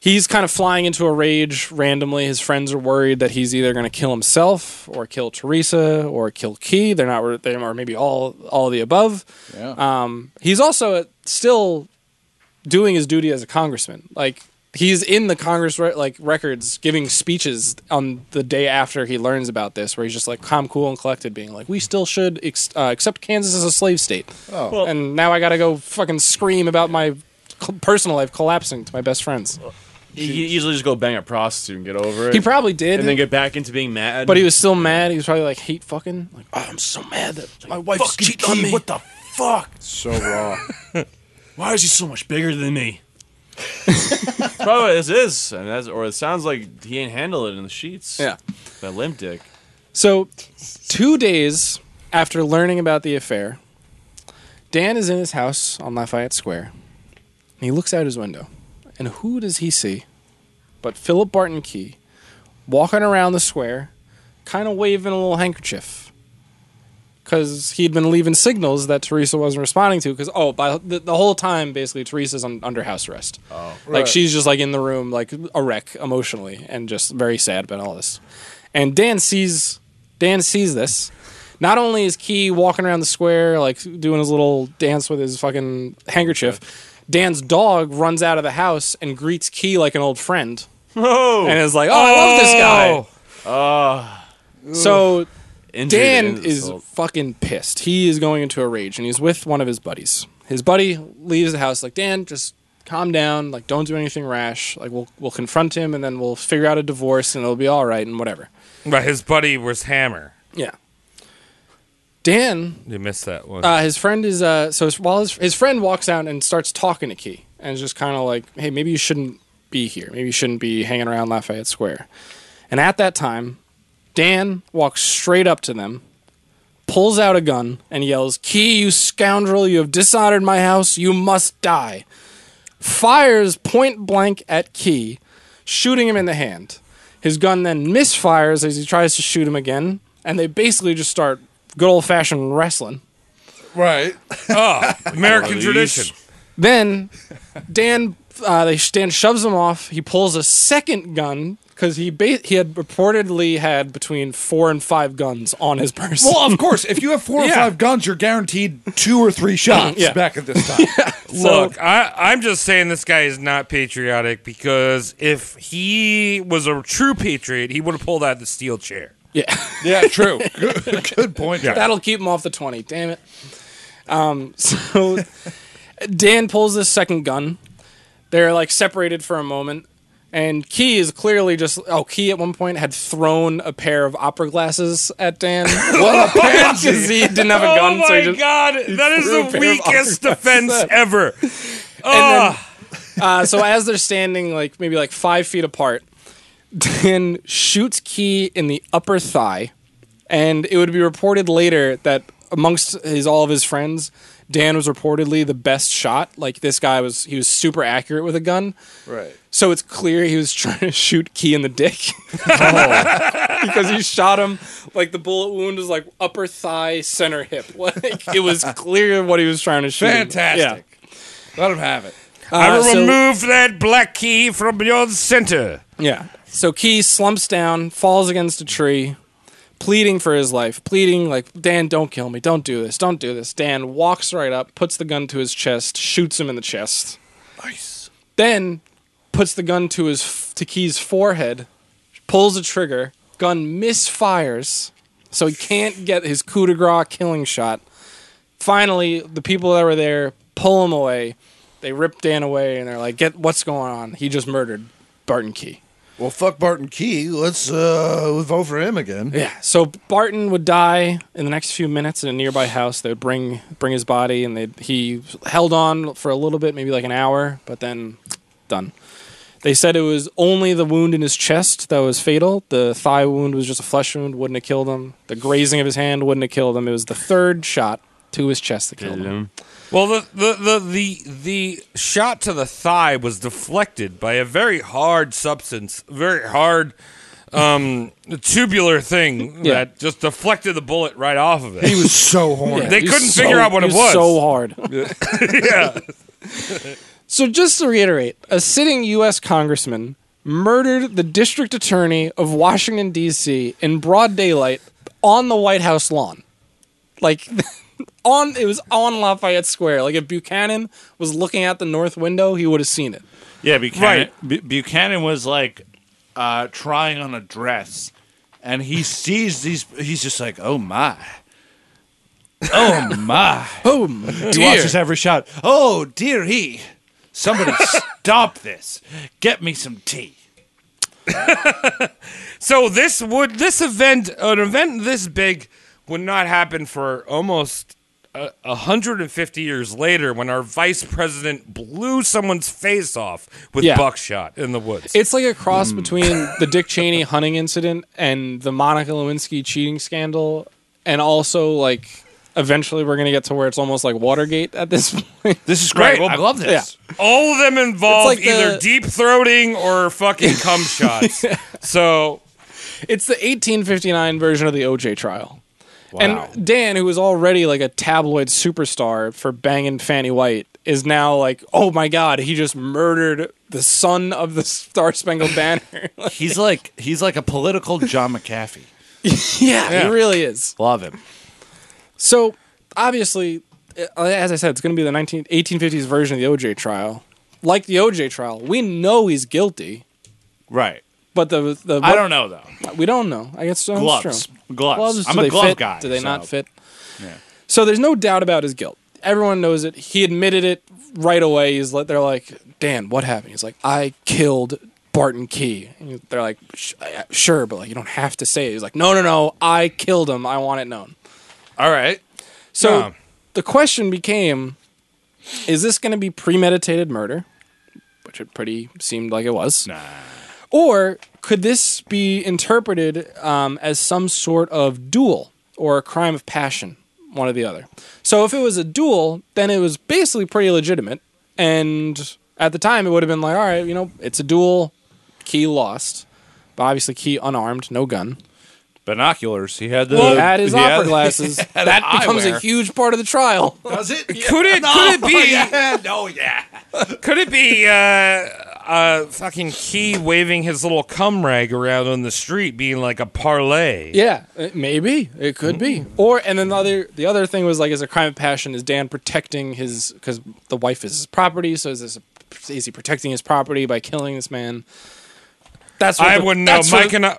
I: He's kind of flying into a rage randomly. His friends are worried that he's either going to kill himself or kill Teresa or kill Key. They're not. They are maybe all all of the above.
K: Yeah.
I: Um, he's also still doing his duty as a congressman. Like he's in the Congress re- like records giving speeches on the day after he learns about this, where he's just like calm, cool, and collected, being like, "We still should ex- uh, accept Kansas as a slave state." Oh. and now I got to go fucking scream about my cl- personal life collapsing to my best friends.
H: You you usually just go bang a prostitute and get over it.
I: He probably did.
H: and then get back into being mad.
I: but he was still mad. He was probably like hate fucking. Like, oh, I'm so mad that my wife's
H: fucking
I: cheating on
H: key,
I: me.
H: What the fuck?
K: so raw.
H: [laughs] Why is he so much bigger than me? That's [laughs] probably what this is, and that's, or it sounds like he ain't handle it in the sheets.
I: Yeah.
H: that limp dick.
I: So, two days after learning about the affair, Dan is in his house on Lafayette Square. And he looks out his window. And who does he see but Philip Barton Key walking around the square, kind of waving a little handkerchief. Because he'd been leaving signals that Teresa wasn't responding to. Because, oh, by the, the whole time, basically, Teresa's on, under house arrest.
N: Oh.
I: Like, she's just, like, in the room, like, a wreck emotionally and just very sad about all this. And Dan sees Dan sees this. Not only is Key walking around the square, like, doing his little dance with his fucking handkerchief, Dan's dog runs out of the house and greets Key like an old friend.
H: Oh.
I: And is like, oh, I love this guy.
H: Oh.
I: So
H: Injured
I: Dan
H: and
I: is
H: assault.
I: fucking pissed. He is going into a rage and he's with one of his buddies. His buddy leaves the house like, "Dan, just calm down. Like don't do anything rash. Like we'll we'll confront him and then we'll figure out a divorce and it'll be all right and whatever."
G: But his buddy was Hammer.
I: Yeah. Dan
G: You missed that one.
I: Uh, his friend is uh, so his, while his, his friend walks out and starts talking to Key and is just kind of like, hey, maybe you shouldn't be here. Maybe you shouldn't be hanging around Lafayette Square. And at that time, Dan walks straight up to them, pulls out a gun, and yells, Key, you scoundrel, you have dishonored my house. You must die. Fires point blank at Key, shooting him in the hand. His gun then misfires as he tries to shoot him again, and they basically just start good old fashioned wrestling.
K: Right.
G: oh, American tradition.
I: Then Dan, uh, they Dan shoves him off. He pulls a second gun because he ba- he had reportedly had between four and five guns on his person.
K: Well, of course, if you have four or
I: Yeah.
K: five guns, you're guaranteed two or three shots
I: [laughs] [laughs] Yeah.
K: back at this time.
G: Look, I, I'm just saying this guy is not patriotic because if he was a true patriot, he would have pulled out the steel chair.
I: Yeah.
K: Yeah, true. Good, good point.
I: That'll keep him off the 20. Damn it. Um, [laughs] so Dan pulls this second gun. They're like separated for a moment. And Key is clearly just. Oh, Key at one point had thrown a pair of opera glasses
K: [laughs]
I: at Dan.
G: What a pansy.
I: 'Cause he didn't have a gun.
G: Oh
I: so he
G: my
I: just,
G: God,
I: he
G: that is
I: threw a
G: the
I: pair of
G: weakest
I: opera
G: defense
I: glasses.
G: ever.
I: And
K: Ah.
I: then, uh, so as they're standing, like maybe like five feet apart, Dan shoots Key in the upper thigh, and it would be reported later that amongst his all of his friends, Dan was reportedly the best shot. Like this guy was, he was super accurate with a gun.
K: Right.
I: So it's clear he was [laughs] trying to shoot Key in the dick
K: Oh.
I: [laughs] because he shot him like the bullet wound was like upper thigh, center hip. [laughs] Like it was clear what he was trying to shoot.
K: Fantastic. Let him have it.
G: I
I: Uh,
G: will
I: so-
G: remove that black key from your center.
I: Yeah. So Key slumps down, falls against a tree, pleading for his life, pleading like, Dan, don't kill me. Don't do this. Don't do this. Dan walks right up, puts the gun to his chest, shoots him in the chest.
K: Nice.
I: Then puts the gun to his to Key's forehead, pulls the trigger, gun misfires, so he can't get his coup de grace killing shot. Finally, the people that were there pull him away. They rip Dan away and they're like, "Get what's going on? He just murdered Barton Key."
K: Well, fuck Barton Key. Let's uh, vote for him again.
I: Yeah. So Barton would die in the next few minutes in a nearby house. They would bring bring his body, and they he held on for a little bit, maybe like an hour, but then done. They said it was only the wound in his chest that was fatal. The thigh wound was just a flesh wound; wouldn't have killed him. The grazing of his hand wouldn't have killed him. It was the third shot to his chest that killed him.
G: Well, the, the, the, the, the shot to the thigh was deflected by a very hard substance, very hard um, tubular thing
I: Yeah.
G: that just deflected the bullet right off of it. [laughs]
K: He was so horny.
I: Yeah,
G: they
I: he
G: couldn't
I: so-
G: figure out what
I: he
G: it was.
I: So hard.
G: [laughs] yeah.
I: So just to reiterate, a sitting U.S. congressman murdered the district attorney of Washington D.C. in broad daylight on the White House lawn, like [laughs] on it was on Lafayette Square. Like if Buchanan was looking out the north window, he would have seen it.
F: Yeah, Buchanan. Bu- Buchanan was like uh, trying on a dress, and he sees these. He's just like, "Oh my, oh
K: [laughs]
F: my!"
I: Oh
F: he
I: dear!
F: watches every shot. Oh dear, he. Somebody stop this. Get me some tea.
G: So this would this event an event this big would not happen for almost uh, 150 years later when our vice president blew someone's face off with
I: Yeah.
G: buckshot in the woods.
I: It's like a cross [laughs] between the Dick Cheney hunting incident and the Monica Lewinsky cheating scandal, and also like eventually we're going to get to where it's almost like Watergate at this [laughs] point.
F: This is
G: great. Right. I love
I: this.
G: All of them involve
I: It's like
G: either
I: the-
G: deep throating or fucking cum
I: [laughs]
G: shots. So
I: It's the 1859 version of the OJ trial. And Dan, who was already like a tabloid superstar for banging Fanny White, is now like, oh my God, he just murdered the son of the Star Spangled Banner. [laughs]
F: He's like he's like a political John McAfee.
I: yeah, he really is.
F: Love him.
I: So obviously, uh, as I said, it's going to be the 19, 1850s version of the OJ trial. Like the OJ trial, we know he's guilty,
F: Right.
I: but the the
F: I don't know though.
I: We don't know. I guess uh, that's
F: Gloves.
I: true.
F: Gloves.
I: Gloves.
F: I'm
I: do
F: a
I: they
F: glove
I: fit?
F: guy,
I: Do they not
F: so-
I: fit? So there's no doubt about his guilt. Everyone knows it. He admitted it right away. He's like, they're like, Dan, what happened? He's like, I killed Barton Key. And they're like, "Sh- I- sure, but like you don't have to say it. He's like, no, no, no, I killed him. I want it known.
F: All right.
I: So
G: Yeah.
I: the question became, is this going to be premeditated murder? Which it pretty seemed like it was. Nah. Or could this be interpreted um, as some sort of duel or a crime of passion, one or the other? So if it was a duel, then it was basically pretty legitimate. And at the time, it would have been like, all right, you know, it's a duel. Key lost. But obviously, Key unarmed, no gun.
F: Binoculars. He had the
I: he had his
F: he had-
I: opera glasses. That becomes a
F: eyewear.
I: huge part of the trial.
A: Does it?
G: could it could it be
A: no, yeah.
G: could it be uh uh fucking Key waving his little cum rag around on the street being like a parlay?
I: Yeah, it- maybe it could be. Or and then the other the other thing was like is a crime of passion is Dan protecting his because the wife is his property. So is this a, is he protecting his property by killing this man? That's what
G: I
I: the-
G: wouldn't know.
I: that's
G: Mike
I: what-
G: and I,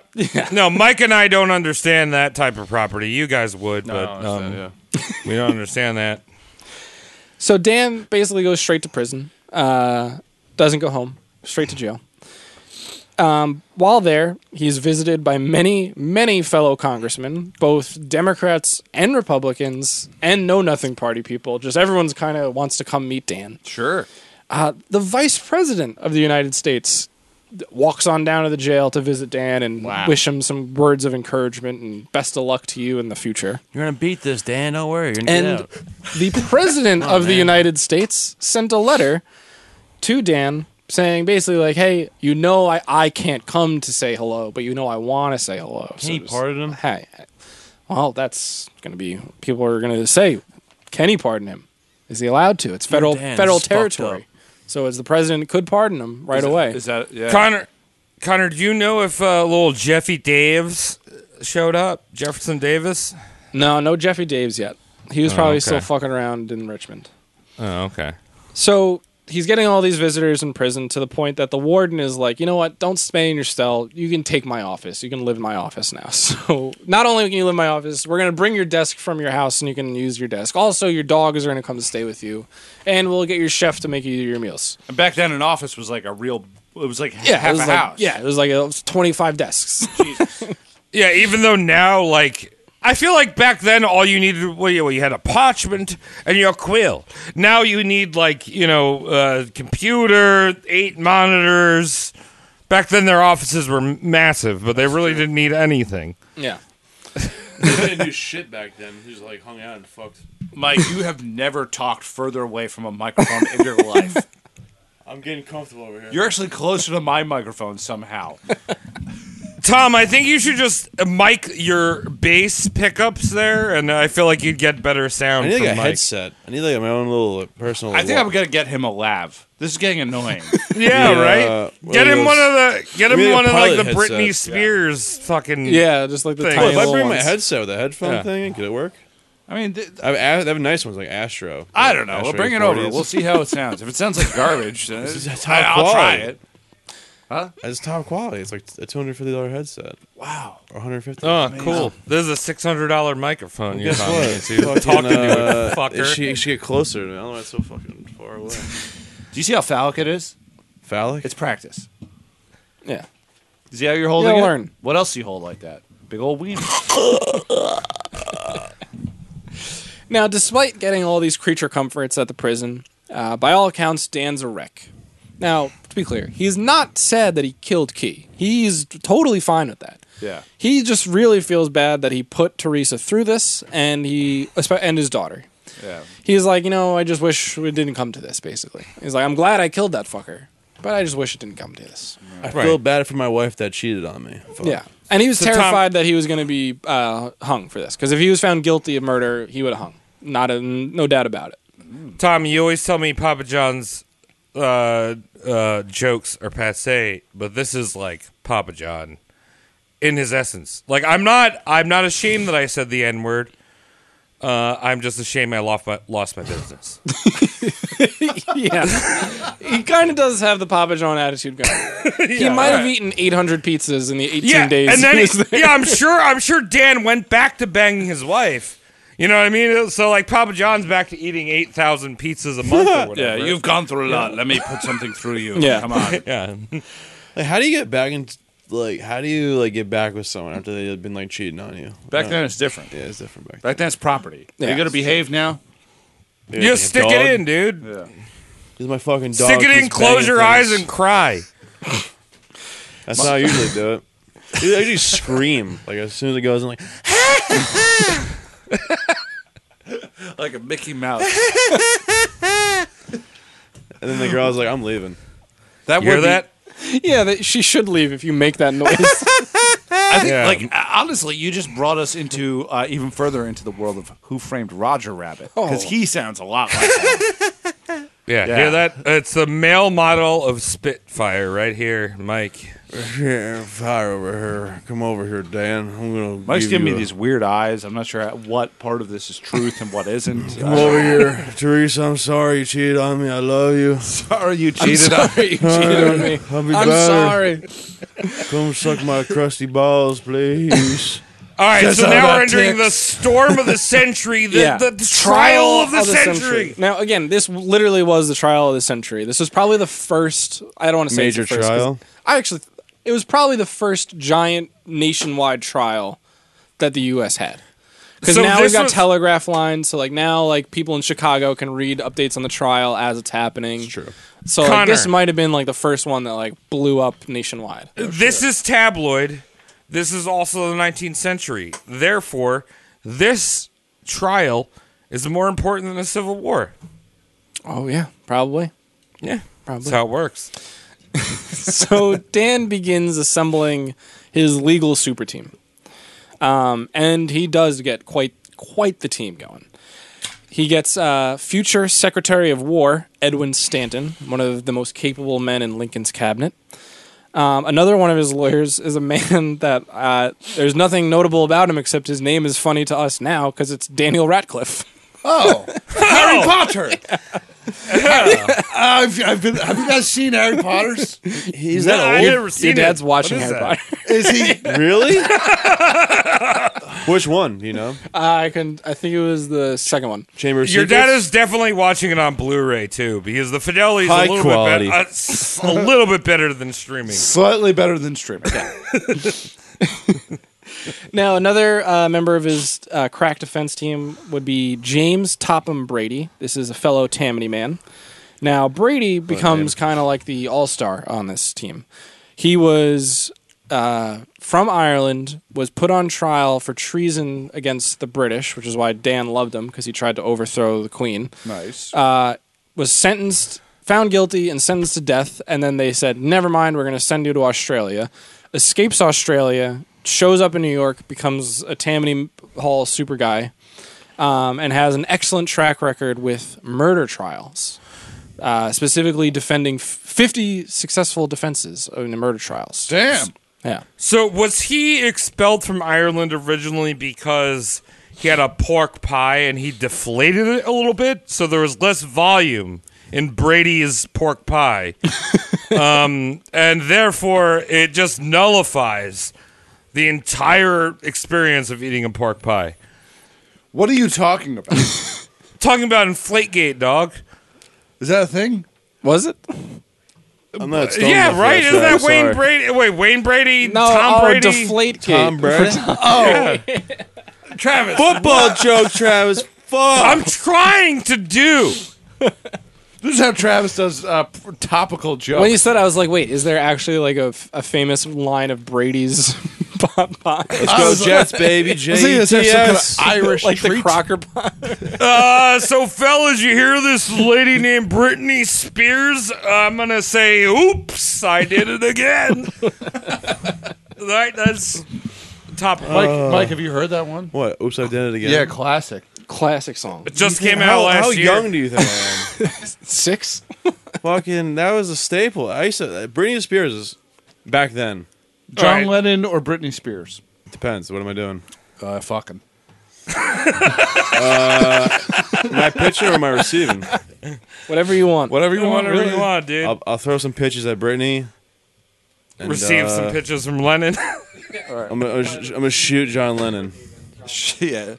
G: no, Mike and I don't understand that type of property. You guys would,
H: I
G: but
H: don't
G: um,
H: understand, yeah.
G: we don't understand that.
I: so Dan basically goes straight to prison. Uh, doesn't go home. Straight to jail. Um, while there, he's visited by many, many fellow congressmen, both Democrats and Republicans, and know nothing party people. Just everyone's kind of wants to come meet Dan.
F: Sure.
I: Uh, the vice president of the United States walks on down to the jail to visit Dan and wish him some words of encouragement and best of luck to you in the future.
F: You're gonna beat this, Dan. Don't worry. You're gonna
I: And
H: [laughs]
I: the president of the United States sent a letter to Dan saying basically like, hey, you know I, I can't come to say hello, but you know I want to say hello. Can
H: he pardon him?
I: Hey, well, that's going to be, people are going to say, can he pardon him? Is he allowed to? It's federal
F: Dan,
I: federal
F: this is fucked
I: territory. So as the president could pardon him right away.
F: Is that yeah?
G: Connor, Connor, do you know if uh, little Jeffy Daves showed up? Jefferson Davis.
I: no, no Jeffrey Daves yet. He was probably still
G: okay.
I: fucking around in Richmond.
G: Oh, okay.
I: So he's getting all these visitors in prison to the point that the warden is like, you know what? Don't stay in your cell. You can take my office. You can live in my office now. [laughs] So not only can you live in my office, we're going to bring your desk from your house and you can use your desk. Also, your dogs are going to come to stay with you, and we'll get your chef to make you your meals.
F: And back then, an office was like a real. It was like
I: Yeah,
F: half
I: it was
F: a
I: like,
F: house.
I: Yeah, it was like uh, it was 25 desks.
G: Yeah, even though now, like, I feel like back then, all you needed, well, you, well, you had a parchment and your quill. Now you need, like, you know, uh, computer, eight monitors. Back then, their offices were m- massive, but they really didn't need anything.
I: yeah.
H: They didn't do shit back then. He just like hung out and fucked.
F: Mike, you have never talked further away from a microphone in your life.
H: I'm getting comfortable over here.
F: You're actually closer to my microphone somehow.
G: Tom, I think you should just mic your bass pickups there, and I feel like you'd get better sound.
H: I need
G: from
H: like a
G: Mike.
H: headset. I need like my own little like, personal.
F: I think
H: wa-
F: I'm gonna get him a lav. This is getting annoying.
G: Yeah,
H: Yeah,
G: right.
H: uh,
G: get
H: one of
G: him one of the. Get him
H: need a
G: one of like
H: pilot
G: the
H: headset.
G: Britney
H: Yeah.
G: Spears fucking.
I: Yeah, just like the
G: Thing.
I: tiny
H: Well, if I
I: little
H: bring my
I: ones.
H: headset with a headphone
G: Yeah.
H: thing, could it work?
F: I mean, th-
H: I have, I have nice ones like Astro.
F: I don't know.
H: Astro
F: We'll bring it over.
H: 40s.
F: We'll see how it sounds. If it sounds like [laughs] garbage, then
H: That's
F: I-
H: high
F: I'll try
H: quality.
F: it.
H: It's top quality. It's like a two hundred fifty dollar headset. Wow. One hundred fifty.
G: Oh, cool. This is a six hundred dollar microphone. You're
H: Guess
G: talking
H: what?
G: into.
H: Fucking,
G: Talking to
H: uh,
G: a fucker.
H: She she get closer. to me. I don't know. why It's so fucking far away.
F: Do you see how phallic it is?
H: Phallic.
F: It's practice.
I: Yeah.
F: You see how you're holding
I: You'll
F: it?
I: learn.
F: What else do you hold like that? Big old wiener.
I: Now, despite getting all these creature comforts at the prison, uh, by all accounts, Dan's a wreck. Now, to be clear, he's not sad that he killed Key. He's totally fine with that.
F: Yeah.
I: He just really feels bad that he put Teresa through this and he and his daughter.
F: Yeah.
I: He's like, you know, I just wish it didn't come to this. Basically, he's like, I'm glad I killed that fucker, but I just wish it didn't come to this.
N: I feel bad for my wife that cheated on me. Fuck.
I: Yeah, and he was
N: So Tom-
I: terrified that he was going to be uh, hung for this because if he was found guilty of murder, he would have hung. Not a no doubt about it.
G: Tom, you always tell me Papa John's uh, uh, jokes are passe, but this is like Papa John in his essence. Like I'm not, I'm not ashamed that I said the N word. Uh, I'm just ashamed I lost my lost my business.
I: yeah, he kind of does have the Papa John
G: [laughs]
I: attitude going. he
G: Yeah,
I: might have
G: right.
I: eaten 800 pizzas in the 18
G: yeah,
I: days.
G: and then
I: he was
G: he-
I: there.
G: yeah, I'm sure, I'm sure Dan went back to banging his wife. You know what I mean? So like Papa John's back to eating eight thousand pizzas a month. or whatever.
F: Yeah, you've gone through a lot.
G: Yeah.
F: Let me put something through you.
G: Yeah.
N: [laughs]
F: Come on.
G: yeah.
N: Like, how do you get back in? Like, how do you like get back with someone after they've been like cheating on you?
F: Back
N: Yeah.
F: then it's different.
N: Yeah, it's different back.
F: Back then it's property.
N: Yeah.
F: You gotta behave now.
N: Then. Yeah, like a dog.
G: dude.
F: Yeah.
N: He's my fucking dog.
G: Stick it in,
N: keeps
G: close
N: banging
G: your eyes,
N: things.
G: and cry.
N: That's how I usually do
F: [laughs]
N: it. I usually scream like as soon as it goes. I'm like,
F: Like a Mickey Mouse.
N: and then the girl's like, I'm leaving. You
F: That
N: hear
F: would be-
N: that?
I: [laughs] yeah, that she should leave if you make
G: [laughs]
I: that noise.
F: I think,
I: [laughs] Yeah.
F: like,
K: Um,
F: uh, honestly, you just brought us into uh, even further into the world of Who Framed Roger Rabbit because
G: Oh.
F: he sounds a lot like that.
K: [laughs]
G: Yeah,
F: Yeah.
G: hear that? It's the male model of Spitfire right here,
I: [laughs]
G: Mike.
N: Fire over here. Come over here, Dan. I'm gonna.
F: Mike's
N: give
F: giving me
N: you a-
F: these weird eyes. I'm not sure what part of this is truth and what isn't.
K: [laughs]
N: Come over
G: [laughs]
N: here, Teresa. I'm sorry you cheated on me. I love you.
F: Sorry you
I: cheated on-
G: [laughs]
I: sorry you cheated on me.
N: I'll be
I: I'm
N: better.
I: sorry.
N: Come suck my crusty balls, please.
G: All right,
N: That's
G: so
N: all
G: now
N: that
G: we're entering the
N: ticks.
G: storm of the century,
I: [laughs]
G: the, the, the trial of the, century.
I: Now, again, this literally was the trial of the century. This was probably the first. I don't want to say it's the
N: Major
I: first, 'cause
N: trial?
I: I actually, it was probably the first giant nationwide trial that the U.S. had. Because
G: So
I: now we've
G: this
I: got
G: was-
I: telegraph lines, so like now, like people in Chicago can read updates on the trial as it's happening. true. So like,
G: Connor.
I: this might have been like the first one that like blew up nationwide.
G: This is tabloid. This is also the 19th century. Therefore, this trial is more important than the Civil War.
I: Oh yeah, probably.
G: Yeah,
I: probably.
G: That's how it works.
I: so Dan begins assembling his legal super team, um, and he does get quite quite the team going. He gets uh, future Secretary of War Edwin Stanton, one of the most capable men in Lincoln's cabinet. Um, another one of his lawyers is a man [laughs] that uh, there's nothing notable about him except his name is funny to us now because it's Daniel Ratcliffe.
K: Oh, Harry Potter. I've,
F: Uh,
K: I've been. Have you guys seen Harry Potter's?
N: He's
I: that No, I old? never Your seen dad's it. watching What is Harry that? Potter.
K: Is
I: [laughs]
K: he?
N: really? Which one? do You know,
I: I can. I think it was the second one.
N: Chamber.
G: Your dad is definitely watching it on Blu-ray too, because the fidelity's
N: High
G: a little
N: quality.
G: bit better, uh, s- a little bit better than streaming.
I: Slightly better than streaming. now, another uh, member of his uh, crack defense team would be James Topham Brady. This is a fellow Tammany man. Now, Brady becomes kind of like the all star on this team. He was uh, from Ireland, was put on trial for treason against the British, which is why Dan loved him because he tried to overthrow the Queen
F: Nice.
I: uh, was sentenced, found guilty, and sentenced to death. And then they said, "Never mind, we're going to send you to Australia." Escapes Australia, shows up in New York, becomes a Tammany Hall super guy, um, and has an excellent track record with murder trials, uh, specifically defending f- fifty successful defenses in the murder trials.
K: Damn.
I: Yeah.
G: So was he expelled from Ireland originally because he had a pork pie and he deflated it a little bit, so there was less volume in Brady's
N: [laughs]
G: pork pie, um, and therefore it just nullifies the entire experience of eating a pork pie.
K: What are you talking about?
G: talking about Inflategate, dog.
K: Is that a thing?
I: Was it?
N: I'm not stoned
G: yeah,
N: enough
G: right.
N: yet,
G: Isn't
N: so I'm
G: that Wayne
N: sorry.
G: Brady? Wait, Wayne Brady,
I: No,
G: Tom
I: oh,
G: Brady,
I: Deflategate.
N: Tom Brady?
G: oh, Travis,
K: [laughs]
N: Football joke, Travis. Fuck.
G: I'm trying to do.
K: This is how Travis does uh, p- topical jokes.
I: When you said, I was like, wait, is there actually like a, f- a famous line of Brady's [laughs] pot pie?
N: Let's go Jets,
G: [laughs]
N: baby.
I: Was he- is there some
H: E
I: kind of
N: JETS.
I: Irish
N: Like the
I: treat? Crocker pie.
G: uh, so, fellas, you hear this lady named Britney Spears? I'm gonna say, "Oops, I did
N: [laughs]
G: it again." right, that's top.
N: Uh,
K: Mike, Mike, have you heard that one?
N: What? Oops, I did it again.
K: Yeah, classic.
I: Classic song.
G: It just
N: You think-
G: came out
N: how,
G: last
N: how
G: year.
N: young do you think
G: [laughs]
N: I am?
I: Six.
N: Fucking, that was a staple. I used to. uh, Britney Spears is back then.
A: John Lennon or Britney Spears?
N: Depends. What am I doing?
A: Uh, fucking.
N: Uh, my pitching or my
G: [laughs]
N: receiving?
I: Whatever you want.
N: Whatever you want.
G: Whatever you
N: really.
G: want, dude.
N: I'll, I'll throw some pitches at Britney. and,
G: Received
N: uh,
G: some pictures from Lennon.
N: I'm gonna, I'm gonna shoot John
K: [laughs]
N: Lennon.
A: yeah.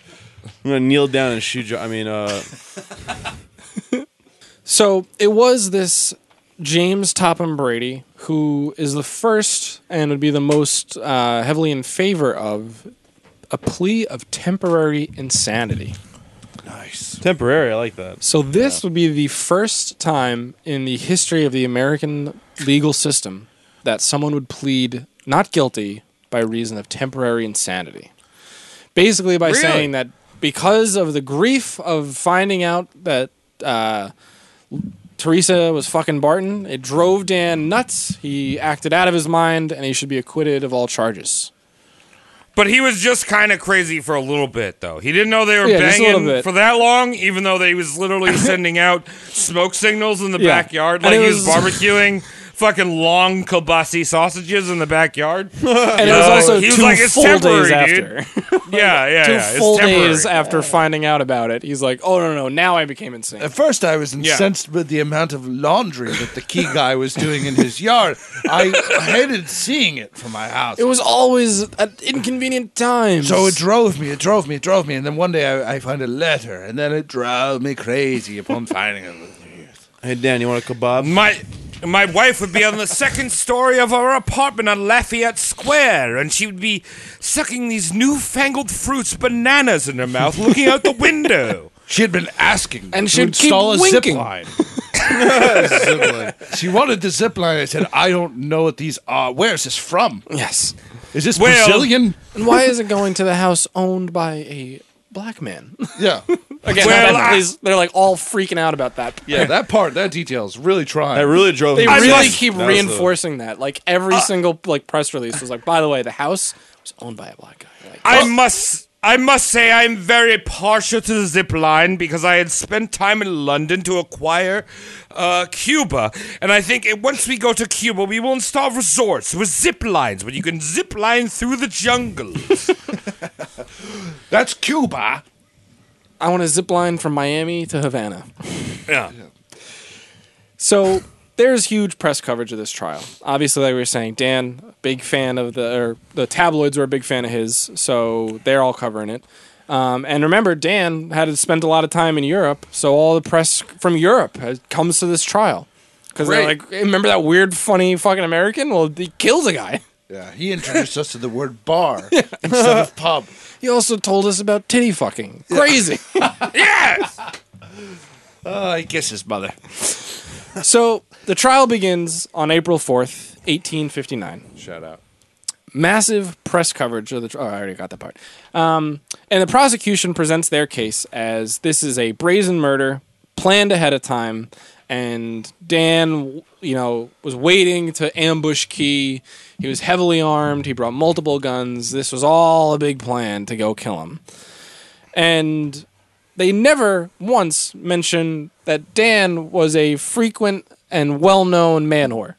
N: I'm gonna kneel down and shoot. John, I mean, uh,
I: So it was this James Topham Brady who is the first and would be the most uh, heavily in favor of a plea of temporary insanity.
N: temporary. I like that.
I: So this would be the first time in the history of the American legal system that someone would plead not guilty by reason of temporary insanity. Basically, by
G: Really?
I: saying that because of the grief of finding out that uh, Teresa was fucking Barton, it drove Dan nuts. He acted out of his mind, and he should be acquitted of all charges.
G: But he was just kind of crazy for a little bit, though. He didn't know they were
I: Yeah, just a little
G: banging
I: bit.
G: for that long, even though they was literally
I: [laughs]
G: sending out smoke signals in the
I: Yeah.
G: backyard,
I: And
G: like
I: it
G: he was
I: was- [laughs]
G: barbecuing fucking long kielbasi sausages in the
I: [laughs]
G: backyard.
I: And it was also two full days after.
G: yeah, yeah,
I: two
G: yeah. It's
I: full
G: temporary.
I: days after finding out about it. He's like, oh no, no, now I became insane.
K: At first, I was incensed with the amount of laundry that the key guy was doing in his yard. I hated seeing it from my house.
I: It was always at inconvenient times.
K: So it drove me, it drove me, it drove me, and then one day I, I found a letter, and then it drove me crazy upon finding it.
N: Hey Dan, you want a
K: Mm.
N: kebab?
G: My my wife would be on the second story of our apartment on Lafayette Square, and she would be sucking these newfangled fruits, bananas in her mouth, looking out the window.
K: She had been asking
I: And
K: to
I: she'd keep
K: install a zip
I: winking.
K: line. Zip line. [laughs] She wanted the zip line. I said, I don't know what these are. Where is this from?
I: yes.
K: Is this
G: Well-
K: Brazilian?
I: And why is it going to the house owned by a black
K: [laughs]
I: man?
K: Yeah.
I: Again,
G: Well,
I: that
G: I-
I: is- they're like all freaking out about that.
K: Yeah, that part, that detail's really
N: That
K: trying.
N: really drove.
I: They
N: me
I: really
N: nuts.
I: keep
N: That was the-
I: reinforcing that. Like every
K: Uh,
I: single like press release was like, by the way, the house was owned by a black guy. Like,
G: I must I must say I'm very partial to the zip line because I had spent time in London to acquire uh, Cuba, and I think it, once we go to Cuba, we will install resorts with zip lines where you can zip line through the
K: [laughs]
G: jungle.
K: That's Cuba.
I: I want a zip line from Miami to Havana.
G: yeah.
I: So there's huge press coverage of this trial. Obviously, like we were saying, Dan, big fan of the or the tabloids were a big fan of his, so they're all covering it. Um, and remember, Dan had spent a lot of time in Europe, so all the press from Europe has, comes to this trial because they're
K: Great.
I: like, "Hey, remember that weird, funny fucking American? Well, he kills a guy. [laughs]
K: Yeah, he introduced us to the word
G: [laughs]
K: bar instead of pub.
I: He also told us about titty fucking. Crazy.
K: Oh, he kissed his mother.
I: so the trial begins on April fourth, eighteen fifty nine.
K: Shout out.
I: massive press coverage of the. tr- Oh, I already got that part. Um, and the prosecution presents their case as this is a brazen murder planned ahead of time, and Dan, you know, was waiting to ambush Key. He was heavily armed. He brought multiple guns. This was all a big plan to go kill him. And they never once mention that Dan was a frequent and well-known man whore.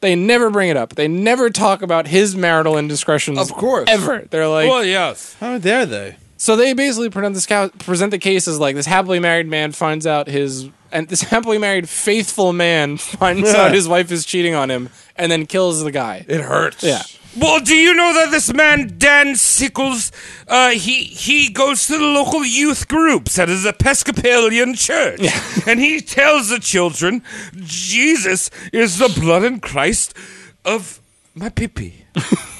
I: They never bring it up. They never talk about his marital indiscretions.
K: Of course.
I: ever. They're like,
G: Well, yes.
N: How dare they?
I: so they basically present the scout, present the case as like this happily married man finds out his and this [laughs] happily married faithful man [laughs] finds out his wife is cheating on him and then kills the guy.
K: It hurts.
I: Yeah.
G: Well, do you know that this man Dan Sickles, uh, he he goes to the local youth groups at his Episcopalian church, [laughs] and he tells the children, Jesus is the blood and Christ of my
I: [laughs]
G: pippy.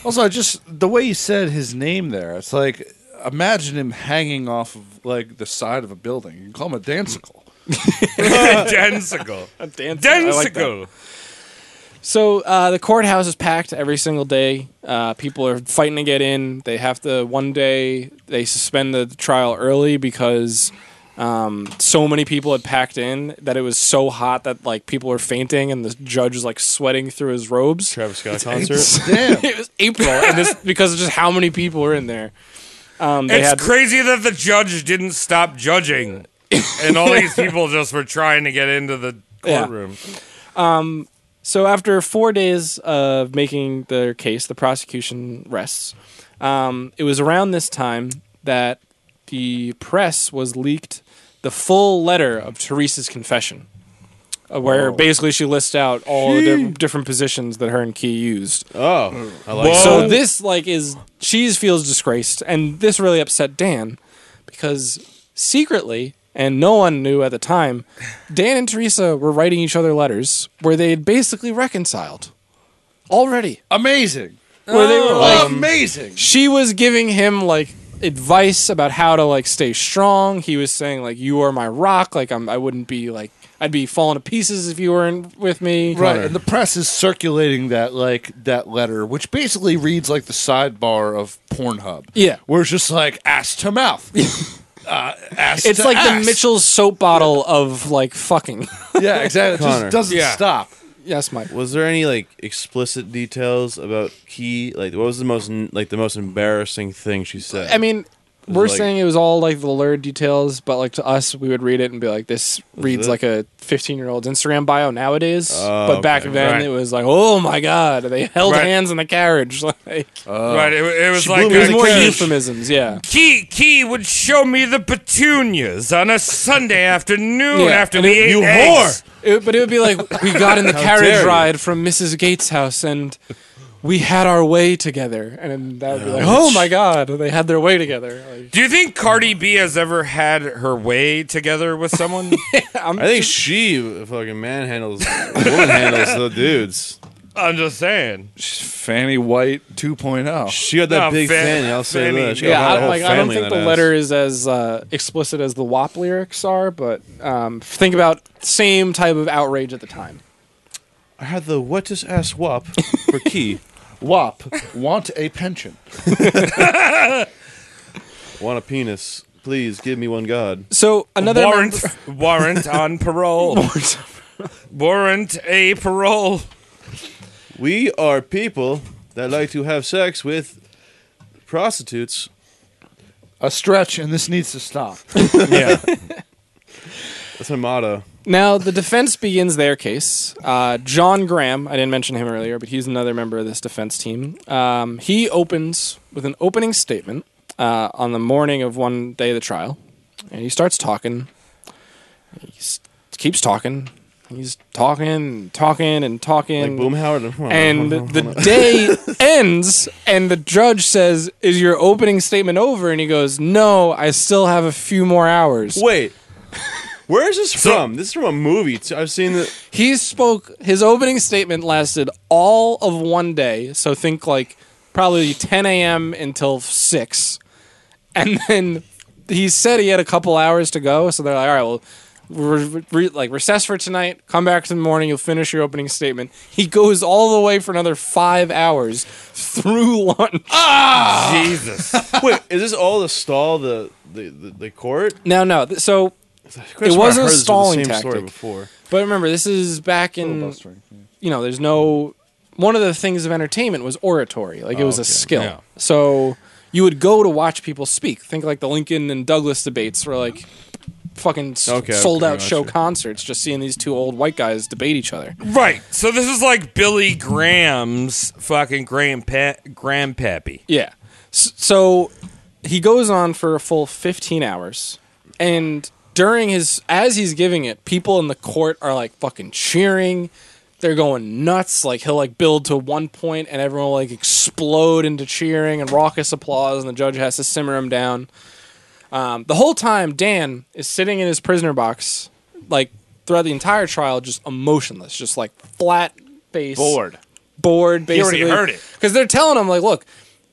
K: Also, I just the way you said his name there, it's like imagine him hanging off of like the side of a building. You can call him a dancicle.
G: Dansicle.
I: A dansicle. I like that. So uh, the courthouse is packed every single day. Uh, people are fighting to get in. They have to one day they suspend the trial early because um, so many people had packed in that it was so hot that like people were fainting and the judge was like sweating through his robes.
N: Travis Scott
G: concert.
I: Damn. [laughs] it was April and this because of just how many people were in there. Um, they
G: it's
I: had,
G: crazy that the judge didn't stop judging, and all
I: [laughs]
G: these people just were trying to get into the
I: Yeah.
G: courtroom.
I: Um, so after four days of making their case, the prosecution rests. Um, it was around this time that the press was leaked the full letter of Teresa's confession, uh,
N: Oh.
I: where basically she lists out all the di- different positions that her and Key used.
N: Oh, I like that.
I: so this like is she feels disgraced, and this really upset Dan because secretly, and no one knew at the time, Dan and Teresa were writing each other letters where they had basically reconciled already.
K: Amazing.
I: Where they were like,
K: amazing.
I: she was giving him like advice about how to like stay strong. He was saying like, "You are my rock. Like I'm, I wouldn't be like." I'd be falling to pieces if you weren't with me.
K: Right, and the press is circulating that like that letter, which basically reads like the sidebar of Pornhub.
I: Yeah.
K: where it's just like ass to mouth, uh, ass.
I: It's
K: to
I: like
K: ass.
I: the Mitchell's soap bottle of like fucking. [laughs]
K: Yeah, exactly. It just doesn't stop.
I: Yes, Mike.
N: Was there any like explicit details about Key? Like, what was the most like the most embarrassing thing she said?
I: I mean,
N: Was
I: we're
N: it like-
I: saying it was all like the lurid details, but like to us, we would read it and be like, "This reads
N: it?
I: like a 15 year old's Instagram bio nowadays."
N: Oh,
I: but back
N: okay.
I: then,
N: Right.
I: it was like, "Oh my god, they held
G: Right.
I: hands in the carriage." [laughs] Like,
G: Right, it- it was
I: She
G: like
I: blew me
G: a
I: with more
G: carriage.
I: euphemisms. Yeah,
G: Key Key would show me the petunias on a Sunday afternoon
I: Yeah,
G: after
I: and
G: we
I: it-
G: ate
I: you
G: eggs.
I: It- but it would be like we got
N: [laughs]
I: in the
G: How
I: carriage
G: dare you.
I: ride from Mrs. Gates' house and. We had our way together, and then that would be like, "Oh my God, they had their way together." Like, [laughs]
G: Do you think Cardi B has ever had her way together with someone?
I: I'm
N: I think she fucking manhandles, woman handles the dudes.
G: I'm just saying.
J: Fanny White
K: oh.
J: 2.0.
N: She got that
J: No,
N: big
J: Fa-
N: fanny. I'll say
J: Fanny-
N: that. She got
I: Yeah,
N: a
I: I,
N: whole
I: like, I don't
N: family
I: think
N: in
I: the
N: that ass.
I: letter is as uh, explicit as the WAP lyrics are, but um, think about same type of outrage at the time.
N: I had the wettest ass wop for
I: [laughs]
N: Key.
K: Wop want a pension.
N: Want a penis? Please give me one, God.
I: So another
N: [laughs]
G: warrant, [laughs] warrant on parole. warrant a parole.
N: We are people that like to have sex with prostitutes.
K: A stretch, and this needs to stop.
N: yeah, that's her motto.
I: Now the defense begins their case. Uh, John Graham, I didn't mention him earlier, but he's another member of this defense team. Um, he opens with an opening statement uh, on the morning of one day of the trial, and he starts talking. He s- keeps talking. He's talking, and talking, and
N: Like
I: talking.
N: Boomhauer.
I: and the day ends and the judge says is your opening statement over and he goes no i still have a few more hours
N: Wait, where is this from? This is from a movie. too. I've seen the.
I: he spoke his opening statement lasted all of one day so think like probably 10 a.m until 6 and [laughs] then he said he had a couple hours to go so they're like all right well re- re- like recess for tonight come back in the morning you'll finish your opening statement he goes all the way for another five hours through [laughs] lunch
G: Jesus.
N: Wait, is this all to stall the the, the, the court?
I: No, no. Th- So
N: swear
I: it
N: I heard
I: wasn't a
N: this was the
I: stalling
N: same
I: tactic.
N: story before.
I: But remember, this is back in. You know, there's no. One of the things of entertainment was oratory. Like it
N: Oh,
I: was a
N: okay.
I: skill.
N: Yeah.
I: So you would go to watch people speak. Think like the Lincoln and Douglas debates were like fucking s-
G: Okay, okay,
I: sold out
G: gotcha.
I: show concerts just seeing these two old white guys debate each other.
G: Right. So this is like Billy Graham's fucking grandpa grandpappy.
I: Yeah. S- So he goes on for a full 15 hours. And during his, as he's giving it, people in the court are like fucking cheering. They're going nuts. Like he'll like build to one point and everyone will like explode into cheering and raucous applause. And the judge has to simmer him down. Um, the whole time, Dan is sitting in his prisoner box, like throughout the entire trial, just emotionless, just like flat face.
J: Bored.
I: Bored,
J: He
I: basically.
J: already heard it.
I: Because they're telling him, like, look,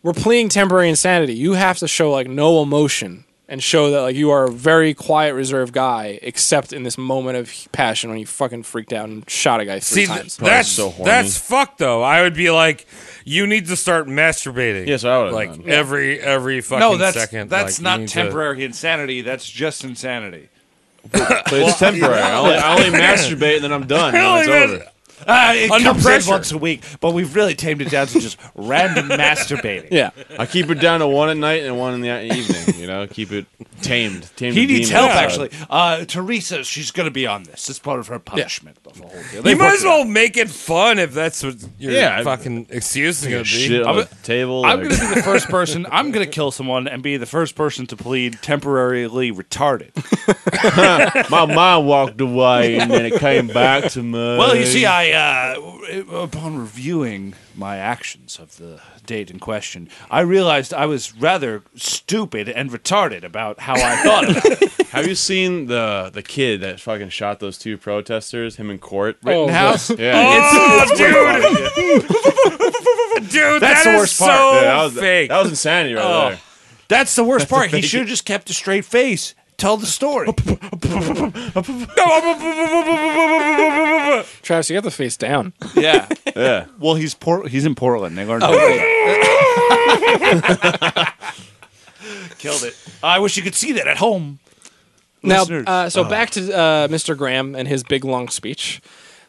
I: we're pleading temporary insanity. You have to show, like, no emotion and show that like you are a very quiet, reserved guy, except in this moment of passion when you fucking freaked out and shot a guy three
G: See, th-
I: times.
G: that's that's fucked though. I would be like, you need to start masturbating.
H: Yes, I would have
G: like
H: done.
G: every every fucking
F: no, that's
G: second.
F: that's
G: Like, you
F: not
G: need to-
F: temporary insanity. That's just insanity.
H: But it's temporary. I only, I
N: [laughs]
H: only masturbate and then I'm done.
F: I
H: and then
F: only
H: it's
F: mas-
H: over.
A: Uh, it
F: Under
A: comes
F: pressure.
A: in once a week, but we've really tamed it down to just
G: [laughs]
A: random masturbating.
I: Yeah.
H: I keep it down to one at night and one in the evening. You know, keep it tamed. tamed
A: He
H: the
A: needs
H: demon
A: help,
H: inside.
A: actually. Uh, Teresa, she's going to be on this. It's part of her punishment. of the whole deal.
G: You
A: They've
G: might
A: worked
G: as well make it fun if that's what your
A: Yeah, I-
G: fucking excuse is
F: Take
G: gonna
F: a
G: be.
H: shit on the table.
F: I'm going to be the first person. I'm going to kill someone and be the first person to plead temporarily retarded.
H: My mind walked away and then it came back to me.
F: Well, you see, I uh, w- upon reviewing my actions of the date in question, I realized I was rather stupid and retarded about how I thought about [laughs] it.
H: Have you seen the the kid that fucking shot those two protesters? Him in court,
F: Rittenhouse?
H: Yeah,
F: Oh,
H: It's-
G: Dude,
F: That's
G: that
F: the
G: is
F: worst part.
G: so
H: Yeah, that was
G: fake.
H: that was insanity right
A: Oh.
H: there.
A: That's the worst part. He
H: amazing.
A: should have just kept a straight face. Tell the
F: [laughs]
A: story.
I: Travis, you got the face down.
F: Yeah.
H: Yeah,
F: Well, he's Port- he's in Portland. They learned.
A: Oh, [laughs] Killed it. I wish you could see that at home.
I: Now,
A: Listeners.
I: uh, so back to uh, Mr. Graham and his big long speech.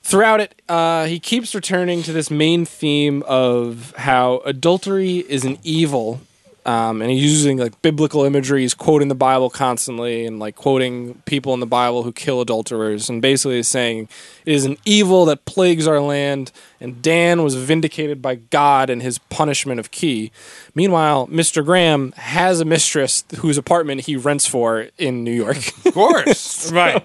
I: Throughout it, uh, he keeps returning to this main theme of how adultery is an evil, um, and he's using like biblical imagery. He's quoting the Bible constantly and like quoting people in the Bible who kill adulterers, and basically is saying it is an evil that plagues our land. And Dan was vindicated by God in his punishment of Key. Meanwhile, Mr. Graham has a mistress whose apartment he rents for in New York. [laughs]
G: Of course, [laughs] right?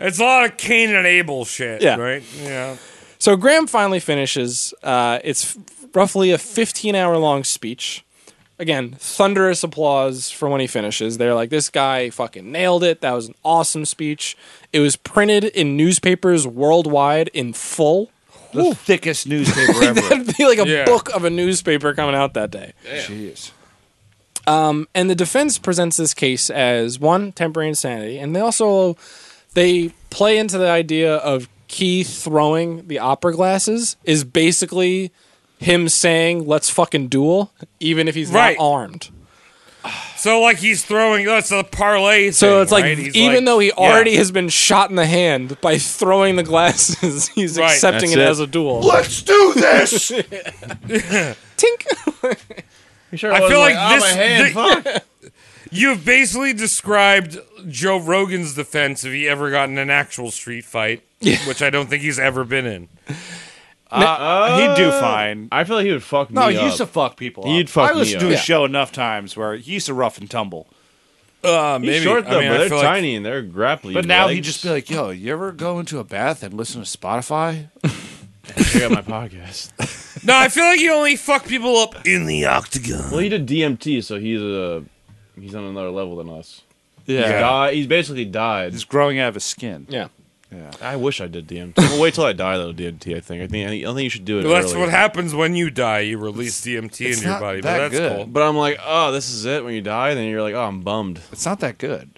G: It's a lot of Cain and Abel shit,
I: Yeah.
G: right? Yeah.
I: So Graham finally finishes. Uh, it's f- roughly a 15 hour long speech. Again, thunderous applause for when he finishes. They're like, this guy fucking nailed it. That was an awesome speech. It was printed in newspapers worldwide in full.
A: The thickest newspaper ever.
I: That'd be [laughs] like a
G: Yeah.
I: book of a newspaper coming out that day.
A: Jeez.
I: Um, and the defense presents this case as one temporary insanity, and they also they play into the idea of Key throwing the opera glasses is basically him saying "Let's fucking duel," even if he's
G: Right.
I: not armed.
G: So like he's throwing that's the parlay.
I: So
G: thing,
I: it's like
G: right? He's
I: even though he
G: yeah.
I: already has been shot in the hand by throwing the glasses, [laughs] he's
G: Right.
I: accepting
H: That's
I: it,
H: it.
I: as a duel.
K: Let's do
G: [laughs]
K: this.
I: [laughs] Tink.
G: I feel like,
H: "Ah, my
G: this.
H: hand,
G: thi- [laughs] You've basically described Joe Rogan's defense if he ever got in an actual street fight, which I don't think he's ever been in.
F: he'd do fine.
H: I feel like he would fuck
A: No,
H: me
A: he
H: up.
A: used to fuck people. up.
H: He'd fuck
F: I
H: me
F: listened
H: up.
F: to his
I: Yeah.
F: show enough times where he used to rough and tumble.
G: Uh,
H: He's
G: maybe
H: short
G: I
H: though,
G: mean,
H: but
G: I
H: they're
G: feel like-
H: tiny and they're grappling.
A: But now he'd just be like, yo, you ever go into a bath and listen to Spotify?
H: check out my [laughs] podcast.
G: no, I feel like you only fuck people up in the octagon.
H: Well, he did DMT, so he's a he's on another level than us. He's,
A: Yeah.
H: di- he's basically died.
F: He's growing out of his skin.
I: yeah.
H: I wish I did DMT. well, wait till I die though. DMT, I think. I think. I don't think you should do it.
G: Well, that's
H: early.
G: what happens when you die. You release DMT
A: it's
G: in your
A: not
G: body,
A: that
G: but that's
A: good.
G: cool.
H: But I'm like, oh, this is it. When you die, then you're like, oh, I'm bummed.
A: It's not that good.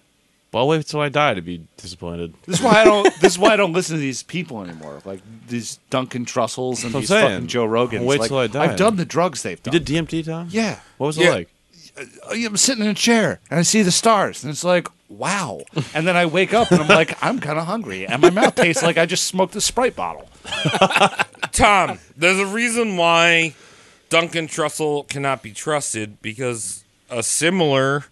H: Well, I'll wait till I die to be disappointed.
A: This is why I don't. this is why I don't listen to these people anymore. Like these Duncan Trussels and
H: That's what I'm
A: these
H: saying.
A: fucking Joe Rogans.
H: Wait
A: Like,
H: till I die.
A: I've done the drugs they've
H: You
A: done.
H: did DMT, Tom?
A: yeah.
H: What was
G: Yeah.
H: it like?
A: I'm sitting in a chair and I see the stars, and it's like, wow. And then I wake up and I'm like, I'm kind of hungry, and my mouth tastes like I just smoked a Sprite bottle.
G: Tom, there's a reason why Duncan Trussell cannot be trusted because a similar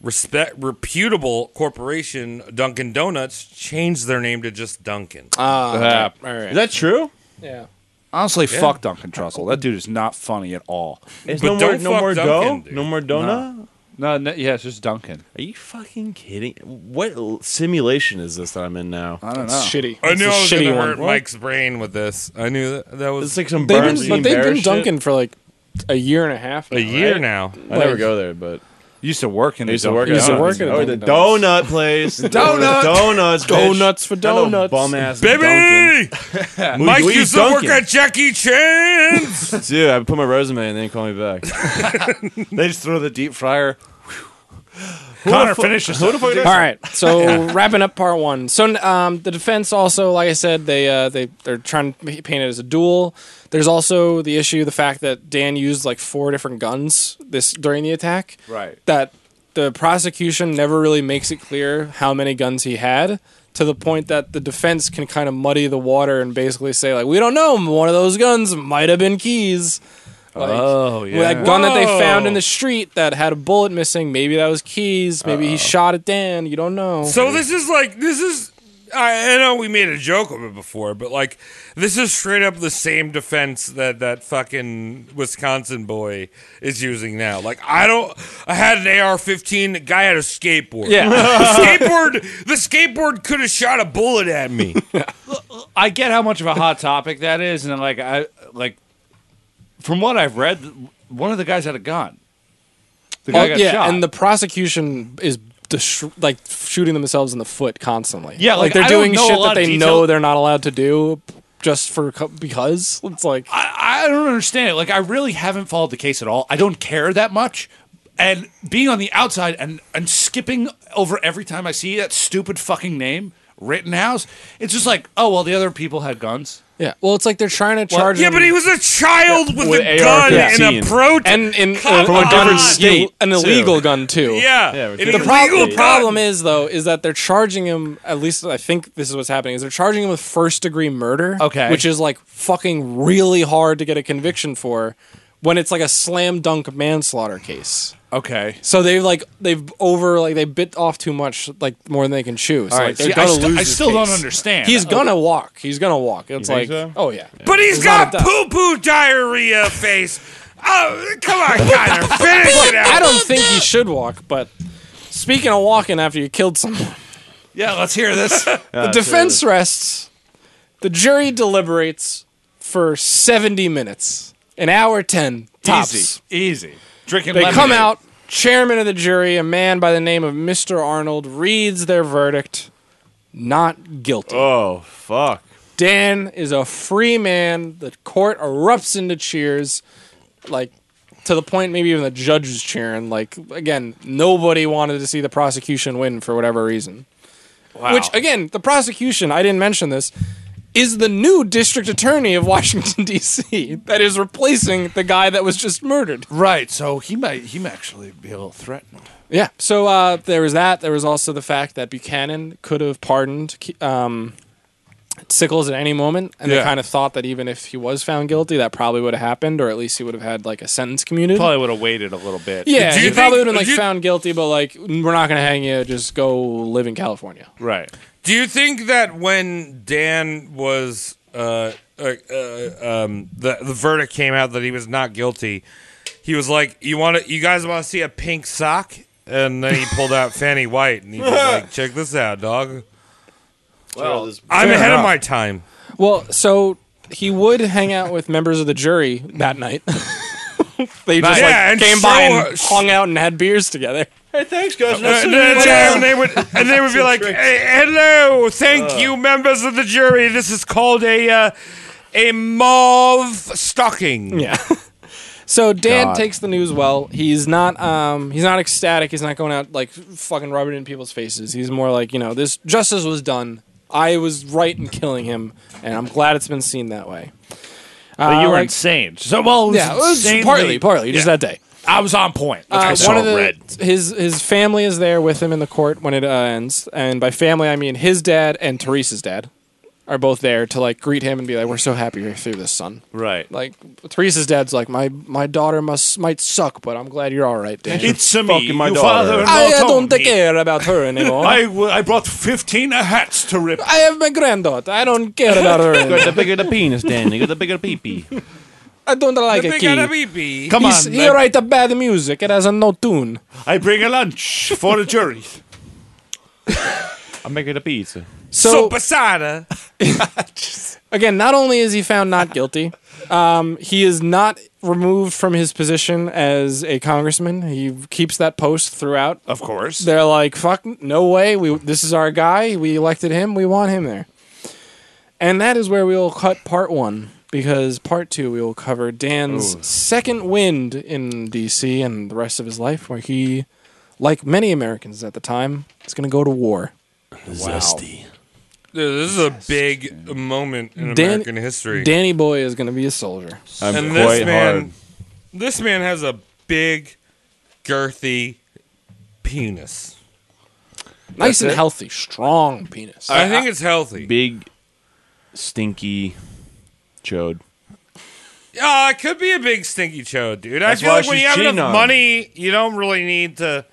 G: respect reputable corporation, Dunkin' Donuts, changed their name to just Dunkin'.
I: Uh, all right.
H: Is that true?
I: yeah.
A: Honestly,
G: Yeah.
A: fuck Duncan Trussell. That dude is not funny at all.
H: It's
G: But
H: no more,
G: don't
H: no
G: fuck
H: more
G: Dunkin',
H: dough,
G: dude.
H: no more donut.
A: No, no yeah, it's just Duncan.
H: Are you fucking kidding? What l- simulation is this that I'm in now?
A: I don't
I: It's
A: know.
I: shitty.
G: I
I: It's a
G: knew I was
I: shitty
G: gonna
I: one.
G: hurt Mike's brain with this. I knew that, that was
H: It's like some
I: They've been,
H: Bernstein
I: but they've
H: Bear
I: been
H: shit.
I: Duncan for like a year and a half.
G: a
I: now,
G: year
I: right?
G: now.
H: I never
I: like-
H: go there, but
A: Used to work in.
H: I
A: a
H: used to
A: Dunkin'.
H: work.
I: Used to
H: at
I: work at a
H: oh, the
I: Dunkin' Donuts.
H: donut place.
I: [laughs]
A: Donut.
H: donuts, bitch.
I: Donuts for
H: Not no
I: donuts.
H: bum ass Dunkin'.
G: Baby, Mike
H: We- we
G: used to
H: Dunkin'.
G: work at Jack E. Chan's.
H: Dude,
N: [laughs]
H: I put my resume and they didn't call me back.
A: They just throw the deep fryer.
F: Connor, finish this. up.
I: All right,
F: [laughs]
I: so wrapping up part one. So um, the defense also, like I said, they uh, they they're trying to pa- paint it as a duel. There's also the issue, the fact that Dan used like four different guns this during the attack.
F: Right.
I: That the prosecution never really makes it clear how many guns he had. To the point that the defense can kind of muddy the water and basically say like, we don't know. One of those guns might have been keys. Like,
F: Oh,
I: with
F: yeah.
I: That gun that they found in
F: Whoa.
I: the street that had a bullet missing. Maybe that was Keys. Maybe he shot at Dan. You don't know.
G: So this is like this is. I, I know we made a joke of it before, but like this is straight up the same defense that that fucking Wisconsin boy is using now. Like I don't. I had an AR-15. The guy had a skateboard.
F: Yeah. [laughs]
G: the skateboard. The skateboard could have shot a bullet at me.
F: I get how much of a hot topic that is, and like I like from what I've read, one of the guys had a gun. The guy
I: Well,
F: got
I: Oh, yeah,
F: shot.
I: and the prosecution is dis- like shooting themselves in the foot constantly.
F: Yeah, like,
I: they're
F: I don't
I: doing
F: know a
I: shit
F: lot
I: that
F: of
I: they
F: detail.
I: know they're not allowed to do just for co- because it's like
F: [laughs] I, I don't understand it. Like I really haven't followed the case at all. I don't care that much. And being on the outside and, and skipping over every time I see that stupid fucking name, Rittenhouse, it's just like, oh well the other people had guns.
I: yeah. Well, it's like they're trying to charge.
F: Yeah,
I: him-
F: but he was
G: a child
F: with With a gun AR-15. and a pro-
I: and in
F: Come
I: from a
F: on.
I: different
F: state,
I: an
F: too.
I: illegal gun too.
F: Yeah, Yeah,
I: the,
F: an
I: prob-
F: illegal gun.
I: the problem is though is that they're charging him. At least I think this is what's happening is they're charging him with first degree murder.
F: Okay.
I: which is like fucking really hard to get a conviction for when it's like a slam dunk manslaughter case.
F: Okay.
I: So they've like they've over like they bit off too much like more than they can chew. So
F: All right,
I: like they're
F: see, I
I: gonna
F: st-
I: lose.
F: I
I: this
F: still don't
I: case.
F: understand.
I: He's
F: Okay.
I: gonna walk. He's gonna walk. It's like
F: think so?
I: oh yeah.
G: But he's
I: There's a lot of
G: got
I: death.
G: poo poo diarrhea face. Oh, come on,
I: [laughs]
G: Connor, finish it out.
I: I don't think he should walk, but speaking of walking after you killed someone,
F: Yeah, let's hear [laughs] this.
I: the defense rests. The jury deliberates for 70 minutes, an hour 10 tops.
F: Easy. Easy. Drinking
I: They
F: lemonade.
I: come out, chairman of the jury, a man by the name of Mr. Arnold, reads their verdict not guilty.
N: Oh, fuck.
I: Dan is a free man. The court erupts into cheers, like to the point maybe even the judge was cheering. Like again, nobody wanted to see the prosecution win for whatever reason.
F: Wow.
I: Which again, the prosecution, I didn't mention this, is the new district attorney of Washington [laughs] D.C. that is replacing the guy that was just murdered.
A: Right, so he might he might actually be a little threatened.
I: Yeah. So uh, there was that. There was also the fact that Buchanan could have pardoned um, Sickles at any moment, and they
F: Yeah.
I: kind of thought that even if he was found guilty, that probably would have happened, or at least he would have had like a sentence commuted.
F: Probably would have waited a little bit.
I: Yeah,
F: Do
I: he
F: you
I: probably
F: think-
I: would have been like
F: do you-
I: found guilty, but like we're not gonna hang you. Just go live in California.
F: Right.
G: Do you think that when Dan was uh, uh, uh, um, the the verdict came out that he was not guilty, he was like, "You want to? You guys want to see a pink sock?" And then he pulled [laughs] out Fanny White, and he was like, "Check this out, dog.
N: Well,
G: I'm
I: Fair
G: ahead
I: enough.
G: of my time."
I: Well, so he would hang out with members of the jury that night. [laughs] they just
G: Yeah,
I: like
G: and
I: came by
G: so-
I: and hung out and had beers together.
N: Hey, thanks, guys.
G: Uh, and they would, and they would be like, "Hey, "Hello, thank you, members of the jury. This is called a uh, a mauve stocking."
I: Yeah. So Dan
G: God.
I: takes the news well. He's not um he's not ecstatic. He's not going out like fucking rubbing it in people's faces. He's more like, you know, this justice was done. I was right in killing him, and I'm glad it's been seen that way. Uh,
F: But you were
I: like-
F: insane. So well, it was
I: Yeah, it was
F: insanely-
I: partly- partly, just that day.
F: I was on point.
I: Uh,
F: Let's go.
I: one of the,
F: red.
I: His his family is there with him in the court when it uh, ends, and by family I mean his dad and Teresa's dad are both there to like greet him and be like, "We're so happy you're through this, son."
F: Right.
I: Like Teresa's dad's like, "My my daughter must might suck, but I'm glad you're all right, Dan."
F: It's a me,
N: Fucking my
F: your
N: daughter.
F: father.
I: [laughs] I uh, don't care about her
F: [laughs]
I: anymore.
F: I,
I: I,
F: w- I brought 15 hats to rip.
I: have my granddaughter. I don't care about her
F: [laughs]
N: You got the
I: anymore.
N: bigger the penis, Dan. You got the bigger pee [laughs] pee.
I: I don't like
G: The
I: a
G: big gotta be
I: key.
G: be.
F: Come
I: He's,
F: on.
I: he
F: I,
I: write a bad music. It has a no tune.
F: I bring a lunch for the jury.
N: I'm making a pizza.
I: So
G: Posada.
I: again, not only is he found not guilty, um, he is not removed from his position as a congressman. He keeps that post throughout.
F: Of
I: [laughs]
F: course.
I: They're like, "Fuck, no way. We this is our guy. We elected him. We want him there." And that is where we will cut part one because part two we will cover Dan's second wind in DC and the rest of his life, where he like many Americans at the time, is going to go to war.
G: Zesty. Dude, this is a big moment in
I: Dan-
G: American history.
I: Danny Boy is going to be a soldier.
G: and this man, this man has a big, girthy penis.
I: Nice and healthy, strong penis.
G: I think it's healthy.
N: Big, stinky, chode.
G: Oh, it could be a big stinky chode, dude.
N: That's
G: I feel
N: why
G: like when
N: she's
G: you have enough
N: cheating on him.
G: money, you don't really need to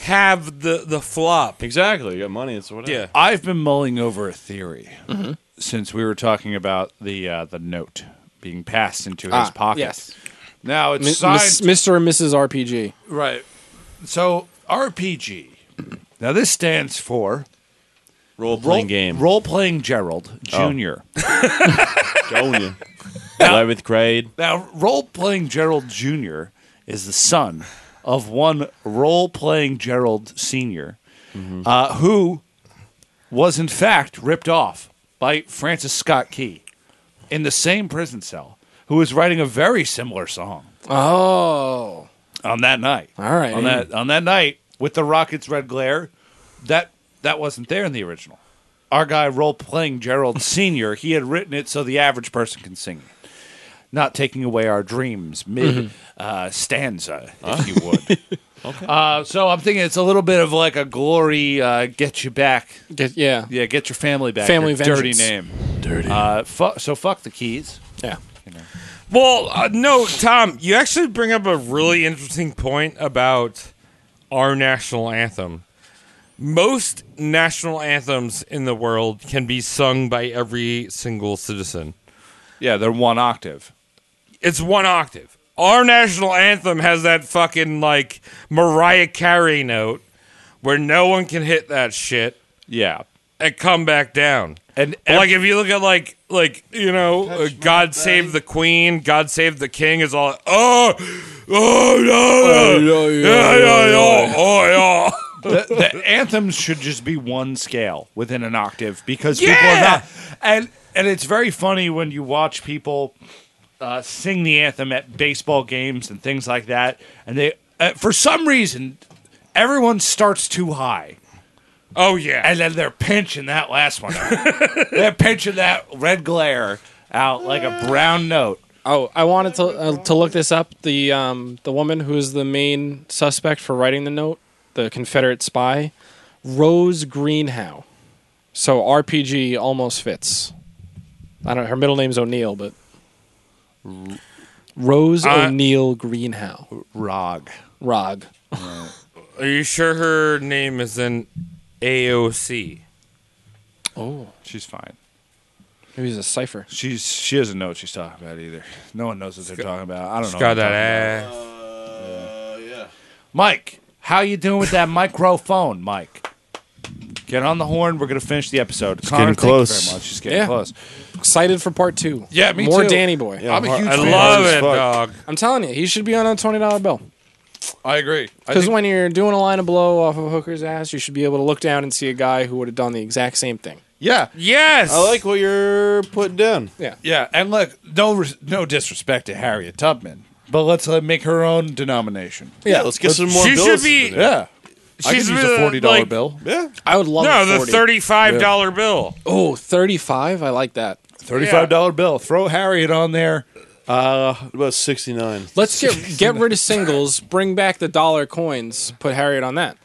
G: have the the flop.
N: Exactly. You got money, it's whatever.
G: Yeah.
F: I've been mulling over a theory
I: Mm-hmm.
G: Mhm.
F: since we were talking about the uh, the note being passed into
I: Ah,
F: his pocket.
I: yes.
F: Now it's
I: Mi- Miss-
F: science-
I: Mr. and Mrs. RPG.
F: Right. So RPG. Now this stands for
N: role
F: playing game.
N: [laughs]
F: Oh. Role playing Gerald Junior.
N: Junior. Eleventh grade.
F: Now role playing Gerald Junior is the son of one role playing Gerald Senior, uh, who was in fact ripped off by Francis Scott Key in the same prison cell, who was writing a very similar song.
I: Oh.
F: on that night.
I: All right.
F: On that on that night with the Rockets red glare, that that wasn't there in the original. Our guy role playing [laughs] Gerald Senior, he had written it so the average person can sing it. Not taking away our dreams mid
J: Mhm.
F: uh, stanza, if you would. [laughs] okay. Uh, so I'm thinking it's a little bit of like a glory uh, get you back.
I: Get, yeah.
F: Yeah, get your family back.
I: Family
F: your dirty
I: vengeance.
F: name. Dirty. Uh, fu- so fuck the keys.
I: Yeah.
G: Well, uh, no, Tom, you actually bring up a really interesting point about our national anthem. Most national anthems in the world can be sung by every single citizen.
F: Yeah, they're one octave.
G: It's one octave. Our national anthem has that fucking like Mariah Carey note where no one can hit that shit.
F: Yeah.
G: And come back down. And like if you look at like like you know uh, God save the queen, God save the king is all oh oh no, no, Oh, yeah, yeah, yeah, oh yeah.
F: the, the anthems should just be one scale within an octave because people are not and and it's very funny when you watch people uh, sing the anthem at baseball games and things like that and they uh, for some reason everyone starts too high
G: oh yeah
F: and then they're pinching that last one
G: [laughs]
F: out. they're pinching that red glare out like a brown note
I: Oh, I wanted to uh, to look this up. The um the woman who is the main suspect for writing the note, the Confederate spy, Rose Greenhow. So RPG almost fits. I don't. Her middle name's O'Neill, but Rose
G: Uh,
I: O'Neill Greenhow.
F: Rog.
I: Rog.
G: [laughs] Are you sure her name is in AOC?
I: Oh,
F: she's fine.
I: Maybe it's a cipher.
F: She's she doesn't know what she's talking about either. No one knows what they're talking about. I don't know.
G: She's got
F: what I'm
G: that
F: talking about. Mike, how you doing with that [laughs] microphone, Mike? Get on the horn. We're gonna finish the episode. It's
N: getting
F: Thank
N: close.
F: you very much. It's getting
I: Yeah.
F: close.
I: Excited for part two.
F: Yeah, me
I: More
F: too.
I: Danny Boy.
F: Yeah, I'm a huge
G: I fan. love it, dog.
I: I'm telling you, he should be on a twenty dollar bill.
K: I agree. I
I: Because
K: think-
I: when you're doing a line of blow off of a hooker's ass, you should be able to look down and see a guy who would have done the exact same thing.
K: Yeah.
G: Yes.
N: I like what you're putting down.
I: Yeah.
F: Yeah, and look, no res- no disrespect to Harriet Tubman, but let's uh, make her own denomination.
N: Yeah, let's get some more
G: She
N: bills
G: should be.
F: Yeah,
G: She's really, like-
N: Yeah.
I: I would love
G: no,
I: a
G: the
I: 40.
G: thirty-five dollar bill.
I: Oh, 35? I like that.
F: thirty-five dollar bill. Throw Harriet on there.
N: What about 69?
I: Let's get get rid of singles, bring back the dollar coins, put Harriet on that.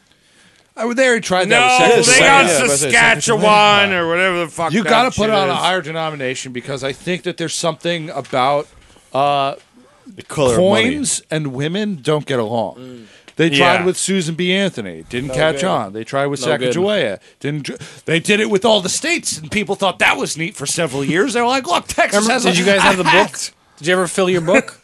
K: I would. They already tried
G: No,
K: that. with
G: Oh, they
K: Saturday
G: got
K: Night Live.
G: Saskatchewan or whatever the fuck.
K: You
G: that
K: got to put
G: shit
K: on a
G: is.
K: higher denomination because I think that there's something about uh,
N: The color of money.
K: coins and women don't get along. They tried
F: Yeah.
K: with Susan B. Anthony, didn't catch
I: Mm. good.
K: on. They tried with
I: No good.
K: Sacagawea, didn't. dr- They did it with all the states, and people thought that was neat for several years. They were like, "Look, Texas has."
I: did
K: a-
F: [laughs]
I: you guys have the
K: I-
I: book? Did you ever fill your book?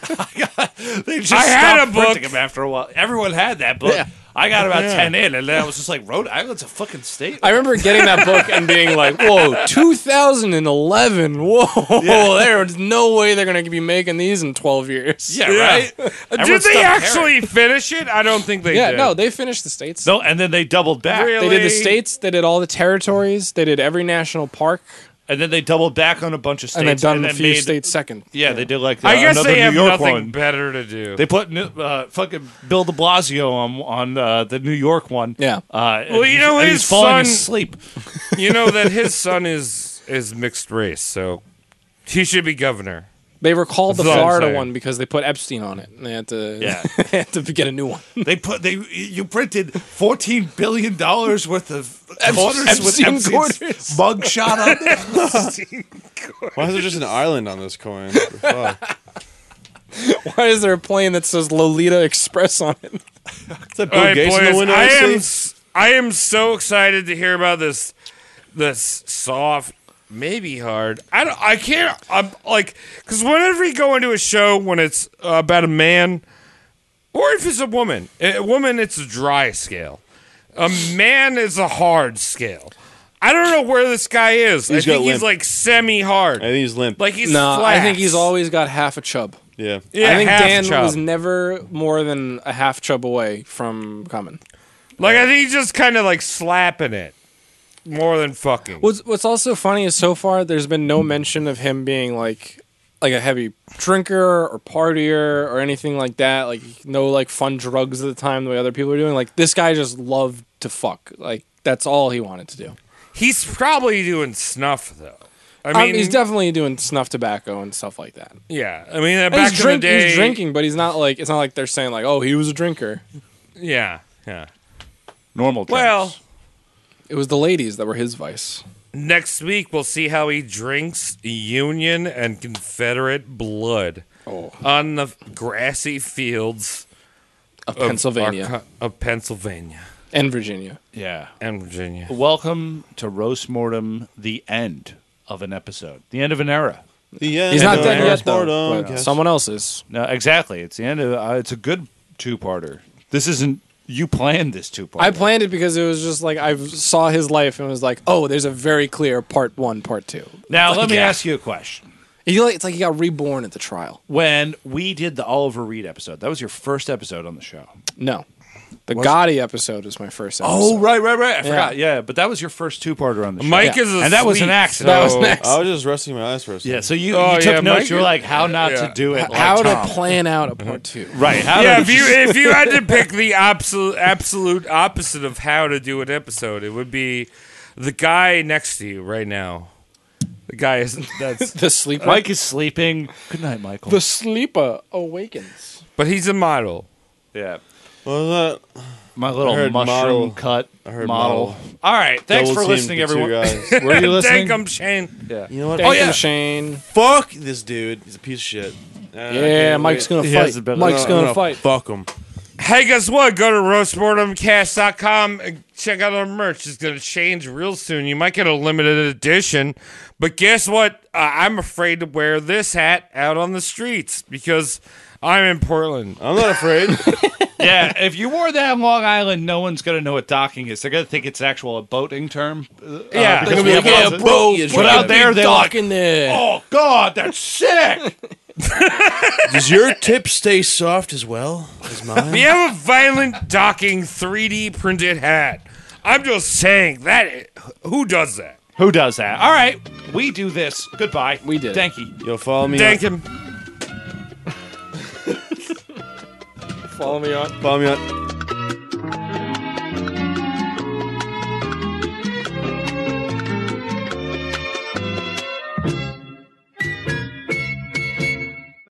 F: They just
G: I had
F: stopped
G: a book.
F: printing 'em after a while. Everyone had that book. I got about
G: Yeah.
F: ten in, and then I was just like, Rhode Island's a fucking state.
I: I remember getting that book and being like, whoa, 2011. Whoa, there's no way they're going to be making these in 12 years.
F: yeah,
G: Yeah.
F: right.
G: Did
F: Everyone
G: they
F: stopped
G: actually finish it? I don't think they
I: Yeah,
G: did.
I: no, they finished the states.
F: So, and then they doubled back.
G: Really?
I: They did the states. They did all the territories. They did every national park.
F: and then they doubled back on a bunch of states
I: And they've done a
F: then
I: few
F: made-
I: states second.
F: Yeah, they did like. The,
G: I guess
F: another
G: they
F: New
G: have
F: York
G: nothing
F: one.
G: better to do.
F: They put new, uh, fucking Bill De Blasio on on uh, the New York one.
I: Yeah.
F: Uh, and
G: Well, you
F: he's-
G: know
F: and
G: his
F: he's falling
G: son-
F: asleep.
G: you know that his son is is mixed race, so he should be governor.
I: They recalled the
G: That's what I'm
I: Florida
G: saying.
I: one because they put Epstein on it, and they had to [laughs]
F: Yeah.
I: they had to get a
G: [laughs]
I: new one.
A: They put they you printed fourteen billion dollars worth
I: [laughs]
A: of quarters with
I: Epstein
A: Epstein's
G: [laughs]
I: quarters.
A: mug shot on it.
N: Why is there just an island on this [laughs] coin? Fuck.
I: Why is there a plane that says Lolita Express on it?
N: Is that Bill
G: All right,
N: Oh, Gates in
G: boys,
N: the window?
G: I am
N: see?
G: s- I am so excited to hear about this this soft maybe hard. I don't I can't I'm like cuz whenever you go into a show when it's uh, about a man or if it's a woman, a woman it's a dry scale. A man is a hard scale. I don't know where this guy is. I
N: He's got
G: think he's
N: limp.
G: like semi hard.
N: I think he's limp.
G: Like he's
I: no, I think he's
G: flat.
I: always got half a chub.
N: yeah.
G: Yeah,
I: I think
G: half
I: Dan
G: chub.
I: was never more than a half chub away from coming.
G: like I think he's just kind of like slapping it more than fucking.
I: What's What's also funny is so far there's been no mention of him being like like a heavy drinker or partier or anything like that. Like no like fun drugs at the time the way other people are doing. Like this guy just loved to fuck. Like that's all he wanted to do.
G: He's probably doing snuff though. I
I: I
G: mean,
I: mean, Um, he's definitely doing snuff tobacco and stuff like that.
G: yeah. I mean, uh,
I: And
G: back
I: he's,
G: in
I: drink-
G: the day,
I: he's drinking, but he's not like it's not like they're saying like, oh, he was a drinker.
G: Yeah, yeah.
F: Normal. Trends.
G: Well,
I: It was the ladies that were his vice.
G: next week we'll see how he drinks Union and Confederate blood
I: Oh,
G: on the grassy fields
I: of
G: of
I: Pennsylvania
G: our co- of Pennsylvania
I: and Virginia.
F: yeah.
G: and Virginia.
F: Welcome to roast mortem, the end of an episode, the end of an era.
N: The end
I: He's not
N: of
I: dead yet
N: Rosemont
I: though. but
N: Downcast.
I: Someone else is.
F: No, exactly. It's the end of. Uh, it's a good two-parter. This isn't. You planned this two-parter.
I: I planned it because it was just like I saw his life and was like, oh, there's a very clear part one, part two.
F: Now let me ask you a question.
I: He like, it's like he got reborn at the trial.
F: When we did the Oliver Reed episode, that was your first episode on the show.
I: No, the Gotti episode is my first. episode.
F: Oh, right, right, right. I
I: forgot.
F: Yeah, but that was your first two-parter on the show.
G: Mike
I: Yeah.
G: is,
F: And that was an
G: asleep,
F: accident.
I: That was
G: so-
I: next.
N: I was just resting my eyes for a second.
F: Yeah, so you,
G: Oh,
F: you took
G: yeah,
F: notes.
G: Mike-
F: you were like, how not
G: yeah.
F: to do it. Like
I: How
F: oh, Tom. Mm-hmm.
I: to plan out a part two?
F: [laughs] Right. How
G: yeah,
F: to
G: if you if you had to pick the absolute absolute opposite of how to do an episode, it would be the guy next to you right now. The guy is that's [laughs]
I: The
F: [laughs]
I: sleeper.
F: Mike is sleeping. Good night, Michael.
I: the sleeper awakens.
G: but he's a model.
F: yeah.
N: What was that?
F: My little
N: I heard
F: mushroom
N: model.
F: cut
N: I heard
F: model.
N: model.
F: All right. Thanks
N: Double
F: for
N: teamed
F: listening,
N: the two
F: everyone.
N: guys.
F: [laughs] Were you
G: Thank
F: listening?
G: him, Shane.
N: you know
F: Oh,
N: what?
I: Thank
G: yeah.
I: you, Shane.
N: Fuck this dude. He's a piece of shit.
I: Yeah, Mike's gonna
F: He has
I: fight.
F: the better-
I: Mike's
F: No,
I: gonna
N: no,
I: fight.
N: Fuck him.
G: Hey, guess what? Go to roastmortemcast.com and check out our merch. It's going to change real soon. You might get a limited edition, but guess what? Uh, I'm afraid to wear this hat out on the streets because I'm in Portland.
N: I'm not afraid.
F: yeah. If you wore that on Long Island, no one's going to know what docking is. They're going to think it's actual a boating term. Uh,
G: Yeah.
F: because we have lots of-
I: bro.
F: But out there, they're like,
I: in there.
F: oh, God, that's sick.
N: Does your tip stay soft as well as mine?
G: We have a violent docking 3D printed hat. I'm just saying that. Who does that?
F: [laughs] Who does that? All right. We do this. Goodbye.
I: We did it.
F: Thank you.
N: Yo, follow me.
G: Thank him.
I: Follow me on.
N: On, follow me on.